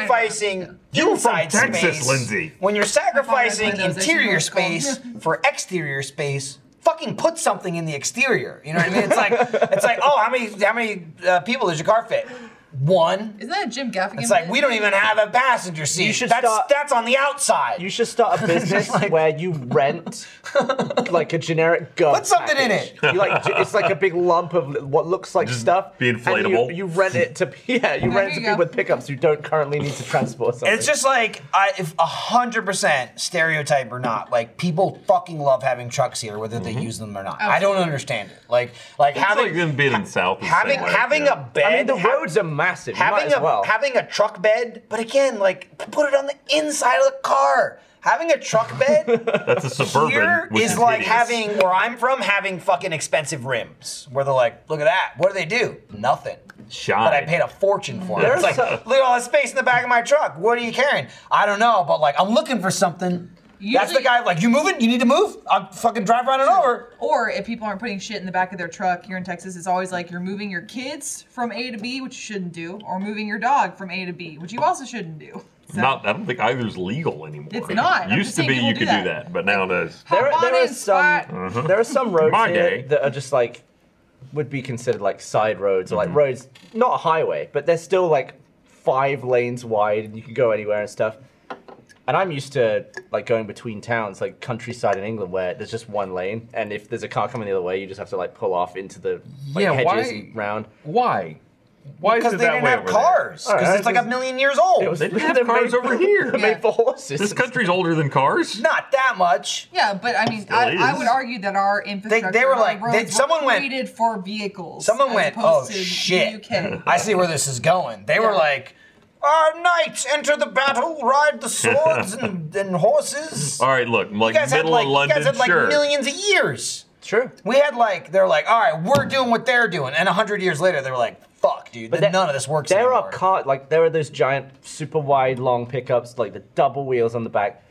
sacrificing You were from inside Texas, space, Lindsay. When you're I sacrificing thought that was interior actually what it's space for exterior space, fucking put something in the exterior. You know what I mean? It's like it's like oh, how many how many uh, people does your car fit? One. Isn't that a Jim Gaffigan? It's like bit? we don't even have a passenger seat. should that's start- that's on the outside. You should start a business where you rent like a generic gun. Put something in it. You like ju- it's like a big lump of li- what looks like Just stuff. be and you- inflatable. you, rent it to yeah, you There rent it to you people go. with pickups who don't currently need to transport something. it's just like I, if hundred percent stereotype or not, like people fucking love having trucks here, whether they use them or not. I don't understand it. Like like It's having like them being in the south. is the having same way, having yeah. a bed. I mean, the ha- roads are massive. you might having as a well. having a truck bed, but again, like put it on the inside of the car. Having a truck bed That's a suburban. here which is, like hideous. having where I'm from having fucking expensive rims, where they're like, look at that. What do they do? Nothing. shine. But I paid a fortune for it. There's It's like, a- look at all the space in the back of my truck. What are you carrying? I don't know, but like, I'm looking for something. That's the Usually- guy like, you moving? You need to move? I'll fucking drive around and over. Or if people aren't putting shit in the back of their truck here in Texas, it's always like you're moving your kids from A to B, which you shouldn't do, or moving your dog from A to B, which you also shouldn't do. So, Not, I don't think either's legal anymore. It's not. I'm Used just to saying be people you do could that. do that, but now it is. there, Hop there on are in, Scott. some there are some Mm-hmm. roads My day. here that are just like would be considered like side roads or like Mm-hmm. roads not a highway but they're still like five lanes wide and you can go anywhere and stuff and i'm used to like going between towns like countryside in england where there's just one lane and if there's a car coming the other way you just have to like pull off into the like Yeah, hedges why- and round Why? Why Because is it they that didn't way have over cars. All Because right, it's like a just- million years old. it was They didn't have they're cars made- over here. they're made for horses This country's older than cars. Not that much. Yeah, but I mean, I, Still I is. would argue that our infrastructure, they were our like- they- roads someone were went- created for vehicles. Someone as went, oh opposed to the shit. UK. I see where this is going. They were Yeah. like, our knights enter the battle, ride the swords and, and horses. All right, look, like you guys had middle like, of London, you guys had like sure. millions of years. sure We had like they're like, all right, we're doing what they're doing, and hundred years later they're like, fuck, dude, But there- none of this works. There anymore. are car like there are those giant, super wide, long pickups, like the double wheels on the back.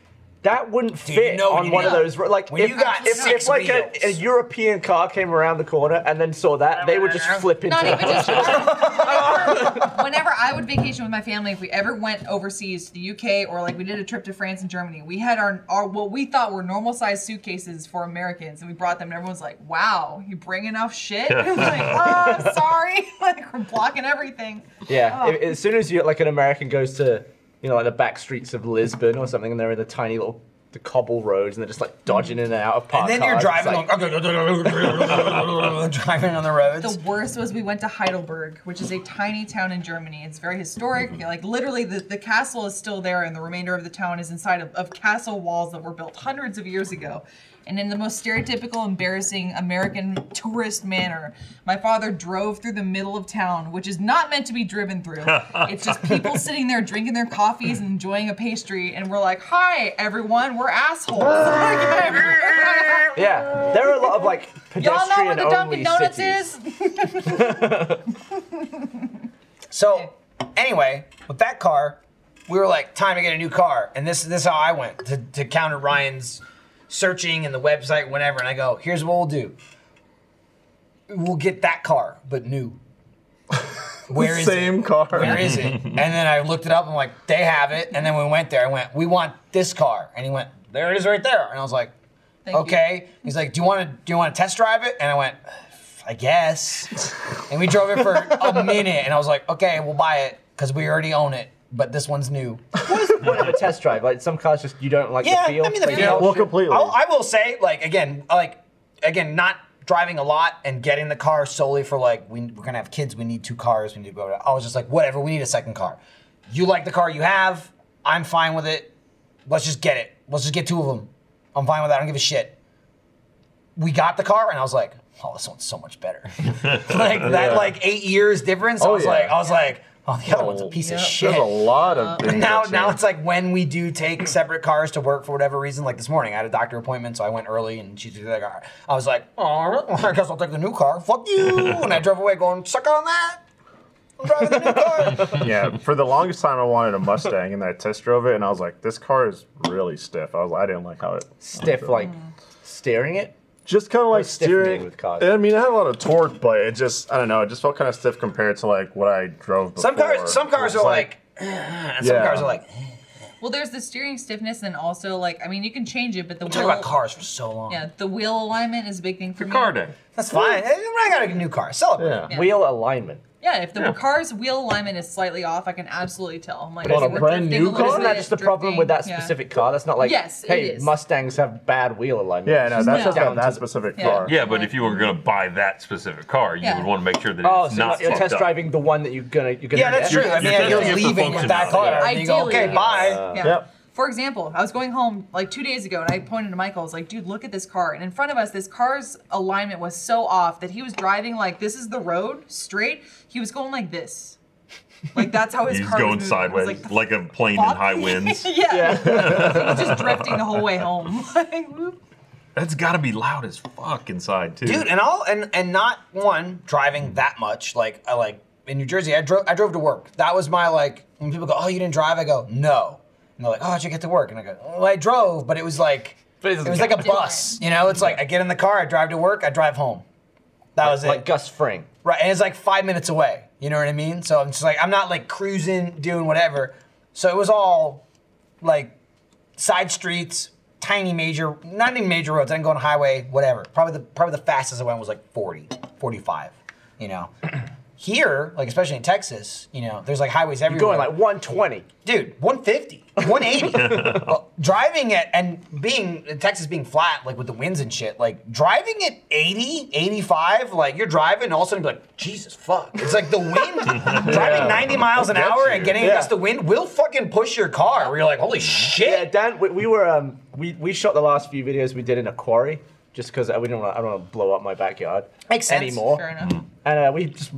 That wouldn't Dude, fit you know on you one of got- those. ro- Like when if, you got if, six if like a, wheels. a European car came around the corner and then saw that, they would just flip into. Not even it. just whenever, whenever I would vacation with my family, if we ever went overseas to the UK or like we did a trip to France and Germany, we had our, our what we thought were normal sized suitcases for Americans and we brought them and everyone's like, wow, you bring enough shit? And I'm like, oh, I'm sorry. like, we're blocking everything. Yeah, Oh. if- as soon as you like an American goes to, you know, like the back streets of Lisbon or something, and they're in the tiny little the cobble roads, and they're just like dodging in and out of and parked then you're cars. It's driving, like, along, driving on the roads. The worst was we went to Heidelberg, which is a tiny town in Germany. It's very historic. Mm-hmm. Like literally, the, the castle is still there, and the remainder of the town is inside of, of castle walls that were built hundreds of years ago. And in the most stereotypical, embarrassing American tourist manner, my father drove through the middle of town, which is not meant to be driven through. it's just people sitting there drinking their coffees and enjoying a pastry, and we're like, "Hi, everyone, we're assholes." Yeah, there are a lot of like Y'all know where pedestrian the Dunkin' only Donuts cities. is? So, anyway, with that car, we were like, time to get a new car. And this, this is how I went to, to counter Ryan's searching and the website, whatever. And I go, here's what we'll do we'll get that car, but new. Where is Same car. it? Where is it? And then I looked it up. I'm like, they have it. And then we went there. I went, we want this car. And he went, there it is right there. And I was like, Thank you. okay. He's like, do you want to do you want to test drive it? And I went, I guess. And we drove it for a minute, and I was like, okay, we'll buy it because we already own it, but this one's new. Point of a test drive. Like some cars, just you don't like yeah, the feel. I mean the like, you feel. don't well, shoot- completely. I'll- I will say, like again, like again, not driving a lot and getting the car solely for like we, we're gonna have kids, we need two cars, we need to go. To, I was just like, whatever, we need a second car. You like the car you have, I'm fine with it. Let's just get it. Let's just get two of them. I'm fine with that. I don't give a shit. We got the car, and I was like, oh, this one's so much better. like that, like eight years difference. I Oh, was like, yeah. I was like, oh, the other one's a Oh, piece of yeah. shit There's a lot Uh, of things. now that now change. it's like when we do take separate cars to work for whatever reason. Like this morning, I had a doctor appointment, so I went early, and she took the car. I was like, all right, well, I guess I'll take the new car. Fuck you! and I drove away, going suck on that. I'm driving the new car. yeah, for the longest time I wanted a Mustang, and then I test drove it, and I was like, "This car is really stiff." I was, I didn't like how it stiff, like steering it. just kind of like stiff were you steering. with cars? I mean, it had a lot of torque, but it just, I don't know, it just felt kind of stiff compared to like what I drove. Before. some cars, some cars It's are like, and some Yeah. cars are like. Well, there's the steering stiffness, and also like I mean, you can change it, but the We wheel, talk about cars for so long. yeah, the wheel alignment is a big thing for me. Car day. That's fine. Hey, I got a new car. Celebrate. yeah. Wheel alignment. Yeah, if the car's wheel alignment is slightly off, I can absolutely tell. I'm like, But on a we're brand drifting new little car? Isn't that bit, just the problem with that drifting, yeah. specific car? That's not like Yes, it hey, is. Mustangs have bad wheel alignment. Yeah, no, It's that's just just about down that to the- specific Yeah. car. Yeah, but if you were going to buy that specific car, you Yeah. would want to make sure that Oh, it's so not you're fucked test up. driving the one that you're gonna you're gonna Yeah, that's get. true. I mean, You're- you're, you're testing it for leaving with that functionality. car. Yeah. and you go, Ideally, okay, yes. bye. Yeah. Yep. For example, I was going home like two days ago and I pointed to Michael. I was like, dude, look at this car. And in front of us, this car's alignment was so off that he was driving like this is the road straight. He was going like this. Like that's how his He's car was going moving. I was sideways like, like, "The a plane in fuck?" high winds. yeah. he was just drifting the whole way home. Like, whoop. That's got to be loud as fuck inside too. dude and all and and not one driving that much like i like in new jersey i drove i drove to work that was my like when people go oh you didn't drive i go no and they're like oh how'd you get to work and i go well i drove but it was like But it it doesn't was like a count. bus you know it's like i get in the car i drive to work i drive home that was it Like Gus Fring. right and it's like five minutes away you know what i mean so i'm just like i'm not like cruising doing whatever so it was all like side streets, tiny major, not even major roads. I didn't go on highway, whatever. Probably the probably the fastest I went was like 40, 45, you know. Here, like especially in Texas, you know, there's like highways everywhere. Going like 120. dude, 150, 180. Well, Uh, driving it and being Texas being flat, like with the winds and shit, like driving at 80, 85, like you're driving, all of a sudden you're like, Jesus fuck. It's like the wind driving 90 miles an Gets hour you. and getting Yeah. against the wind will fucking push your car. Where you're like, holy Yeah, shit. Dan, we, we were um, we, we shot the last few videos we did in a quarry just because we didn't want I don't want to blow up my backyard Makes sense. anymore. Fair enough. Mm. And uh, we just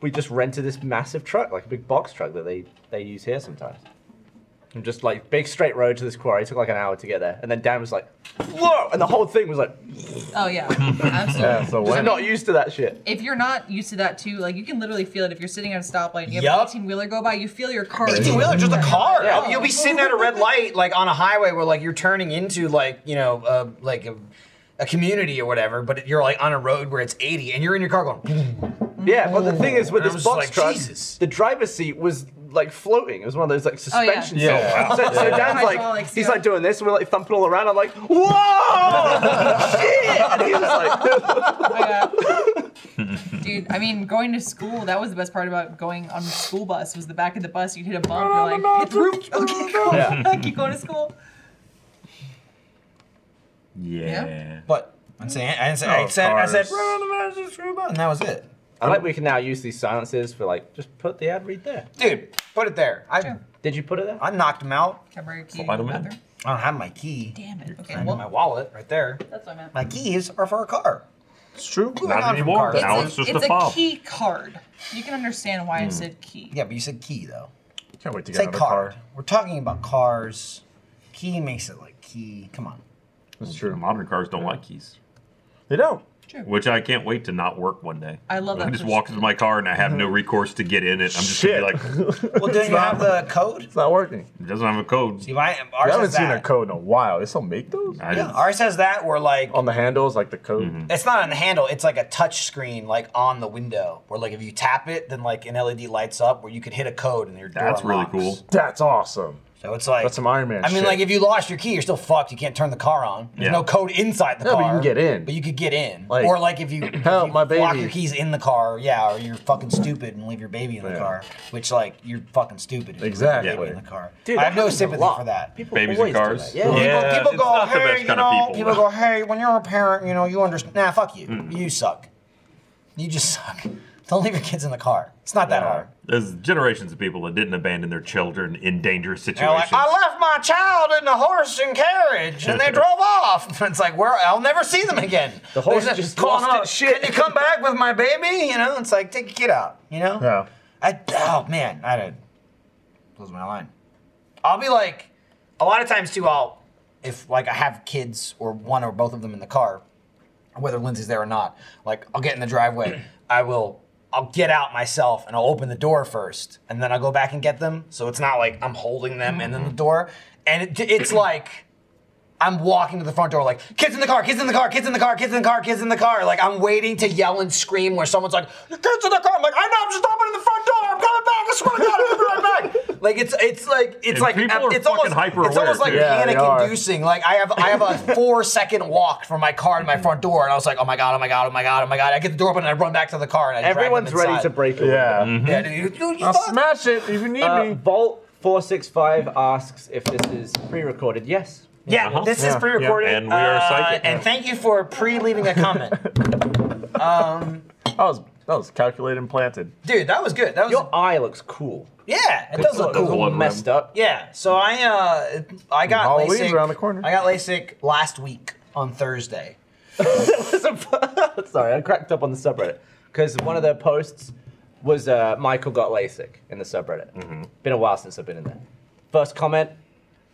we just rented this massive truck, like a big box truck that they they use here sometimes. And just like big straight road to this quarry. It took like an hour to get there, and then Dan was like, "Whoa!" And the whole thing was like, Oh yeah. Absolutely. Yeah, so "We're when not used to that shit." if you're not used to that too, like you can literally feel it. If you're sitting at a stoplight and you have Yup. an 18 wheeler go by, you feel your car. 18 wheeler, just a car. Yeah. I mean, You'll be sitting at a red light, like on a highway where like you're turning into like you know uh, like a, a community or whatever, but you're like on a road where it's 80 and you're in your car going. Yeah, but the thing is, with And I this was box like, truck, Jesus. the driver's seat was like floating. It was one of those like yeah. suspension. Yeah. seats. So, so Dan's like, Hydraulics, he's yeah. like doing this, and we're like thumping all around. I'm like, "Whoa!" shit! And he's just like. Oh, yeah. Dude, I mean, going to school, that was the best part about going on the school bus was the back of the bus, you'd hit a bump, you're like, hit the roof, okay, cool. Yeah. keep going to school. yeah. But I'm saying I didn't say, I said I said "Run the magic screw button," and that was it, I like we can now use these silences for like just put the ad read there. dude. Put it there. I Sure. Did you put it there? I knocked him out. Camera key. Spider-Man. bathroom. I don't have my key. Damn it. Okay, Okay, well, well- my wallet right there. That's what I meant. My keys are for a car. It's true. Not anymore. Now a, it's just it's a fob. key card. You can understand Hmm. why I said key. Yeah, but you said key though. Can't wait to get Say another card. car. We're talking about cars. Key makes it like key. Come on. That's true. Modern cars don't like keys, They don't. which I can't wait to not work one day. I love I that just person. walk into my car and I have no recourse to get in it. I'm just gonna be like, Well, do you have the code? It's not working. it doesn't have a code. See, my I ours haven't has seen that. a code in a while. They still make those I Yeah, didn't- ours has that. Where like on the handles, like the code. it's not on the handle. It's like a touch screen, like on the window. Where like if you tap it, then like an LED lights up where you could hit a code and your door That's really unlocks. cool. That's awesome. So it's like That's some Iron Man. I mean, shit. like if you lost your key, you're still fucked. You can't turn the car on. There's Yeah. no code inside the No, car. but you can get in. But you could get in. Like, or like if you, if help, you my lock baby. your keys in the car, yeah, or you're fucking stupid and leave your baby in the Yeah. car. Which like you're fucking stupid. If Exactly. You leave your baby in the car. Dude, I that have no happens a sympathy lot. for that. People Babies always in do cars. that, Yeah. Yeah, people, it's people go, not the hey, best you kind know, of people. people. go, hey, when you're a parent, you know, you understand. Nah, fuck you. Hmm. You suck. You just suck. Don't leave your kids in the car. It's not that Yeah. hard. There's generations of people that didn't abandon their children in dangerous They're like, situations. I left my child in the horse and carriage, and they drove off. It's like, where I'll never see them again. The horse They're just calling lost up, its shit. Can you come back with my baby? You know, it's like, take your kid out. You know? yeah. I, oh man, I did. Close my line. I'll be like, a lot of times too. I'll if like I have kids or one or both of them in the car, whether Lindsay's there or not. Like I'll get in the driveway. I will. I'll get out myself and I'll open the door first, and then I'll go back and get them. So it's not like I'm holding them and Mm-hmm. then the door. And it, it's like. I'm walking to the front door like, kids in the car, kids in the car, kids in the car, kids in the car, kids in the car. Like I'm waiting to yell and scream where someone's like, kids in the car. I'm like, I know, I'm just stopping in the front door. I'm coming back. I swear to God, I'm coming right back. Like it's it's like it's And like people are it's fucking almost hyper it's almost aware, like too. Yeah, they panic are. inducing. Like I have I have a four second walk from my car to my front door, and I was like, oh my god, oh my god, oh my god, oh my god. I get the door open and I run back to the car and I drag them Everyone's ready inside. to break away. Yeah. Yeah, dude, you- you I'll fuck. smash it if you need Uh, me. Vault four six five asks if this is pre-recorded. Yes. Yeah, Uh-huh. this is Yeah, pre-recorded, yeah. And we are uh, psychic. and thank you for pre-leaving a comment, That was that was calculated and planted. dude. That was good. That was Your eye looks cool. yeah. It does look It's cool. all One messed up. Yeah, so I uh, I got Halloween's LASIK around the corner. I got LASIK last week on Thursday. Sorry, I cracked up on the subreddit because one of the posts was uh, Michael got LASIK in the subreddit. Mm-hmm. Been a while since I've been in there. First comment,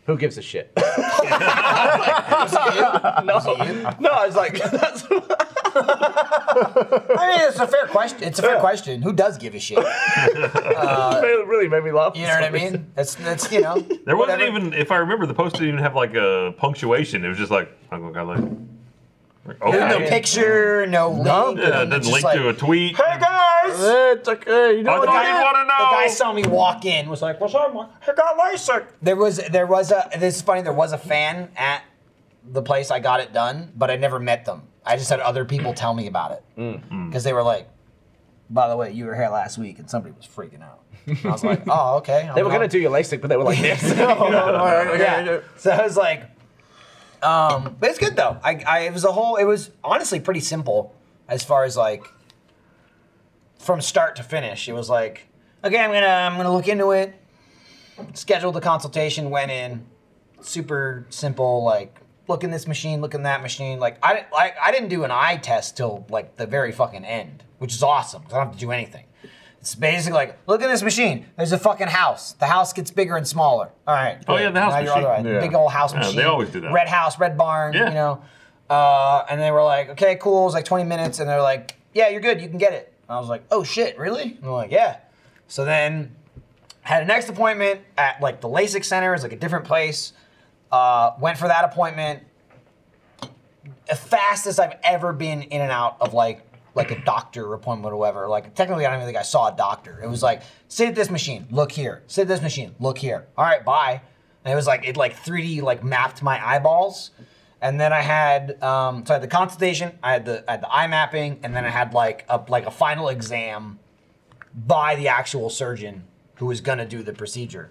who gives a shit? no, no, I was like, that's, I mean, it's a fair question. It's a fair question. Who does give a shit? it really made me laugh. You know what I mean? That's that's you know. there wasn't whatever. even, if I remember, the post didn't even have like a punctuation. It was just like, I'm gonna like, okay. no picture, no link. Yeah, it it's didn't just link like, to a tweet. Hey guys! Eh, It's okay. You know I what? thought guy- you want to The know. guy saw me walk in, was like, "What's up, man? I got LASIK." There was there was a this is funny. There was a fan at the place I got it done, but I never met them. I just had other people tell me about it Mm. because they were like, "By the way, you were here last week," and somebody was freaking out. And I was like, "Oh, okay." They were gonna do your LASIK, but they were like, this. yeah. So I was like, um, but it's good though. I, I it was a whole. It was honestly pretty simple as far as like from start to finish. It was like, okay, I'm gonna I'm gonna look into it. Scheduled the consultation. Went in. Super simple. Like look in this machine, look in that machine. Like I didn't like I didn't do an eye test till like the very fucking end, which is awesome because I don't have to do anything. It's basically like, look at this machine. There's a fucking house. The house gets bigger and smaller. All right. Oh, yeah, the Now house you're all machine. right. Yeah. Big old house Yeah, they machine. always do that. Red house, red barn, Yeah. you know. Uh, and they were like, okay, cool. It was like 20 minutes. And they're like, yeah, you're good. You can get it. And I was like, oh, shit, really? And they're like, yeah. So then had a next appointment at like the LASIK center. It's like a different place. Uh, went for that appointment. The fastest I've ever been in and out of like like a doctor appointment or whatever. Like technically, I don't even think I saw a doctor. It was like sit at this machine, look here. Sit at this machine, look here. All right, bye. And it was like it like 3D like mapped my eyeballs. And then I had um, so I had the consultation, I had the I had the eye mapping, and then I had like a like a final exam by the actual surgeon who was gonna do the procedure.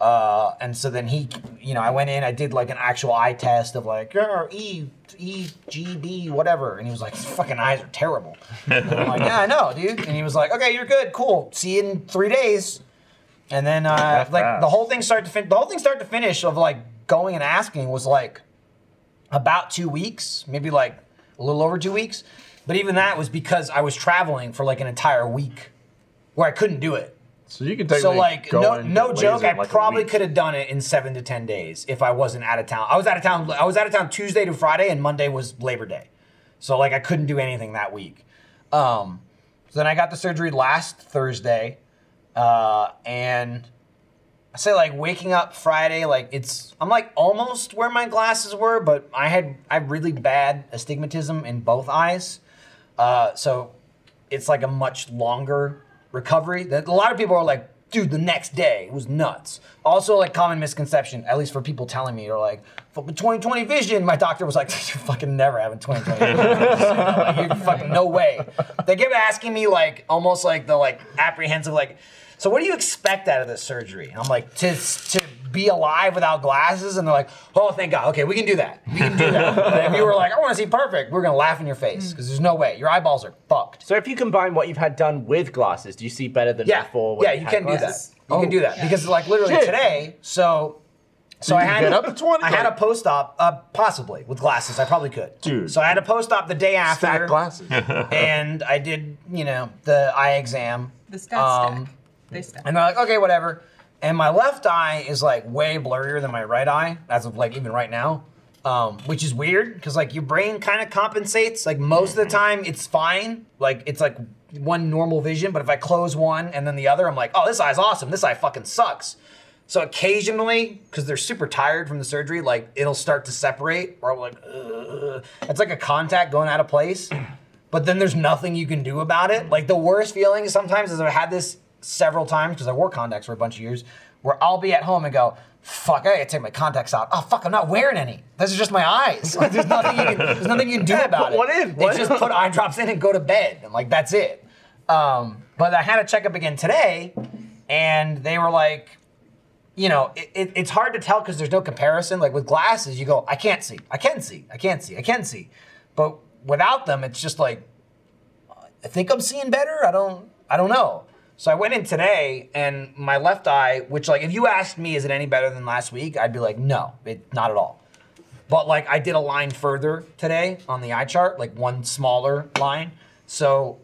Uh, and so then he, you know, I went in, I did like an actual eye test of like "Yeah, E E G B whatever, and he was like, "These "Fucking eyes are terrible." And I'm like, "Yeah, I know, dude." And he was like, "Okay, you're good, cool. See you in three days." And then uh, That's like the fast. whole thing start to fin- the whole thing start to finish of like going and asking was like about two weeks, maybe like a little over two weeks. But even that was because I was traveling for like an entire week where I couldn't do it. So you can So technically like go no and no get joke, lazy in, I like, a probably week. could have done it in seven to ten days if I wasn't out of town. I was out of town. I was out of town Tuesday to Friday, and Monday was Labor Day, so like I couldn't do anything that week. Um, so then I got the surgery last Thursday, uh, and I say like waking up Friday, like it's I'm like almost where my glasses were, but I had I had really bad astigmatism in both eyes, uh, so it's like a much longer recovery. That a lot of people are like, dude, the next day was nuts. Also, like common misconception, at least for people telling me, are like, "F- 2020 vision. My doctor was like, you're fucking never having 2020 vision. Like, you're fucking no way. They kept asking me like almost like the like apprehensive like, so what do you expect out of this surgery? And I'm like, to to be alive without glasses, and they're like, oh, thank God. Okay, we can do that. We can do that. But if you were like, I want to see perfect, we're gonna laugh in your face because there's no way. Your eyeballs are fucked. So if you combine what you've had done with glasses, do you see better than Yeah, before? when yeah, you had can glasses? do that. You can Oh, do that because like literally Shit. today. So, so I can had get up to 20? I had a post op, uh, possibly with glasses. I probably could. Dude. So I had a post op the day after. Stack glasses. and I did, you know, the eye exam. Um, The stats stack. They stack. And they're like, okay, whatever. And my left eye is like way blurrier than my right eye, as of like even right now, um, which is weird because like your brain kind of compensates. Like most of the time, it's fine. Like it's like one normal vision, but if I close one and then the other, I'm like, oh, this eye's awesome. This eye fucking sucks. So occasionally, because they're super tired from the surgery, like it'll start to separate, or I'm like, Ugh. it's like a contact going out of place but then there's nothing you can do about it. Like the worst feeling sometimes is I've had this several times because I wore contacts for a bunch of years, where I'll be at home and go, "Fuck, I gotta take my contacts out." Oh fuck, I'm not wearing any. This is just my eyes. Like, there's nothing you can. There's nothing you can do about put one it. in. They What? just put eye drops in and go to bed. I'm like, that's it. Um, but I had a checkup again today, and they were like, you know, it, it, it's hard to tell because there's no comparison. Like with glasses, you go, I can't see, I can see, I can see, I can see. But without them, it's just like, I think I'm seeing better. I don't, I don't know. So I went in today, and my left eye, which like if you asked me, is it any better than last week? I'd be like, no, it not at all. But like I did a line further today on the eye chart, like one smaller line. So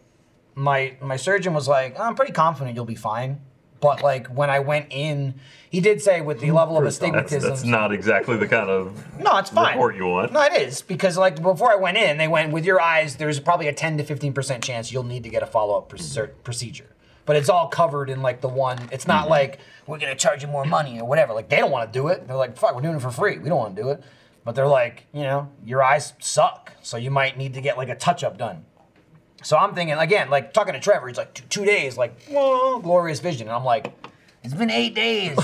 my my surgeon was like, "Oh, I'm pretty confident you'll be fine. But like when I went in, he did say with the level of That's, astigmatism. that's not exactly the kind of No, it's fine. report you want. No, it is because like before I went in, they went with your eyes. There's probably a 10 to 15 percent chance you'll need to get a follow up Mm-hmm. procedure, but it's all covered in like the one. It's not like we're gonna charge you more money or whatever. Like they don't want to do it. They're like, fuck, we're doing it for free. We don't want to do it. But they're like, you know, your eyes suck, so you might need to get like a touch up done. So I'm thinking again, like talking to Trevor, he's like two, two days, like whoa, glorious vision, and I'm like, it's been eight days.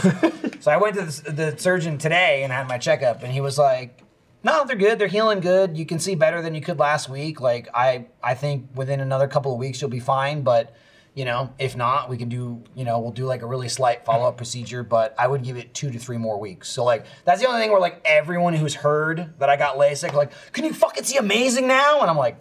so I went to the, the surgeon today and had my checkup, and he was like, "No, they're good. They're healing good. You can see better than you could last week. Like I, I think within another couple of weeks you'll be fine, but." You know, if not, we can do, you know, we'll do like a really slight follow up procedure, but I would give it two to three more weeks. So, like, that's the only thing where, like, everyone who's heard that I got LASIK, like, can you fucking see amazing now? And I'm like,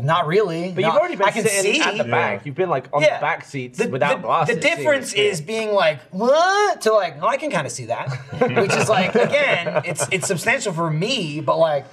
not really. But you've already been sitting at the back. You've been like on Yeah. the back seats The, without the- glasses. the seeing difference shit. is being like, what? To like, oh, I can kind of see that. Which is like, again, it's it's substantial for me, but like,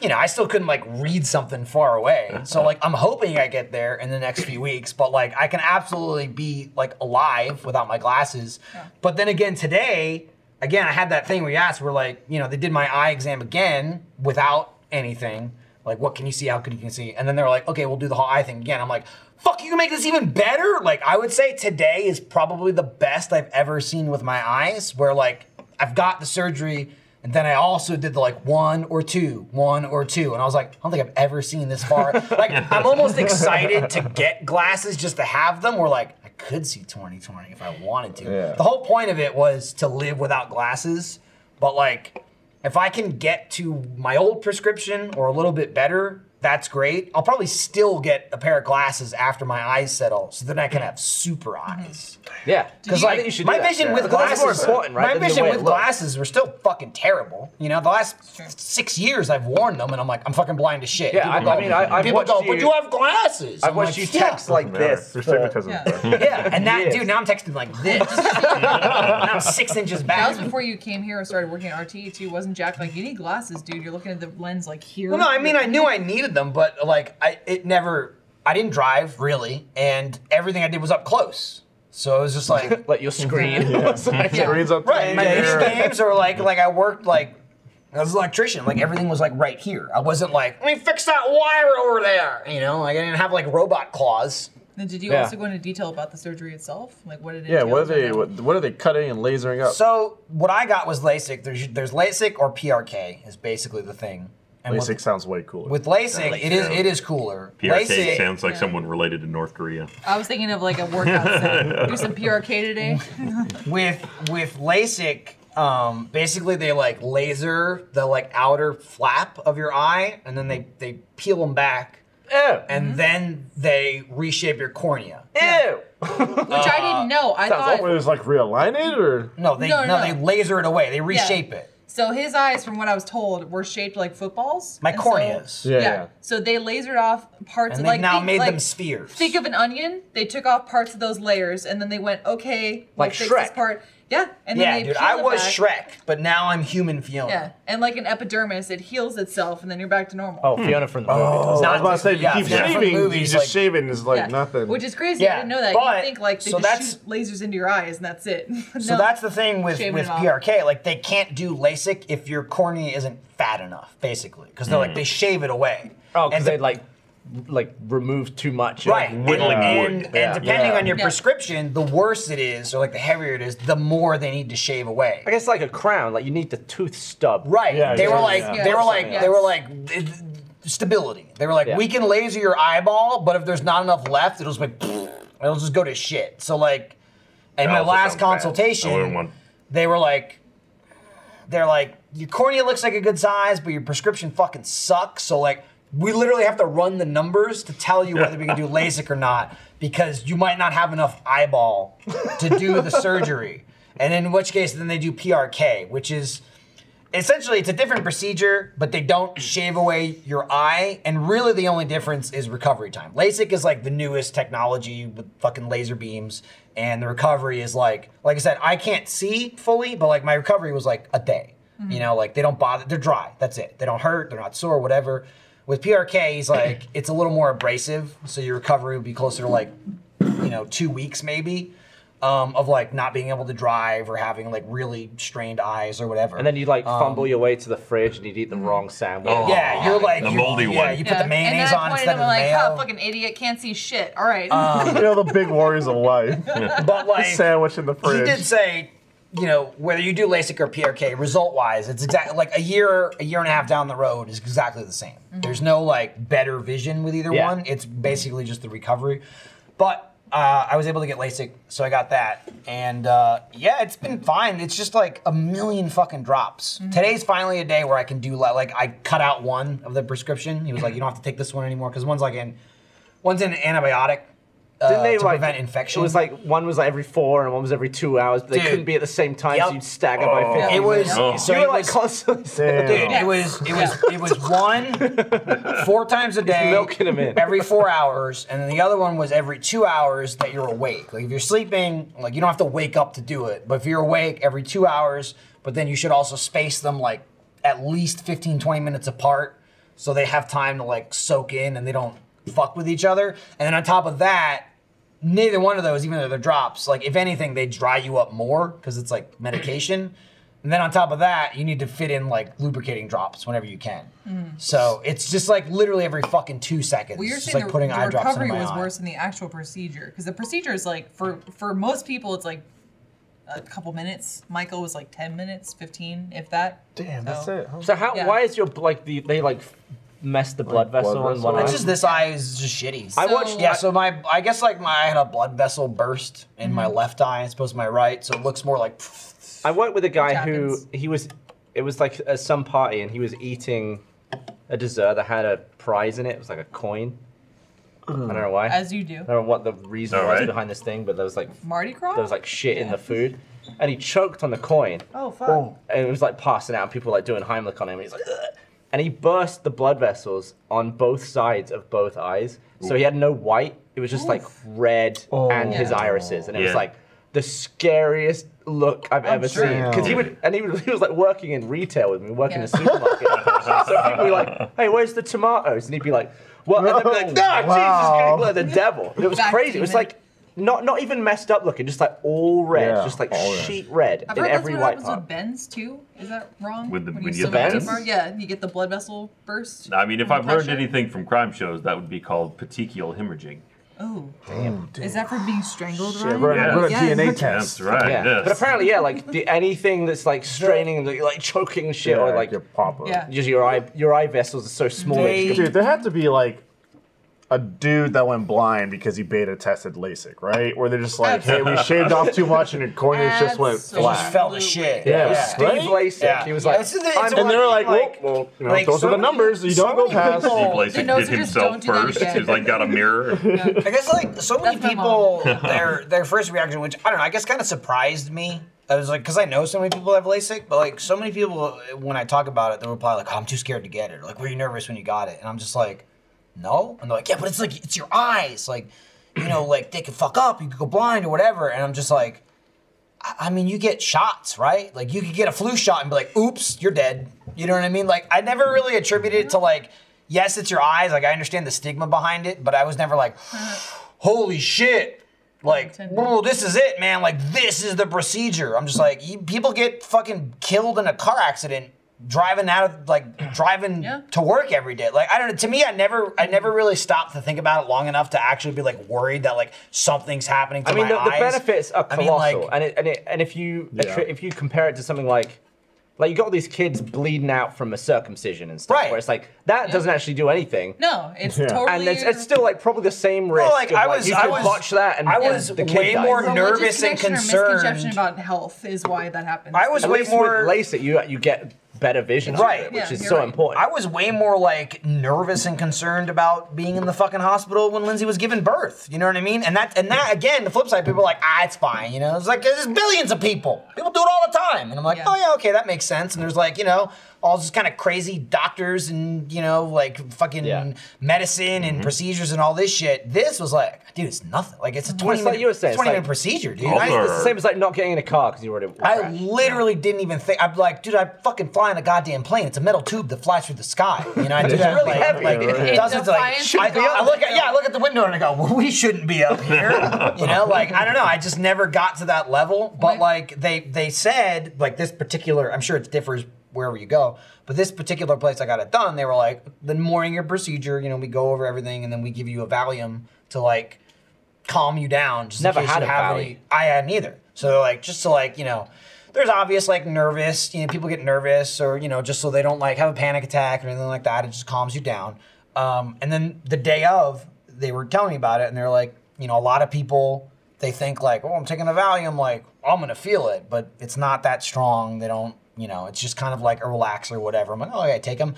you know, I still couldn't like read something far away. So like I'm hoping I get there in the next few weeks, but like I can absolutely be like alive without my glasses. But then again today, again, I had that thing where you asked where like, you know, they did my eye exam again without anything. Like, what can you see? How can you see? And then they were like, okay, we'll do the whole eye thing again. I'm like, fuck, you can make this even better. Like, I would say today is probably the best I've ever seen with my eyes, where like I've got the surgery. And then I also did the like one or two, one or two. And I was like, I don't think I've ever seen this far. like, I'm almost excited to get glasses just to have them. We're like, I could see 2020 if I wanted to. Yeah. The whole point of it was to live without glasses. But like, if I can get to my old prescription or a little bit better, that's great. I'll probably still get a pair of glasses after my eyes settle, so then I can have super eyes. Yeah, Because like my vision with glasses, My vision with glasses were still fucking terrible. You know, the last six years I've worn them, and I'm like, I'm fucking blind as shit. Yeah, People I- I go- mean, I- I've people watched go, you- but you have glasses. I've I'm watched like, you text "Yeah." like this. There's for- stigmatism. yeah, and that dude, now I'm texting like this. now I'm six inches That back. was before you came here and started working at RT too. Wasn't Jack like you need glasses, dude? You're looking at the lens like here. Well, no, I mean, I knew I needed them, but like, I it never. I didn't drive really, and everything I did was up close. So it was just like, Like your screen. Screens up right, my there. video games or like, like I worked like. I was an electrician. Like everything was like right here. I wasn't like, let me fix that wire over there. You know, like I didn't have like robot claws. Then did you Yeah. also go into detail about the surgery itself? Like what did it? Yeah, what are entails or they? no? What, what are they cutting and lasering up? So what I got was LASIK. There's there's LASIK or PRK is basically the thing. And LASIK with, sounds way cooler. with LASIK, it is Yeah. it is cooler. PRK LASIK sounds like someone related to North Korea. I was thinking of like a workout set. Do some PRK today. with with LASIK, um, basically they like laser the like outer flap of your eye, and then they they peel them back, Ew. and then they reshape your cornea. Ew. Which I didn't know. I Sounds like thought what is like realign it or No, they No, no, no, they no. laser it away. They reshape it. so. His eyes, from what I was told, were shaped like footballs. My and so- corneas. yeah. yeah. So they lasered off parts And of like they've now think- made like, them spheres. Think of an onion. They took off parts of those layers, and then they went, okay, we'll Like fix this Shrek. part. Yeah, and then yeah, they dude, peel I it was back. Shrek, but now I'm human Fiona. Yeah, and like an epidermis, it heals itself, and then you're back to normal. Oh, Fiona from the movie. does I was Not about to say, if you yeah, keep yeah. shaving, Movies, you just like- shaving is like Yeah. nothing. Which is crazy. I Yeah, didn't know that. but- you think like they so just that's- shoot lasers into your eyes and that's it. So No. that's the thing with, Shaving with it off. PRK. Like they can't do LASIK if your cornea isn't fat enough, basically, because they're like they shave it away. Hmm. Oh, because And the- they like like remove too much. Right. Like, And, whittling wood. and, and Yeah. depending Yeah. on your Yeah. prescription, the worse it is, or like the heavier it is, the more they need to shave away. I guess like a crown, like you need the tooth stub. Right. Yeah, they, yeah, were like, yeah. they were like, Yeah. they were like, th- th- stability. They were like, Yeah. we can laser your eyeball, but if there's not enough left, it'll just like, it'll just go to shit. So like, in That my also last sounds bad. consultation, I wouldn't want- they were like, they're like, your cornea looks like a good size, but your prescription fucking sucks. So like, we literally have to run the numbers to tell you whether we can do LASIK or not because you might not have enough eyeball to do the surgery. And in which case, then they do PRK, which is essentially it's a different procedure, but they don't shave away your eye. And really, the only difference is recovery time. LASIK is like the newest technology with fucking laser beams, and the recovery is like, like I said, I can't see fully, but like my recovery was like a day. You know, like they don't bother, they're dry. That's it. They don't hurt. They're not sore. Whatever. With PRK, he's like it's a little more abrasive, so your recovery would be closer to like, you know, two weeks maybe. Um, of like not being able to drive or having like really strained eyes or whatever. And then you Um, like fumble your way to the fridge and you'd eat the mm. wrong sandwich. Oh. Yeah, you're like The you- moldy yeah, one. You put Yeah. the mayonnaise and then on I pointed instead at of him the like, mayo. Uh, oh, fucking idiot, can't see shit. All right. you know the big worries of life. but like Sandwich in the he fridge. did say, you know, whether you do LASIK or PRK, result wise, it's exactly like a year, a year and a half down the road is exactly the same. There's no like better vision with either Yeah. one. It's basically just the recovery. But uh, I was able to get LASIK, so I got that, and uh, yeah, it's been fine. It's just like a million fucking drops. Today's finally a day where I can do like, like I cut out one of the prescription. He was like, you don't have to take this one anymore because one's like an one's an antibiotic. Uh, Didn't they to like prevent infection? It was like one was like every four and one was every two hours, but they Dude. couldn't be at the same time, Yep. so you'd stagger by fifty. It was Oh. so you it were like was- constantly Damn. dude. It was it was it was one four times a day, milking 'em in. every four hours, and then the other one was every two hours that you're awake. Like if you're sleeping, like you don't have to wake up to do it, but if you're awake every two hours, but then you should also space them like at least 15, 20 minutes apart, so they have time to like soak in and they don't fuck with each other. And then on top of that. Neither one of those, even though they're drops, like if anything, they dry you up more because it's like medication. And then on top of that, you need to fit in like lubricating drops whenever you can. So it's just like literally every fucking two seconds. Mm. Well, you're it's just saying like the, putting the eye drops in recovery my was eye. worse than the actual procedure because the procedure is like for for most people it's like a couple minutes. Michael was like ten minutes, fifteen, if that. Damn, So- that's it. Oh, huh? So how Yeah. why is your like the they like messed the blood Like blood vessel on vessel. one It's eye? just this eye is just shitty. I So- watched yeah, so my I guess like my I had a blood vessel burst in my Mm-hmm. left eye as opposed to my right, so it looks more like I worked with a guy who happens. he was. It was like at some party, and he was eating a dessert that had a prize in it. It was like a coin. I don't know why. As you do. I don't know what the reason All was right. behind this thing, but there was like Mardi Gras? there was like shit in the food, and he choked on the coin. Oh, fuck. And it was like passing out, and people were, like doing Heimlich on him, and he's like, "Ugh." and he burst the blood vessels on both sides of both eyes, so he had no white. It was just like red Oh. and his Yeah. irises, and it was Yeah. like the scariest look I've ever sure. seen. Because he would, and he, would, he was like working in retail with me, working in a Yeah. supermarket. so people were like, "Hey, where's the tomatoes?" And he'd be like, "What?" And they'd be like, "No, Wow. Jesus, like the devil." And it was That crazy. It was demon. like not not even messed up looking, just like all red, Yeah, just like all red. sheet red I've in heard that's every what white happens with part. bends too. Is that wrong? With the- When when you you swim too bends? far? Yeah, you get the blood vessel burst. I mean, if from I've learned pressure. anything from crime shows, that would be called petechial hemorrhaging. Oh, Is that for being strangled, Shit, Ryan? we're gonna Yeah. we're gonna Yes. DNA That's test. right. Yeah, Yes. but apparently, yeah, like the, anything that's like straining, like, like choking shit, or like your papa. Yeah. just your eye, your eye vessels are so small. it just Dude, there had to be like a dude that went blind because he beta tested LASIK, right? Where they're just like, hey, we shaved off too much and your corneas just went It Absolutely. flat. just fell to shit. Yeah. Steve Right? LASIK. Yeah. He was Yeah, like, this is the- it's "I'm what And they're like, well, Like- well, you know, like those so are the many- numbers you so don't go many past. people- Steve The Lasik nose did just don't himself do that first. again. He's like got a mirror. I guess like so many That's my people, their their first reaction, which I don't know, I guess kind of surprised me. I was like, because I know so many people have LASIK, but like so many people, uh, when I talk about it, they reply like, oh, "I'm too scared to get it." Or, like, were you nervous when you got it? And I'm just like, "No." And they're like, "Yeah, but it's like it's your eyes, like, you know, like they could fuck up, you could go blind or whatever." And I'm just like, I, I mean, you get shots, right? Like, you could get a flu shot and be like, "Oops, you're dead." You know what I mean? Like, I never really attributed it to like, yes, it's your eyes. Like, I understand the stigma behind it, but I was never like holy shit. Like, Ten whoa, this is it, man. Like, this is the procedure. I'm just like, you, people get fucking killed in a car accident driving out of like driving Yeah. to work every day. Like, I don't know. To me, I never, I never really stopped to think about it long enough to actually be like worried that like something's happening to I mean, my the, the eyes. benefits are I colossal, mean, like- and it, and it, and if you Yeah. if you compare it to something like, like you got all these kids bleeding out from a circumcision and stuff, Right. where it's like that doesn't actually do anything. No, it's totally. And it's, it's still like probably the same risk. Well, like, of, I was- you I could was- watch that, and I and was the kid way dies. more Religious nervous and connection or concerned. Misconception about health is why that happens. I was At way least more- with LASIK, you you get better vision, Right. out of it, which Yeah, is you're so right. important. I was way more like nervous and concerned about being in the fucking hospital when Lindsay was giving birth. You know what I mean? And that and that again, the flip side, people are like, ah, it's fine. You know, it's like there's billions of people. People do it all the time, and I'm like, Yeah. oh yeah, okay, that makes sense. And there's like, you know, all just kind of crazy doctors and you know, like fucking Yeah. Mm-hmm. medicine and procedures and all this shit. This was like, dude, it's nothing. Like it's a 20 like minute, you were saying, it's 20 like- minute procedure, dude. Also- I- it's the same as like not getting in a car because you already. I crashed. literally didn't even think. I'm like, dude, I fucking fly in a goddamn plane. It's a metal tube that flies through the sky. You know, I do that. really like, heavy. like, In dozens of, like, defiance I, of God. I look at yeah, I look at the window and I go, well, we shouldn't be up here. you know, like I don't know. I just never got to that level. But Right. like they they said, like this particular, I'm sure it differs wherever you go. But this particular place I got it done, they were like, the morning your procedure, you know, we go over everything and then we give you a Valium to like calm you down. Just Never in case had you a have Valium. any- I hadn't either. So like just to like you know, there's obvious like nervous. You know, people get nervous or you know just so they don't like have a panic attack or anything like that. It just calms you down. Um, and then the day of, they were telling me about it, and they're like, you know, a lot of people they think like, oh, I'm taking a Valium, like I'm gonna feel it, but it's not that strong. They don't, you know, it's just kind of like a relaxer or whatever. I'm like, oh yeah, take them.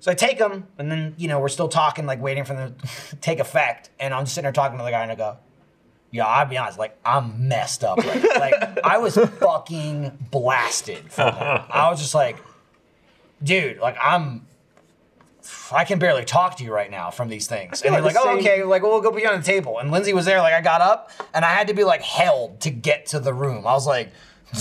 So I take them, and then you know we're still talking, like waiting for them to take effect. And I'm just sitting there talking to the guy, and I go, "Yeah, I'll be honest, like I'm messed up. Like, like I was fucking blasted. From that. I was just like, dude, like I'm." I can barely talk to you right now from these things. And they're like like, the oh, same- okay, like, well, we'll go be on the table. And Lindsay was there, like, I got up and I had to be, like, held to get to the room. I was like,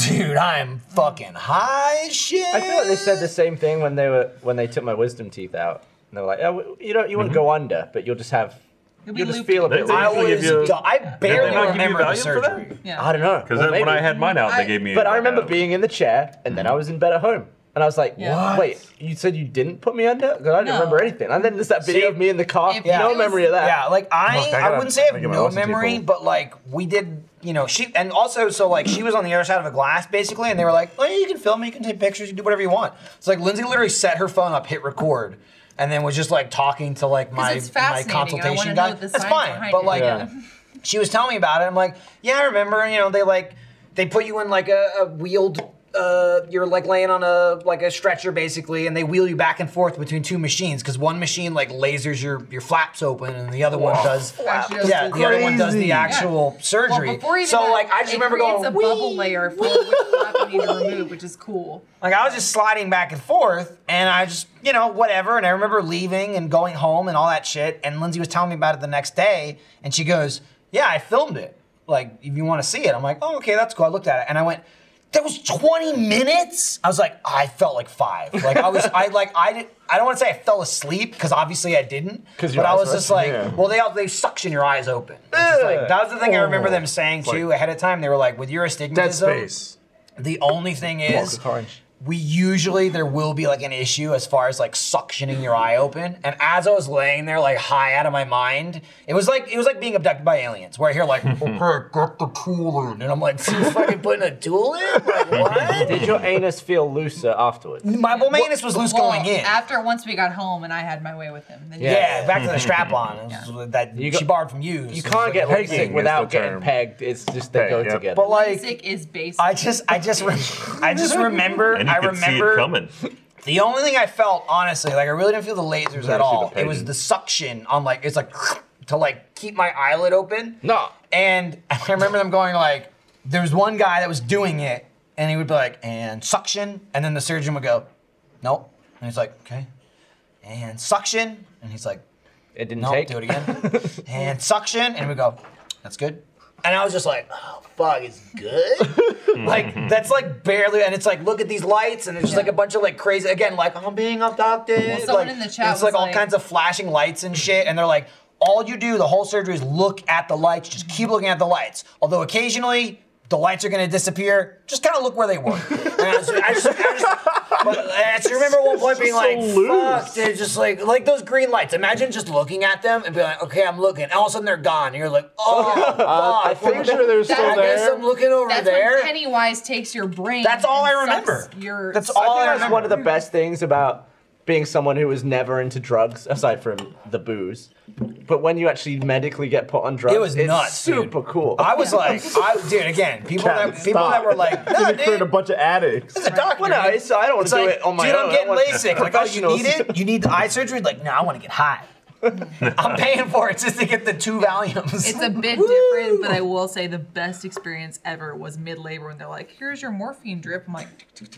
dude, I'm fucking high as shit. I feel like they said the same thing when they were when they took my wisdom teeth out. And they were like, oh, you don't you won't go Mm-hmm. under, but you'll just have You'll you'll, be just looped. feel a They- bit. they I looped. usually give was. you- du- I barely Did they not give you remember the Valium for that? surgery. yeah. I don't know Because Well, when I maybe. had mine out, I- they gave me. But I like, remember a- being in the chair, and Mm. then I was in bed at home, and I was like, Yeah. "Wait, you said you didn't put me under? Because I didn't No. remember anything." And then there's that video See, of me in the car, if no it was- memory of that. Yeah, like I, Fuck, I I, gotta wouldn't say I have think about no lots of memory, people. but like we did, you know, she and also so like she was on the other side of a glass basically, and they were like, oh, yeah, you can film, it, you can take pictures, you can do whatever you want. It's like Lindsay literally set her phone up, hit record. And then was just like talking to like my it's my fascinating, I wanna consultation know guy. the That's science fine, behind but it. like Yeah. she was telling me about it. I'm like, yeah, I remember. You know, they like they put you in like a, a wheeled uh, you're like laying on a like a stretcher basically, and they wheel you back and forth between two machines because one machine like lasers your your flaps open, and the other one does Actually, that's yeah, the other one does crazy. the actual Yeah. surgery. Well, before you do so that, like I just it remember creates going a bubble layer for which flap you need to remove, which is cool. like I was just sliding back and forth, and I just you know whatever. And I remember leaving and going home and all that shit. And Lindsay was telling me about it the next day, and she goes, "Yeah, I filmed it. Like if you want to see it." I'm like, "Oh, okay, that's cool." I looked at it, and I went. That was 20 minutes. I was like, I felt like five. Like I was, I like, I did. I don't want to say I fell asleep because obviously I didn't. 'Cause your but I eyes was were just open, like, yeah. well, they all, they suction your eyes open. It's just like- that was the thing I remember them saying Oh. It's like- too ahead of time. They were like, with your astigmatism, Space. the only thing is, we usually there will be like an issue as far as like suctioning your eye open. And as I was laying there, like high out of my mind, it was like it was like being abducted by aliens. Where I hear like, okay, get the tool in, and I'm like, she's fucking putting a tool in. Like, what? Did your anus feel looser afterwards? My well, my anus was loose Well, going in. After once we got home and I had my way with him, then Yeah, back to the strap on it was that got- she borrowed from you. You can't get Pegging LASIK is without the getting term. pegged. It's just they Peg, go yep. together. But like, LASIK is basic. I just, I just, rem- I just remember, And you I could see remember it coming. The only thing I felt, honestly, like I really didn't feel the lasers at the all. it pain. was the suction on like it's like to like keep my eyelid open. No. And I remember them going like, there was one guy that was doing it, and he would be like, and suction, and then the surgeon would go, nope, and he's like, okay, and suction, and he's like, it didn't no, take. do it again. and suction, and we go, that's good. And I was just like, oh, fuck, it's good? like, that's like barely, and it's like, look at these lights, and it's just like a bunch of like crazy, again, like, I'm being abducted. someone like, in the chat It's like was all like- kinds of flashing lights and shit, and they're like, all you do the whole surgery is look at the lights, just keep looking at the lights. Although occasionally, the lights are gonna disappear. Just kind of look where they were. And I just, I just, I just, but I just remember at one point being like, "Fuck, they're just like like those green lights. Imagine just looking at them and being like, okay, I'm looking. And all of a sudden they're gone. And you're like, oh, fuck. Uh, I think sure they're still I guess there. I'm looking over That's there. when Pennywise takes your brain. That's all and I sucks remember. Your That's I all think I that's one of the remember. best things about being someone who was never into drugs, aside from the booze. But when you actually medically get put on drugs, It was it's nuts, super dude. cool. I was like, I, dude, again, people that Stop. people that were like, no, They created a dude, bunch of addicts. it's a doctor. Well, no, dude." it's- I don't wanna It's do like, it on my dude, own. I'm getting I want LASIK. Like, oh, you need professionals. it? You need the eye surgery? Like, no, I want to get high. I'm paying for it just to get the two Valiums. It's a bit different, but I will say the best experience ever was mid labor when they're like, "Here's your morphine drip." I'm like,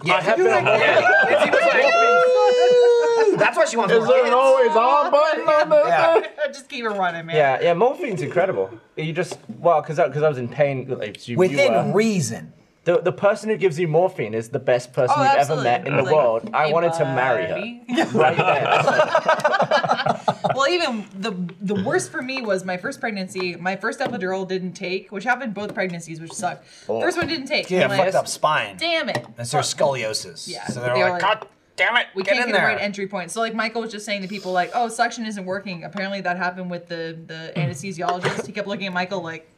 Yeah, I have you're been like, yeah. Lindsay was like, "Woo." That's why she wants Is more there an kids. always on button on this? Yeah. "Oh, "Just keep it running, man." yeah, yeah, morphine's incredible. You just well, because because I was in pain. Like, you- you, Within were. reason. the the person who gives you morphine is the best person Oh, you've absolutely. ever met in the Like, world. I hey, wanted to marry her buddy. right there. well, even the the worst for me was my first pregnancy. My first epidural didn't take, which happened both pregnancies, which sucked. First one didn't take. Oh. Yeah, I'm like, fucked up spine. Damn it. That's their scoliosis. Yeah, So they're they were like, like, God damn it, we get can't in get a there. right entry point. So like Michael was just saying to people like, oh, suction isn't working. Apparently that happened with the the Mm. anesthesiologist. He kept looking at Michael like,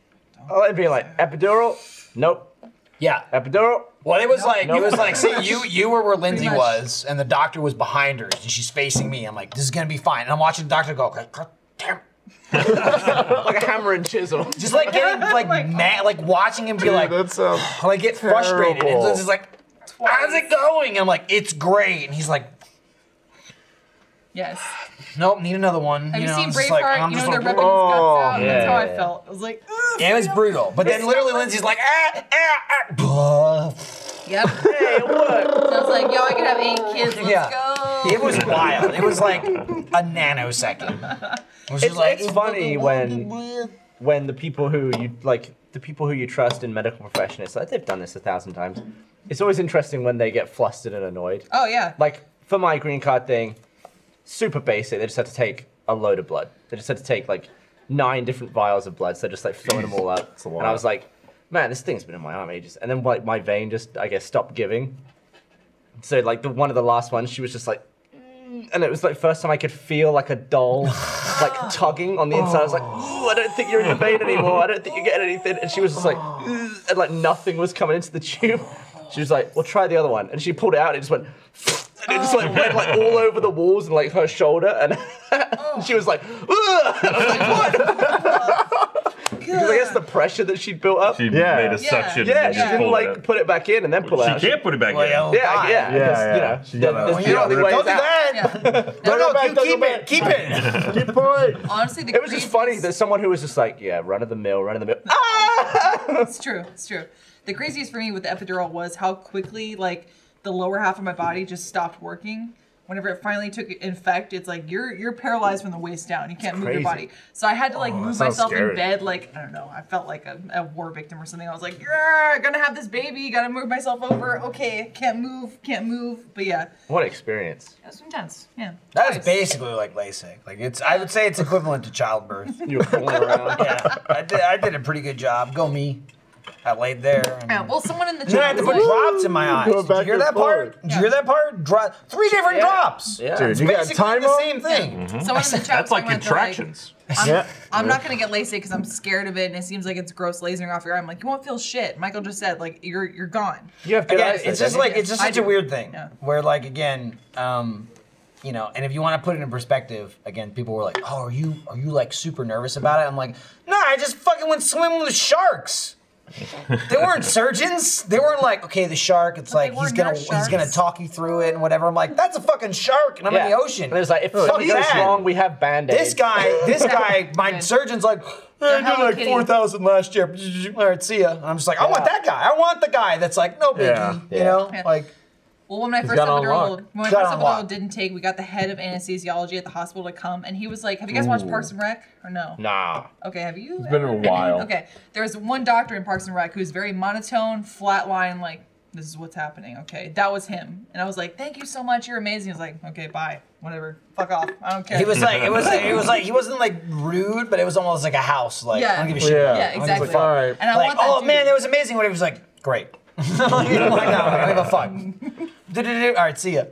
Oh, it'd be like epidural. Nope. yeah. Epidural. Well, it was like no. it was like see you you were where Lindsay much. was and the doctor was behind her and she's facing me. I'm like this is gonna be fine and I'm watching the doctor go "God- God damn. it." like a hammer and chisel. Just like getting Oh like mad, like watching him be like that sounds like get frustrated and terrible. Lindsay's like how's it going? And I'm like it's great and he's like yes. nope need another one. Have you, know, seen I'm just like- Braveheart? I'm you know just when they're like, ripping his guts out. Yeah, That's how yeah, I felt. I was like, "Ugh, Yeah, it was freedom." brutal. But then literally Lindsay's like, ah, ah, ah. Yep. Hey, it worked. I was like, yo, I could have eight kids. Let's Yeah. go. It was wild. It was like a nanosecond. It was just It's, it's funny when when the people who you like the people who you trust in medical profession it's like they've done this a thousand times it's always interesting when they get flustered and annoyed oh yeah. like for my green card thing super basic they just had to take a load of blood they just had to take like nine different vials of blood so they're just like filling them all up a and lot. i was like man this thing's been in my arm ages and then like my vein just i guess stopped giving so like the one of the last ones she was just like "Mm," and it was like first time I could feel like a dull, like tugging on the inside. I was like, "Ooh, I don't think you're in the vein anymore. I don't think you get anything." And she was just like, "Ugh," and like nothing was coming into the tube. She was like, "Well, try the other one," and she pulled it out. And it just went, and it just like went like all over the walls and like her shoulder. And she was like, "Ugh," and I was like, "What?" Because I guess the pressure that she built up. She Yeah. made a Yeah. suction and Yeah, then she just didn't pulled it like out. put it back in and then pull it She out. can't put it back in. yeah, yeah, yeah. Yeah, just, you yeah. know, She that- got a- that's Well, the you only don't- way don't it's do out. No, no, you keep it. Keep it. Keep it. Honestly, the It was just funny that someone who was just like, yeah, run of the mill, run of the mill. Ah! it's true. It's true. The craziest for me with the epidural was how quickly like the lower half of my body just stopped working. Whenever it finally took effect, it's like you're you're paralyzed from the waist down. You can't move your crazy. body. So I had to like Oh, that move sounds myself scary. in bed. Like I don't know. I felt like a, a war victim or something. I was like, "You're gonna have this baby. Gotta move myself over. Okay, can't move. Can't move." But yeah, What experience? it was intense. Yeah. That's basically like LASIK. Like it's, I would say it's equivalent to childbirth. You were fooling around. yeah, I did, I did a pretty good job. Go me. I laid there. And Yeah, well, someone in the then I chat. had to was put like- drops in my eyes. Go Did you back hear and that part? Did you hear that part? Dro- three different Yeah. drops. Yeah. Dude, It's you got basically time the on? same thing. Someone in the chat. was That's like talking about the, like, contractions. I'm, Yeah. I'm not gonna get LASIK because I'm scared of it, and it seems like it's gross lasering off your eye. I'm like, you won't feel shit. Michael just said, like, you're you're gone. You have good Again, eyes. it's though, just don't you? like it's just I such a do. weird thing Yeah. where like again, um, you know, and if you want to put it in perspective, again, people were like, "Oh, are you are you like super nervous about it?" I'm like, "No, I just fucking went swimming with sharks." they weren't surgeons. They weren't like, okay, the shark. It's But they like were he's gonna nurse he's gonna sharks. talk you through it and whatever. I'm like, that's a fucking shark, and I'm in Yeah. the ocean. And it's like if Fuck something goes that. wrong, we have band aids. This guy, this guy, my Good. surgeon's like, "Yeah, I did Hello like Kitty. four thousand last year. All right, see ya. And I'm just like, I want Yeah. that guy. I want the guy that's like, no biggie, Yeah. you Yeah. know, Yeah. like. Well, when my first got it on epidural, lock. when my Got it first on lock. epidural didn't take, we got the head of anesthesiology at the hospital to come, and he was like, "Have you guys watched Parks and Rec or no?" Nah. Okay, have you? It's been a while. Okay, there was one doctor in Parks and Rec who's very monotone, flatline, like this is what's happening. Okay, that was him, and I was like, "Thank you so much, you're amazing." He was like, "Okay, bye, whatever, fuck off, I don't care." He was like, it was, it was like, he wasn't like rude, but it was almost like a house. Like, I don't give a shit. Yeah. about it. yeah, I don't give a exactly. like, all right. And I like, want that oh dude. man, that was amazing. Whatever. He was like, great. like, no, I don't give a fuck. Do-do-do. All right, see ya.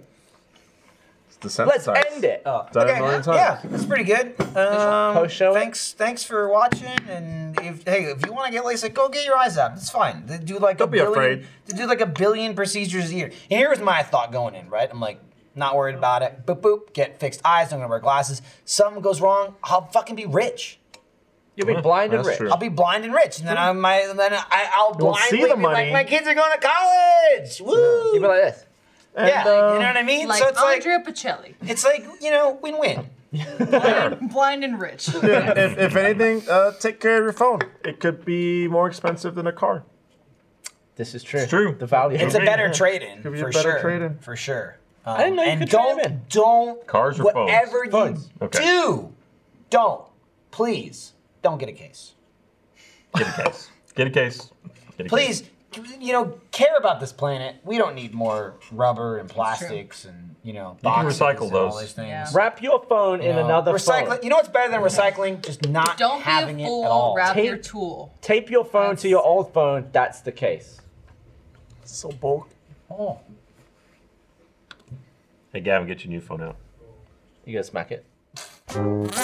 It's Let's desensitized. end it. It's done Okay, a million times. Yeah, that's pretty good. Um, Post-show it? thanks, thanks for watching. And if hey, if you want to get LASIK, go get your eyes out. It's fine. They do like a Don't be billion, afraid. They do like a billion procedures a year. And here was my thought going in. Right, I'm like. Not worried about it. Boop boop. Get fixed eyes. I'm gonna wear glasses. Something goes wrong. I'll fucking be rich. You'll be blind and that's rich. true. I'll be blind and rich, and then I my then I, I'll won't blindly see the be money. like, my kids are going to college. Woo! You'll be like this. yeah, you uh, know what I mean. like so it's like Andrea Bocelli, it's like you know win-win. blind and rich. if, if anything, uh, take care of your phone. It could be more expensive than a car. This is true. It's true. The value. It's a better trade-in Could for be a sure. better trade-in. for sure. Um, didn't know you and could trade don't 'em in. don't Cars or phones? whatever you Phones. Okay. do, don't please don't get a case. Get a case. Get a case. Get a Please, you know, care about this planet. We don't need more rubber and plastics and you know You can boxes recycle and all those. these things. Yeah. Wrap your phone in know, another recycling. phone. You know what's better than recycling? Just not Don't having be a it at fool. all. Wrap Take- your tool. Tape your phone to your old phone. That's the case. So bulk. Oh. Hey, Gavin, get your new phone out. You gonna smack it?